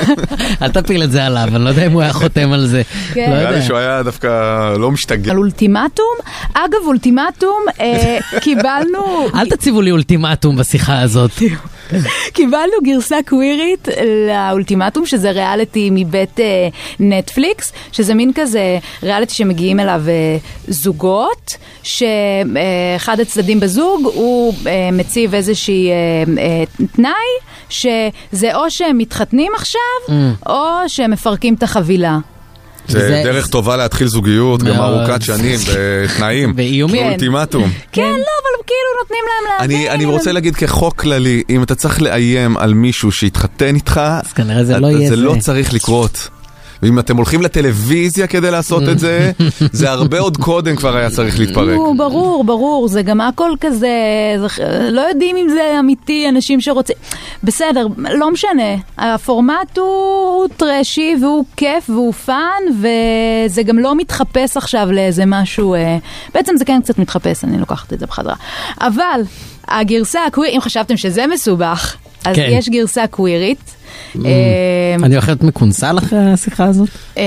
[SPEAKER 4] אל תפיל את זה עליו, אני לא יודע אם הוא היה חותם על זה.
[SPEAKER 5] כן.
[SPEAKER 4] לא
[SPEAKER 3] נראה
[SPEAKER 4] יודע.
[SPEAKER 3] לי שהוא היה דווקא לא משתגע.
[SPEAKER 5] על אולטימטום. אגב, אולטימטום, אה, קיבלנו...
[SPEAKER 4] אל תציבו לי אולטימטום בשיחה הזאת.
[SPEAKER 5] קיבלנו גרסה קווירית לאולטימטום, שזה ריאליטי מבית אה, נטפליקס, שזה מין כזה ריאליטי שמגיעים אליו אה, זוגות, שאחד הצדדים בזוג הוא אה, מציב איזשהי אה, אה, תנאי, שזה או שהם מתחתנים עכשיו,
[SPEAKER 3] Mm.
[SPEAKER 5] או שהם מפרקים את החבילה.
[SPEAKER 3] זה
[SPEAKER 5] זה-
[SPEAKER 3] דרך טובה להתחיל זוגיות, גם
[SPEAKER 4] מאוד.
[SPEAKER 3] ארוכת שנים, בתנאים.
[SPEAKER 4] באיומים.
[SPEAKER 5] כן.
[SPEAKER 3] באולטימטום.
[SPEAKER 5] כן, לא, אבל כאילו נותנים להם להבין.
[SPEAKER 3] אני, אני רוצה להגיד כחוק כללי, אם אתה צריך לאיים על מישהו שהתחתן איתך, אז
[SPEAKER 4] כנראה זה לא יהיה
[SPEAKER 3] זה
[SPEAKER 4] זה.
[SPEAKER 3] לא צריך לקרות. ואם אתם הולכים לטלוויזיה כדי לעשות את זה, זה הרבה עוד קודם כבר היה צריך להתפרק.
[SPEAKER 5] נו, ברור, ברור, זה גם הכל כזה, זה, לא יודעים אם זה אמיתי, אנשים שרוצים, בסדר, לא משנה, הפורמט הוא, הוא טרשי והוא כיף והוא פאן, וזה גם לא מתחפש עכשיו לאיזה משהו, אה, בעצם זה כן קצת מתחפש, אני לוקחת את זה בחדרה. אבל הגרסה הקוויר, אם חשבתם שזה מסובך, אז
[SPEAKER 4] כן.
[SPEAKER 5] יש גרסה קווירית.
[SPEAKER 4] Mm.
[SPEAKER 5] אה,
[SPEAKER 4] אני הולך להיות מקונסל אחרי השיחה הזאת?
[SPEAKER 5] אמ,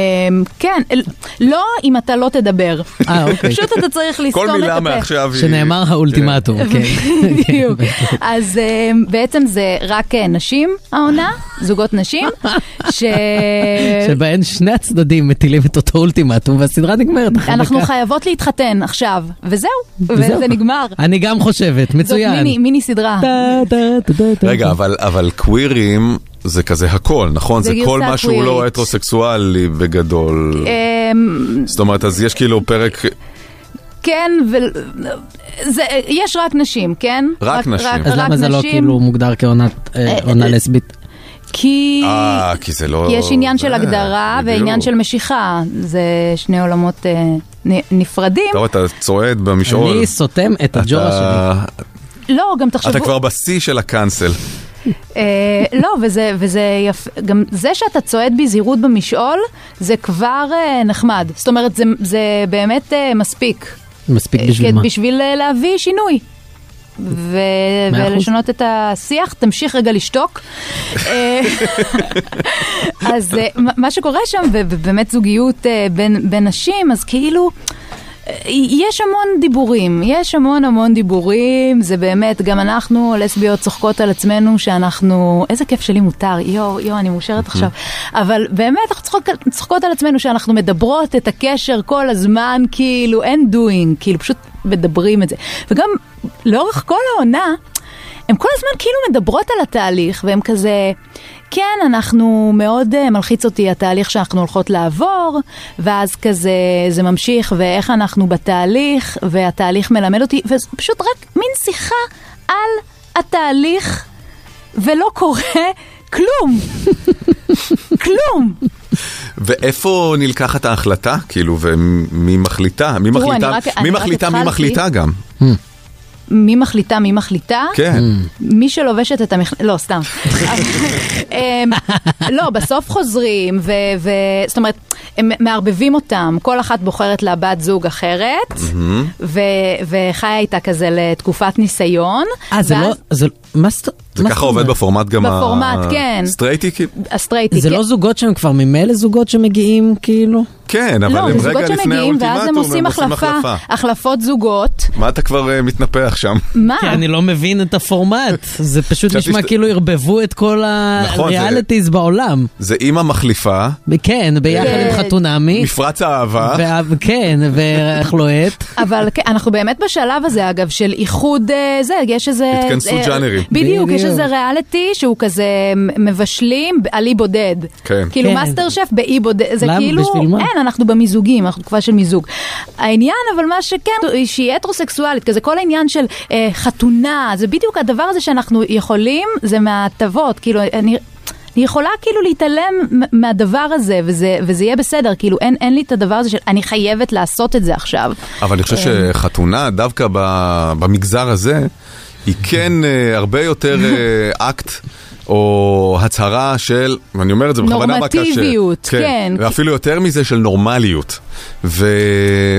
[SPEAKER 5] כן, אל- לא אם אתה לא תדבר.
[SPEAKER 4] אה, אוקיי.
[SPEAKER 5] פשוט אתה צריך לסתום את הפה. אה,
[SPEAKER 4] שנאמר האולטימטום, כן.
[SPEAKER 5] בדיוק. אז אמ, בעצם זה רק אה, נשים העונה, זוגות נשים, ש... אה,
[SPEAKER 4] שבהן שני הצדדים מטילים את אותו אולטימטום והסדרה נגמרת. אחרי
[SPEAKER 5] אנחנו
[SPEAKER 4] דקה.
[SPEAKER 5] חייבות להתחתן עכשיו, וזהו,
[SPEAKER 4] וזהו.
[SPEAKER 5] וזה נגמר.
[SPEAKER 4] אני גם חושבת,
[SPEAKER 5] זאת
[SPEAKER 4] מצוין.
[SPEAKER 5] מיני- מיני סדרה.
[SPEAKER 3] רגע, אבל, אבל קווירים זה כזה הכל, נכון?
[SPEAKER 5] זה
[SPEAKER 3] זה, כל
[SPEAKER 5] גרסה
[SPEAKER 3] מה שהוא לא
[SPEAKER 5] קווירית.
[SPEAKER 3] הטרוסקסואלי בגדול.
[SPEAKER 4] כן.
[SPEAKER 5] אמ,
[SPEAKER 3] זאת אומרת, אז יש כאילו פרק,
[SPEAKER 5] כן, ו... זה- יש רק נשים, כן?
[SPEAKER 3] רק נשים.
[SPEAKER 5] רק
[SPEAKER 4] אז למה זה לא
[SPEAKER 5] נשים,
[SPEAKER 4] כאילו מוגדר כעונת אה,
[SPEAKER 5] אה,
[SPEAKER 4] עונה
[SPEAKER 5] אה,
[SPEAKER 4] לסבית? כאילו-
[SPEAKER 5] כי...
[SPEAKER 3] אה, כי זה לא...
[SPEAKER 5] כי יש עניין של
[SPEAKER 3] זה,
[SPEAKER 5] הגדרה
[SPEAKER 3] בדיוק.
[SPEAKER 5] ועניין של משיכה, זה שני עולמות אה, נ- נפרדים.
[SPEAKER 3] טוב, אתה צועד במשעול.
[SPEAKER 4] אני סותם את הג'ורה
[SPEAKER 3] שלי.
[SPEAKER 5] לא, גם
[SPEAKER 3] אתה
[SPEAKER 5] תחשבו,
[SPEAKER 3] כבר בשיא של הקאנסל.
[SPEAKER 5] אה, לא, וזה, וזה יפה, גם זה שאתה צועד בזהירות במשעול, זה כבר אה, נחמד. זאת אומרת, זה, זה באמת אה, מספיק.
[SPEAKER 4] מספיק בשביל
[SPEAKER 5] כן,
[SPEAKER 4] מה?
[SPEAKER 5] בשביל אה, להביא שינוי. ו-
[SPEAKER 4] מאה אחוז.
[SPEAKER 5] ולשנות את השיח, תמשיך רגע לשתוק. אה, אז אה, מה- מה שקורה שם, ובאמת זוגיות אה, בין, בין נשים, אז כאילו... אה, יש המון דיבורים, יש המון המון דיבורים, זה באמת, גם אנחנו, לסביות, צוחקות על עצמנו שאנחנו, איזה כיף שלי מותר, יואו, יואו, אני מאושרת עכשיו, אבל באמת, אנחנו צוחקות, צוחקות על עצמנו שאנחנו מדברות את הקשר כל הזמן, כאילו, אין doing, כאילו, פשוט מדברים את זה. וגם, לאורך כל העונה, הן כל הזמן כאילו מדברות על התהליך, והן כזה, כן, אנחנו, מאוד אה, מלחיץ אותי התהליך שאנחנו הולכות לעבור, ואז כזה זה ממשיך, ואיך אנחנו בתהליך, והתהליך מלמד אותי, וזה פשוט רק מין שיחה על התהליך, ולא קורה כלום. כלום.
[SPEAKER 3] ואיפה נלקחת ההחלטה? כאילו, ומי מחליטה? מי
[SPEAKER 5] תראו,
[SPEAKER 3] מחליטה?
[SPEAKER 5] אני רק-
[SPEAKER 3] מי
[SPEAKER 5] אני רק
[SPEAKER 3] מחליטה? מי
[SPEAKER 5] התחלתי.
[SPEAKER 3] מחליטה גם?
[SPEAKER 4] אה,
[SPEAKER 5] מי מחליטה, מי מחליטה?
[SPEAKER 3] כן.
[SPEAKER 5] מי שלובשת את המכנ... לא, סתם. אמ, לא, בסוף חוזרים, ו... ו... זאת אומרת, הם מערבבים אותם, כל אחת בוחרת לה בת זוג אחרת, ו... וחיה איתה כזה לתקופת ניסיון.
[SPEAKER 4] אה, זה לא, זה, מה זאת
[SPEAKER 3] זה
[SPEAKER 4] מה
[SPEAKER 3] ככה
[SPEAKER 4] זאת
[SPEAKER 3] עובד
[SPEAKER 4] אומרת?
[SPEAKER 3] בפורמט גם ה...
[SPEAKER 5] בפורמט, כן.
[SPEAKER 3] סטרייטי? כאילו?
[SPEAKER 5] הסטרייטי.
[SPEAKER 4] זה לא זוגות שהם כבר ממילא זוגות שמגיעים כאילו?
[SPEAKER 3] כן, אבל
[SPEAKER 5] לא,
[SPEAKER 3] הם
[SPEAKER 5] זה זוגות
[SPEAKER 3] רגע לפני
[SPEAKER 5] שמגיעים,
[SPEAKER 3] האולטימטום,
[SPEAKER 5] ואז הם עושים החלפה, החלפות זוגות.
[SPEAKER 3] מה אתה כבר אה, מתנפח שם?
[SPEAKER 5] מה?
[SPEAKER 4] כי אני לא מבין את הפורמט, זה פשוט
[SPEAKER 3] חשבתי
[SPEAKER 4] נשמע
[SPEAKER 3] שאתה-
[SPEAKER 4] כאילו ערבבו את כל
[SPEAKER 3] נכון, זה-
[SPEAKER 4] הריאליטיז בעולם.
[SPEAKER 3] זה אימא מחליפה,
[SPEAKER 4] כן, ביחד
[SPEAKER 5] כן.
[SPEAKER 4] עם חתונמי.
[SPEAKER 3] מפרץ האהבה.
[SPEAKER 4] וה- כן, וחלואט.
[SPEAKER 5] אבל כן, אנחנו באמת בשלב הזה, אגב, של איחוד אה, זה, יש איזה...
[SPEAKER 3] התכנסות
[SPEAKER 5] אה,
[SPEAKER 3] ג'אנרים.
[SPEAKER 5] בדיוק, יש
[SPEAKER 4] בדיוק.
[SPEAKER 5] איזה ריאליטי שהוא כזה מ- מבשלים על אי בודד.
[SPEAKER 3] כן.
[SPEAKER 5] כאילו
[SPEAKER 4] כן.
[SPEAKER 5] מאסטר שף באי בודד, זה
[SPEAKER 4] למה?
[SPEAKER 5] כאילו...
[SPEAKER 4] בשביל מה?
[SPEAKER 5] אין, אנחנו במיזוגים, אנחנו תקופה של מיזוג. העניין, אבל מה שכן, היא שהיא הטרוסקסואלית, כזה כל העניין של אה, חתונה, זה בדיוק הדבר הזה שאנחנו יכולים, זה מההטבות, כאילו, אני... אני יכולה כאילו להתעלם מ- מהדבר הזה, וזה, וזה יהיה בסדר, כאילו אין, אין לי את הדבר הזה של אני חייבת לעשות את זה עכשיו.
[SPEAKER 3] אבל אני חושב
[SPEAKER 5] אה.
[SPEAKER 3] שחתונה, דווקא ב- במגזר הזה, היא כן אה, הרבה יותר אה, אקט. או הצהרה של, ואני אומר את זה בכוונה מה קשה.
[SPEAKER 5] נורמטיביות, כן.
[SPEAKER 3] ואפילו יותר מזה של נורמליות. ו...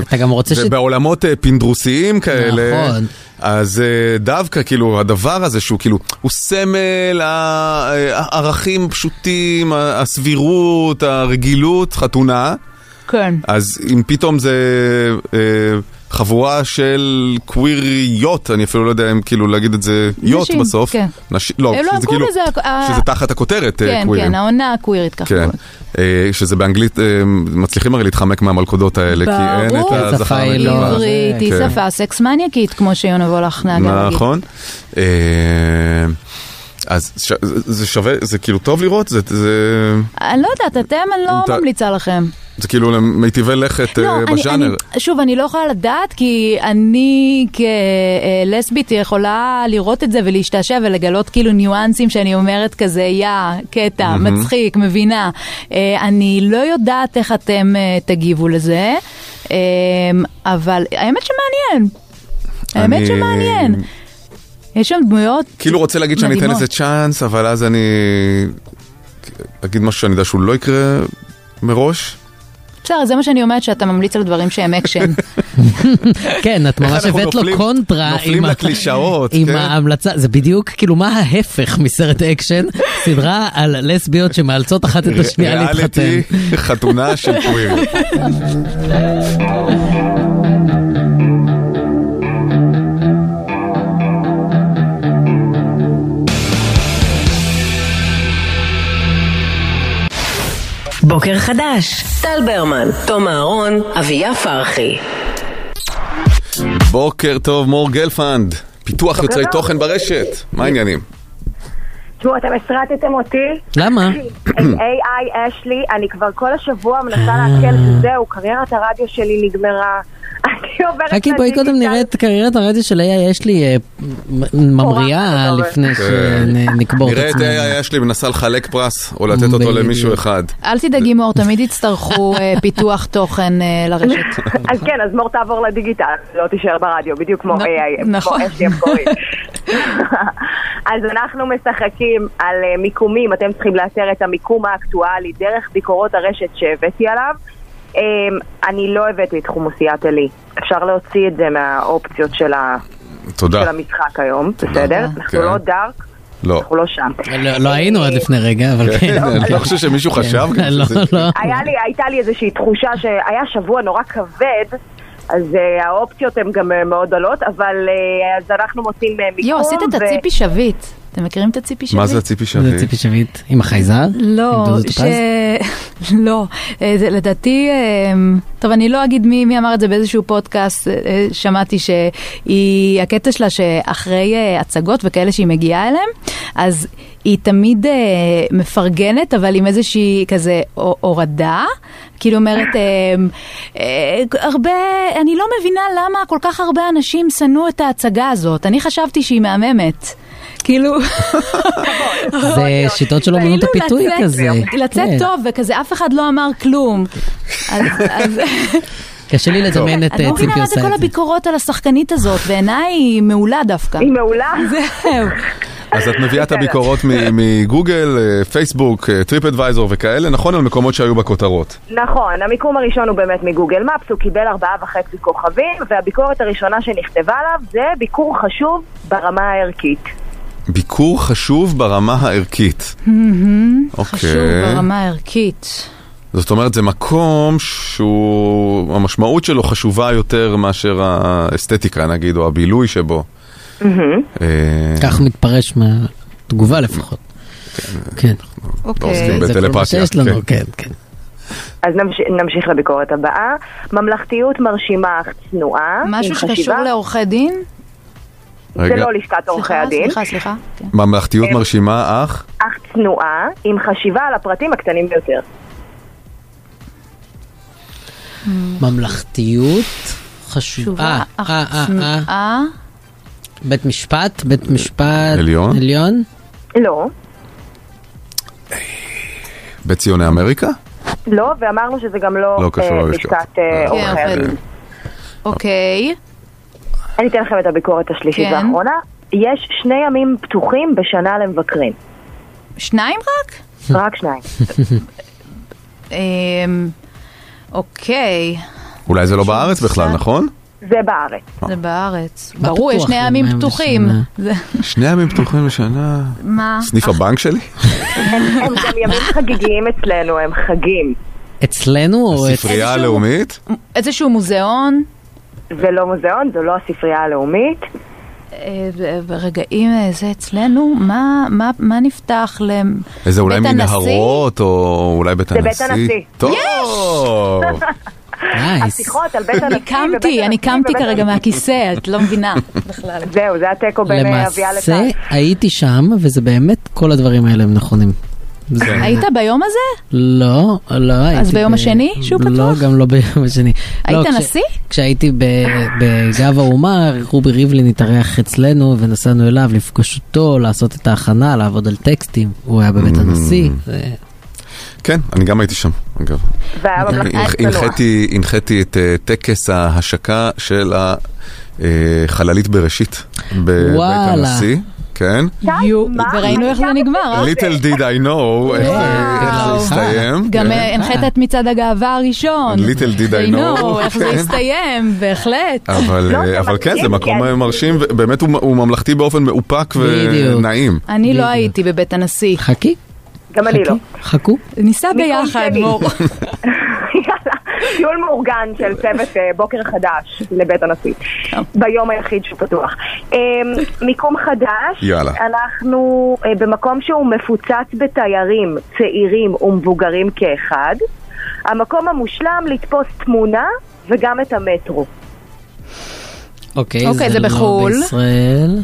[SPEAKER 4] אתה גם רוצה ש...
[SPEAKER 3] ובעולמות אה, פינדרוסיים כאלה,
[SPEAKER 4] נכון.
[SPEAKER 3] אז אה, דווקא כאילו הדבר הזה שהוא כאילו, הוא סמל ה- אה, הערכים פשוטים, ה- הסבירות, הרגילות, חתונה,
[SPEAKER 5] כן.
[SPEAKER 3] אז אם פתאום זה אה, חבורה של קוויריות, אני אפילו לא יודע אם כאילו להגיד את זה יוט
[SPEAKER 5] נשים,
[SPEAKER 3] בסוף.
[SPEAKER 5] כן.
[SPEAKER 3] נשים, לא,
[SPEAKER 5] הם לא, הם
[SPEAKER 3] שזה כאילו,
[SPEAKER 5] קוראים לזה הכ- ה-
[SPEAKER 3] שזה תחת הכותרת אה,
[SPEAKER 5] כן,
[SPEAKER 3] קווירים.
[SPEAKER 5] כן, העונה הקווירית ככה.
[SPEAKER 3] כן, אה, שזה באנגלית, אה, מצליחים הרי להתחמק מהמלכודות האלה, כי אין
[SPEAKER 5] ברור. לא-
[SPEAKER 3] את הזכר הנקבה.
[SPEAKER 5] עברית היא
[SPEAKER 3] כן.
[SPEAKER 5] שפה סקס מניאקית, כמו שיונה וולך נהגה להגיד.
[SPEAKER 3] נכון. אה, אז ש- זה- זה שווה, זה כאילו טוב לראות, זה- זה...
[SPEAKER 5] אני לא יודעת, אתם, אני
[SPEAKER 3] אתה-
[SPEAKER 5] לא ממליצה לכם.
[SPEAKER 3] זה כאילו למיטיבי לכת אה,
[SPEAKER 5] לא, אני-
[SPEAKER 3] בז'אנר.
[SPEAKER 5] אני- שוב, אני לא יכולה לדעת, כי אני כלסבית יכולה לראות את זה ולהשתעשע ולגלות כאילו ניואנסים שאני אומרת כזה, יא, קטע,
[SPEAKER 17] מהמם.
[SPEAKER 5] מצחיק, מבינה. אה, אני לא יודעת איך אתם אה, תגיבו לזה, אה, אבל האמת שמעניין. האמת
[SPEAKER 3] אני-
[SPEAKER 5] שמעניין. יש שם דמויות
[SPEAKER 3] כאילו רוצה להגיד שאני אתן
[SPEAKER 5] מדהימות.
[SPEAKER 3] לזה צ'אנס, אבל אז אני אגיד משהו שאני יודע שהוא לא יקרה מראש.
[SPEAKER 5] בסדר, זה מה שאני אומרת, שאתה ממליץ על דברים שהם אקשן.
[SPEAKER 4] כן, את
[SPEAKER 3] איך
[SPEAKER 4] ממש
[SPEAKER 3] אנחנו
[SPEAKER 4] הבאת לו
[SPEAKER 3] נופלים-
[SPEAKER 4] קונטרה
[SPEAKER 3] נופלים
[SPEAKER 4] עם ה-
[SPEAKER 3] לקלישאות,
[SPEAKER 4] עם
[SPEAKER 3] כן.
[SPEAKER 4] ההמלצה, זה בדיוק כאילו מה ההפך מסרט אקשן, סדרה על לסביות שמאלצות אחת את השנייה להתחתן.
[SPEAKER 3] ריאליטי, חתונה של קוויר.
[SPEAKER 2] בוקר חדש, טל ברמן, תום אהרון, אביה פרחי.
[SPEAKER 3] בוקר טוב, מור גלפנד, פיתוח
[SPEAKER 17] בוקר
[SPEAKER 3] יוצרי
[SPEAKER 17] טוב.
[SPEAKER 3] תוכן ברשת, מה העניינים?
[SPEAKER 17] תשמעו, אתם הסרטתם אותי.
[SPEAKER 4] למה?
[SPEAKER 17] AI אשלי, אני כבר כל השבוע מנסה להקל וזהו, קריירת הרדיו שלי נגמרה. אני עוברת...
[SPEAKER 4] חכי בואי
[SPEAKER 17] לדיגיטל.
[SPEAKER 4] קודם נראה את קריירת הרדיו של AI, יש לי אה, מ- ממריאה לפני שנקבור
[SPEAKER 3] אה,
[SPEAKER 4] את
[SPEAKER 3] כן. נראה את
[SPEAKER 4] עצמנו.
[SPEAKER 3] AI אשלי מנסה לחלק פרס, או לתת אותו למישהו אחד.
[SPEAKER 5] אל תדאגי מור, תמיד יצטרכו אה, פיתוח תוכן אה, לרשת.
[SPEAKER 17] אז כן, אז מור תעבור לדיגיטל, לא תישאר ברדיו, בדיוק כמו AI, כמו
[SPEAKER 5] נכון.
[SPEAKER 17] אשלי המקורי. אז אנחנו משחקים על אה, מיקומים, אתם צריכים לאתר את המיקום האקטואלי דרך ביקורות הרשת שהבאתי עליו. אה, אני לא הבאתי את חומוסיית עלי, אפשר להוציא את זה מהאופציות של ה-
[SPEAKER 3] תודה.
[SPEAKER 17] של המשחק היום, בסדר? אנחנו
[SPEAKER 3] כן.
[SPEAKER 17] לא דארק,
[SPEAKER 3] לא.
[SPEAKER 17] אנחנו לא שם.
[SPEAKER 4] לא- לא היינו עד לפני רגע, אבל
[SPEAKER 3] כן,
[SPEAKER 4] כן.
[SPEAKER 3] אני לא חושב שמישהו
[SPEAKER 4] כן.
[SPEAKER 3] חשב גם
[SPEAKER 4] לא,
[SPEAKER 3] שזה-
[SPEAKER 4] לא.
[SPEAKER 17] היה לי, הייתה לי איזושהי תחושה שהיה שבוע נורא כבד, אז אה, האופציות הן גם אה, מאוד עולות, אבל אה, אז אנחנו מוצאים אה, מיקום.
[SPEAKER 5] יו, עשית את
[SPEAKER 17] ו-
[SPEAKER 5] הציפי שביט. אתם מכירים את הציפי שביט?
[SPEAKER 3] ציפי
[SPEAKER 4] שביט? זה לא, ציפי שביט עם החייזר? עם
[SPEAKER 5] לא,
[SPEAKER 4] דודו טופז?
[SPEAKER 5] ש... לא, אה, זה לדעתי, אה, טוב, אני לא אגיד מי, מי אמר את זה באיזשהו פודקאסט, אה, אה, שמעתי שהיא, הקטע שלה שאחרי אה, הצגות וכאלה שהיא מגיעה אליהם, אז היא תמיד אה, מפרגנת, אבל עם איזושהי כזה הו- הורדה, כאילו אומרת, אה, אה, הרבה, אני לא מבינה למה כל כך הרבה אנשים שנאו את ההצגה הזאת, אני חשבתי שהיא מהממת. כאילו,
[SPEAKER 4] זה שיטות של אומנות
[SPEAKER 5] כאילו
[SPEAKER 4] הפיתוי
[SPEAKER 5] לצאת-
[SPEAKER 4] כזה.
[SPEAKER 5] לצאת
[SPEAKER 4] כן.
[SPEAKER 5] טוב, וכזה אף אחד לא אמר כלום. אז- אז-
[SPEAKER 4] קשה לי לדמיין את
[SPEAKER 5] אני
[SPEAKER 4] אה,
[SPEAKER 5] לא מבינה
[SPEAKER 4] ציפי
[SPEAKER 5] מה זה
[SPEAKER 4] עושה
[SPEAKER 5] כל
[SPEAKER 4] את זה.
[SPEAKER 5] הביקורות על השחקנית הזאת, בעיניי היא מעולה דווקא. היא
[SPEAKER 17] מעולה?
[SPEAKER 5] זהו.
[SPEAKER 3] אוקיי. אז את מביאה את הביקורות מ- מגוגל, אה, פייסבוק, טריפ אדוויזור וכאלה, נכון? על מקומות שהיו בכותרות.
[SPEAKER 17] נכון, המיקום הראשון הוא באמת מגוגל מפס, הוא קיבל ארבעה וחצי כוכבים, והביקורת הראשונה שנכתבה עליו זה ביקור חשוב ברמה הערכית.
[SPEAKER 3] ביקור חשוב ברמה הערכית.
[SPEAKER 5] Mm-hmm.
[SPEAKER 3] אוקיי.
[SPEAKER 5] חשוב ברמה הערכית.
[SPEAKER 3] זאת אומרת, זה מקום שהוא, המשמעות שלו חשובה יותר מאשר האסתטיקה, נגיד, או הבילוי שבו. אה,
[SPEAKER 4] כך מתפרש מהתגובה לפחות. כן.
[SPEAKER 3] לא
[SPEAKER 17] אוקיי. עוסקים
[SPEAKER 4] זה כל מה
[SPEAKER 3] בטלפתיה,
[SPEAKER 4] שיש לנו,
[SPEAKER 3] כן.
[SPEAKER 4] כן, כן.
[SPEAKER 17] אז נמש, נמשיך לביקורת הבאה. ממלכתיות מרשימה אך צנועה.
[SPEAKER 5] משהו
[SPEAKER 17] עם
[SPEAKER 5] שקשור
[SPEAKER 17] חשיבה-
[SPEAKER 5] לעורכי דין?
[SPEAKER 17] זה
[SPEAKER 3] רגע.
[SPEAKER 17] לא לשכת עורכי
[SPEAKER 5] סליחה,
[SPEAKER 17] הדין.
[SPEAKER 5] סליחה, סליחה.
[SPEAKER 3] ממלכתיות מרשימה, אך?
[SPEAKER 17] אך צנועה, עם חשיבה על הפרטים הקטנים ביותר.
[SPEAKER 4] ממלכתיות חשובה. אה, אה, אה, אה.
[SPEAKER 5] אה?
[SPEAKER 4] בית משפט, בית משפט
[SPEAKER 3] עליון?
[SPEAKER 4] עליון?
[SPEAKER 17] לא,
[SPEAKER 3] בציוני אמריקה?
[SPEAKER 17] לא, ואמרנו שזה גם לא,
[SPEAKER 3] לא קשור
[SPEAKER 17] אה,
[SPEAKER 3] ללשכת.
[SPEAKER 17] לשכת אה,
[SPEAKER 5] כן,
[SPEAKER 17] עורכי
[SPEAKER 5] עורכי
[SPEAKER 17] הדין.
[SPEAKER 5] דין. אוקיי.
[SPEAKER 17] אני אתן לכם את הביקורת השלישית
[SPEAKER 5] כן.
[SPEAKER 17] והאחרונה. יש שני ימים פתוחים בשנה למבקרים.
[SPEAKER 5] שניים רק?
[SPEAKER 17] רק שניים.
[SPEAKER 5] אמ, אוקיי,
[SPEAKER 3] אולי זה לא בארץ בכלל, נכון?
[SPEAKER 17] זה בארץ.
[SPEAKER 5] זה בארץ.
[SPEAKER 3] מה
[SPEAKER 5] ברור, יש
[SPEAKER 3] פתוח
[SPEAKER 5] שני ימים
[SPEAKER 3] יומיים
[SPEAKER 5] פתוחים.
[SPEAKER 3] בשנה?
[SPEAKER 5] זה-
[SPEAKER 3] שני ימים פתוחים בשנה.
[SPEAKER 5] מה?
[SPEAKER 3] סניף הבנק שלי?
[SPEAKER 17] הם הם גם ימים חגיגיים אצלנו, הם חגים.
[SPEAKER 4] אצלנו או...
[SPEAKER 3] הספרייה הלאומית?
[SPEAKER 5] איזשהו מוזיאון?
[SPEAKER 17] זה לא מוזיאון, זו לא הספרייה הלאומית.
[SPEAKER 5] אה, ב- ברגעים אה, זה אצלנו, מה, מה, מה נפתח לבית הנשיא?
[SPEAKER 3] איזה אולי מנהרות, או אולי בית
[SPEAKER 5] זה
[SPEAKER 3] הנשיא.
[SPEAKER 5] בית הנשיא.
[SPEAKER 3] טוב.
[SPEAKER 17] השיחות על בית הנשיא
[SPEAKER 5] אני קמתי, אני קמתי כרגע מהכיסא, את לא מבינה בכלל.
[SPEAKER 17] זהו, זה התיקו בין אה, אביה לטל.
[SPEAKER 4] למעשה הייתי שם, וזה באמת, כל הדברים האלה הם נכונים. זה-
[SPEAKER 5] היית ביום הזה?
[SPEAKER 4] לא, לא הייתי.
[SPEAKER 5] ביום השני שהוא
[SPEAKER 4] פתוח? לא, גם לא ביום השני.
[SPEAKER 5] היית
[SPEAKER 4] לא, כש-
[SPEAKER 5] נשיא?
[SPEAKER 4] כשהייתי ב- בגב האומה, רובי ריבלין התארח אצלנו ונסענו אליו לפגוש אותו, לעשות את ההכנה, לעבוד על טקסטים. הוא היה בבית הנשיא. זה-
[SPEAKER 3] כן, אני גם הייתי שם, אגב.
[SPEAKER 17] והיה
[SPEAKER 4] ממלכתי
[SPEAKER 3] הנח-
[SPEAKER 4] צנוע.
[SPEAKER 3] הנחיתי- הנחיתי את אה, טקס ההשקה של החללית בראשית בבית
[SPEAKER 5] וואלה.
[SPEAKER 3] הנשיא. כן.
[SPEAKER 5] יו, וראינו איך זה נגמר. אה?
[SPEAKER 3] ליטל דיד I know, איך זה- איך זה הסתיים.
[SPEAKER 5] גם
[SPEAKER 3] כן.
[SPEAKER 5] אה, הנחית את מצעד הגאווה הראשון.
[SPEAKER 3] Little did I know.
[SPEAKER 5] איך זה
[SPEAKER 3] כן.
[SPEAKER 5] הסתיים, בהחלט.
[SPEAKER 3] אבל,
[SPEAKER 5] לא,
[SPEAKER 3] אה, אבל כן, זה מקום מרשים, ובאמת הוא הוא ממלכתי באופן מאופק
[SPEAKER 4] בדיוק.
[SPEAKER 3] ונעים.
[SPEAKER 5] אני לא הייתי בבית הנשיא.
[SPEAKER 4] חכי.
[SPEAKER 17] גם אני לא.
[SPEAKER 4] חכו.
[SPEAKER 5] ניסע ביחד, מור.
[SPEAKER 17] טיול מאורגן של צוות אה, בוקר חדש לבית הנשיא, ביום היחיד שהוא פתוח. אה, מיקום חדש,
[SPEAKER 3] יאללה.
[SPEAKER 17] אנחנו אה, במקום שהוא מפוצץ בתיירים צעירים ומבוגרים כאחד. המקום המושלם לתפוס תמונה וגם את המטרו.
[SPEAKER 4] אוקיי,
[SPEAKER 17] אוקיי, זה
[SPEAKER 4] זה לא
[SPEAKER 17] בחו"ל.
[SPEAKER 4] בישראל.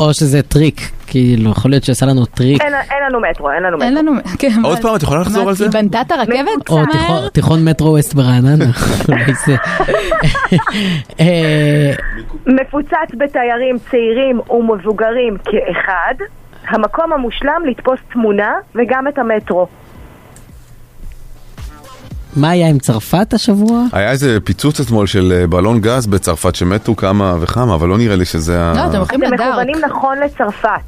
[SPEAKER 4] או שזה טריק, כאילו, יכול להיות שעשה לנו טריק.
[SPEAKER 17] אין אין לנו מטרו, אין לנו מטרו.
[SPEAKER 5] אין לנו, כן.
[SPEAKER 4] עוד פעם, את יכולה לחזור
[SPEAKER 5] מה,
[SPEAKER 4] על זה?
[SPEAKER 5] היא בנתה את הרכבת?
[SPEAKER 4] או תיכון- תיכון מטרו ווסט ברעננה. אולי זה- אה,
[SPEAKER 17] מפוצץ בתיירים צעירים ומבוגרים כאחד, המקום המושלם לתפוס תמונה וגם את המטרו.
[SPEAKER 4] מה היה עם צרפת השבוע?
[SPEAKER 3] היה איזה פיצוץ אתמול של אה, בלון גז בצרפת שמתו כמה וכמה, אבל לא נראה לי שזה ה...
[SPEAKER 17] אתם מכוונים נכון לצרפת.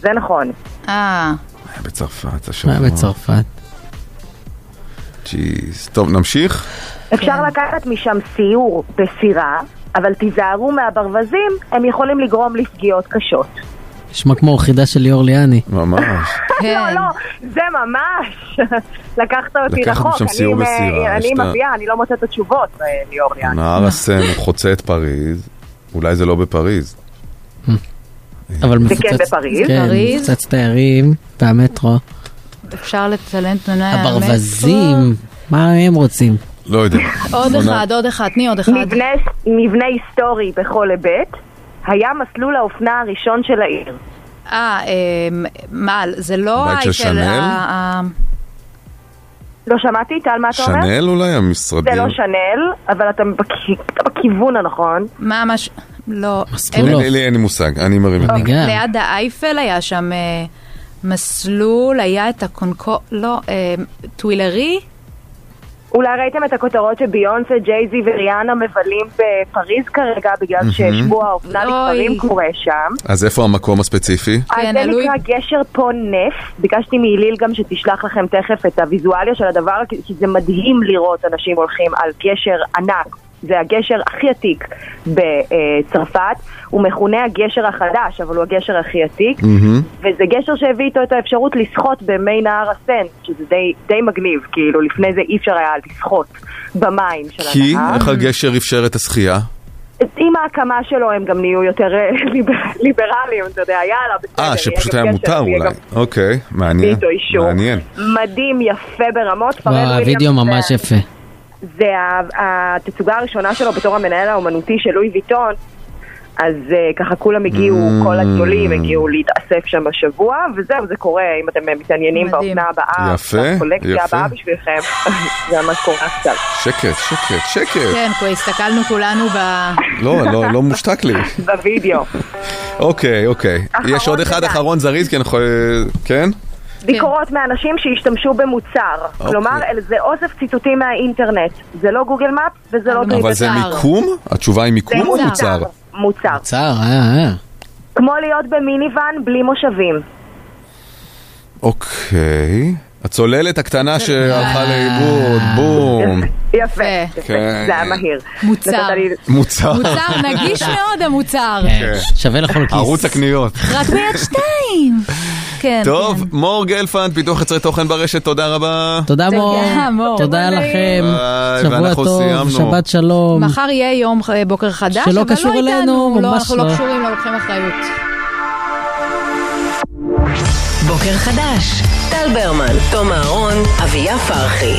[SPEAKER 17] זה נכון.
[SPEAKER 5] אה.
[SPEAKER 3] בצרפת השבוע.
[SPEAKER 4] מה בצרפת?
[SPEAKER 3] ג'יז. טוב, נמשיך?
[SPEAKER 17] אפשר לקחת משם סיור בסירה, אבל תיזהרו מהברווזים, הם יכולים לגרום לפגיעות קשות.
[SPEAKER 4] נשמע כמו אורחידה של ליאור ליאני.
[SPEAKER 3] ממש. כן.
[SPEAKER 17] לא, לא, זה ממש. לקחת אותי
[SPEAKER 3] לקחת
[SPEAKER 17] רחוק.
[SPEAKER 3] משם
[SPEAKER 17] אני
[SPEAKER 3] סיור
[SPEAKER 17] עם, אה,
[SPEAKER 3] בסירה,
[SPEAKER 17] אני
[SPEAKER 3] יש את ה-
[SPEAKER 17] מביאה, אני לא מוצאת את התשובות, אה, ליאור ליאן.
[SPEAKER 3] נהר הסן הוא חוצה את פריז, אולי זה לא בפריז.
[SPEAKER 4] אבל
[SPEAKER 17] זה כן
[SPEAKER 4] מפוצץ...
[SPEAKER 17] בפריז.
[SPEAKER 4] כן,
[SPEAKER 5] פריז.
[SPEAKER 4] מפוצץ תיירים והמטרו.
[SPEAKER 5] אפשר לצלם תמונה. על
[SPEAKER 4] הברווזים, מה הם רוצים?
[SPEAKER 3] לא יודע.
[SPEAKER 5] המטרו. עוד אחד, עוד אחד, תני עוד אחד.
[SPEAKER 17] מבנה, מבנה היסטורי בכל היבט, היה מסלול האופנה הראשון של העיר.
[SPEAKER 5] אה, אמ, מה, זה לא
[SPEAKER 3] בית של
[SPEAKER 5] האייטל,
[SPEAKER 3] שנאל?
[SPEAKER 5] ה- ה-
[SPEAKER 17] לא שמעתי, טל, מה אתה אומר?
[SPEAKER 3] שנאל אולי
[SPEAKER 17] זה
[SPEAKER 3] המשרדים?
[SPEAKER 17] לא שנאל, אבל אתה בכ- אתה בכיוון הנכון.
[SPEAKER 5] מה, מש... לא.
[SPEAKER 3] אין- אין לי אין לי מושג, אני מרים את זה.
[SPEAKER 5] אוקיי. ליד האייפל היה שם אה, מסלול, היה את הקונקו... לא, אה, טווילרי?
[SPEAKER 17] אולי ראיתם את הכותרות שביונסה, ג'ייזי וריאנה מבלים בפריז כרגע, בגלל
[SPEAKER 3] מהמם.
[SPEAKER 17] ששבוע האופנה לכפרים קורה שם.
[SPEAKER 3] אז איפה המקום הספציפי?
[SPEAKER 17] אז זה נקרא גשר פונף, ביקשתי מהיליל גם שתשלח לכם תכף את הוויזואליה של הדבר, כי כי זה מדהים לראות אנשים הולכים על גשר ענק, זה הגשר הכי עתיק בצרפת, הוא מכונה הגשר החדש, אבל הוא הגשר הכי עתיק,
[SPEAKER 7] מהמם.
[SPEAKER 17] וזה גשר שהביא איתו את האפשרות לשחות במי נהר הסן, שזה די, די מגניב, כאילו לפני זה אי אפשר היה לשחות במים של
[SPEAKER 3] כי
[SPEAKER 17] הנהר.
[SPEAKER 3] איך הגשר אפשר את השחייה?
[SPEAKER 17] עם ההקמה שלו הם גם נהיו יותר אה, ליבר- ליברליים, אתה יודע, יאללה, בסדר.
[SPEAKER 3] אה,
[SPEAKER 17] יהיה
[SPEAKER 3] שפשוט
[SPEAKER 17] גם
[SPEAKER 3] היה
[SPEAKER 17] גשר,
[SPEAKER 3] מותר
[SPEAKER 17] יהיה
[SPEAKER 3] אולי.
[SPEAKER 17] גם
[SPEAKER 3] אוקיי, מעניין.
[SPEAKER 17] איתו אישור.
[SPEAKER 3] מעניין.
[SPEAKER 17] מדהים, יפה ברמות. פרל
[SPEAKER 4] וואו,
[SPEAKER 17] וויליאמס
[SPEAKER 4] הווידאו
[SPEAKER 17] זה-
[SPEAKER 4] ממש יפה.
[SPEAKER 17] זה ה- התצוגה הראשונה שלו בתור המנהל האומנותי של לואי ויטון. אז אה, ככה כולם הגיעו, כל הגדולים הגיעו להתאסף שם השבוע, וזהו, זה קורה, אם אתם אה, מתעניינים באופנה הבאה,
[SPEAKER 3] יפה,
[SPEAKER 17] בקולקציה
[SPEAKER 3] יפה.
[SPEAKER 17] הבאה בשבילכם, זה ממש קורה עכשיו.
[SPEAKER 3] שקט, שקט, שקט.
[SPEAKER 5] כן, כי הסתכלנו כולנו ב...
[SPEAKER 3] לא, לא, לא מושתק לי.
[SPEAKER 17] בווידאו.
[SPEAKER 3] אוקיי, אוקיי. יש עוד אחד אחרון זריז, כי אנחנו... כן?
[SPEAKER 17] ביקורות מאנשים שהשתמשו במוצר.
[SPEAKER 3] אוקיי.
[SPEAKER 17] כלומר, אל- זה אוסף ציטוטים מהאינטרנט. זה לא גוגל מאפ וזה לא
[SPEAKER 3] אבל זה מיקום? התשובה היא מיקום או מוצר?
[SPEAKER 17] מוצר.
[SPEAKER 4] מוצר, אה, אה.
[SPEAKER 17] כמו להיות במיניוון בלי מושבים.
[SPEAKER 3] אוקיי. הצוללת הקטנה שהלכה
[SPEAKER 4] אה.
[SPEAKER 3] לאיבוד, בום.
[SPEAKER 17] יפה. יפה.
[SPEAKER 3] כן.
[SPEAKER 17] זה היה מהיר.
[SPEAKER 5] מוצר.
[SPEAKER 17] נתת לי-
[SPEAKER 3] מוצר.
[SPEAKER 5] מוצר, נגיש מאוד המוצר.
[SPEAKER 3] כן.
[SPEAKER 4] שווה לכל כיס.
[SPEAKER 3] ערוץ הקניות.
[SPEAKER 5] רק ביד שתיים. כן.
[SPEAKER 3] טוב, מור גלפנד, פיתוח יצרי תוכן ברשת, תודה רבה.
[SPEAKER 4] תודה מור,
[SPEAKER 5] מור.
[SPEAKER 4] תודה
[SPEAKER 5] ביי.
[SPEAKER 4] לכם,
[SPEAKER 3] ביי,
[SPEAKER 4] שבוע
[SPEAKER 3] אה, ואנחנו
[SPEAKER 4] טוב,
[SPEAKER 3] סיימנו.
[SPEAKER 4] שבת שלום.
[SPEAKER 5] מחר יהיה יום אה, בוקר חדש,
[SPEAKER 4] שלא
[SPEAKER 5] אבל
[SPEAKER 4] קשור
[SPEAKER 5] לא
[SPEAKER 4] אלינו,
[SPEAKER 5] איתנו, לא,
[SPEAKER 4] ממש
[SPEAKER 5] אנחנו לא
[SPEAKER 4] לא.
[SPEAKER 5] קשורים, לא לוקחים אחריות.
[SPEAKER 2] בוקר חדש, טל ברמן, תום אהרון, אביה פרחי.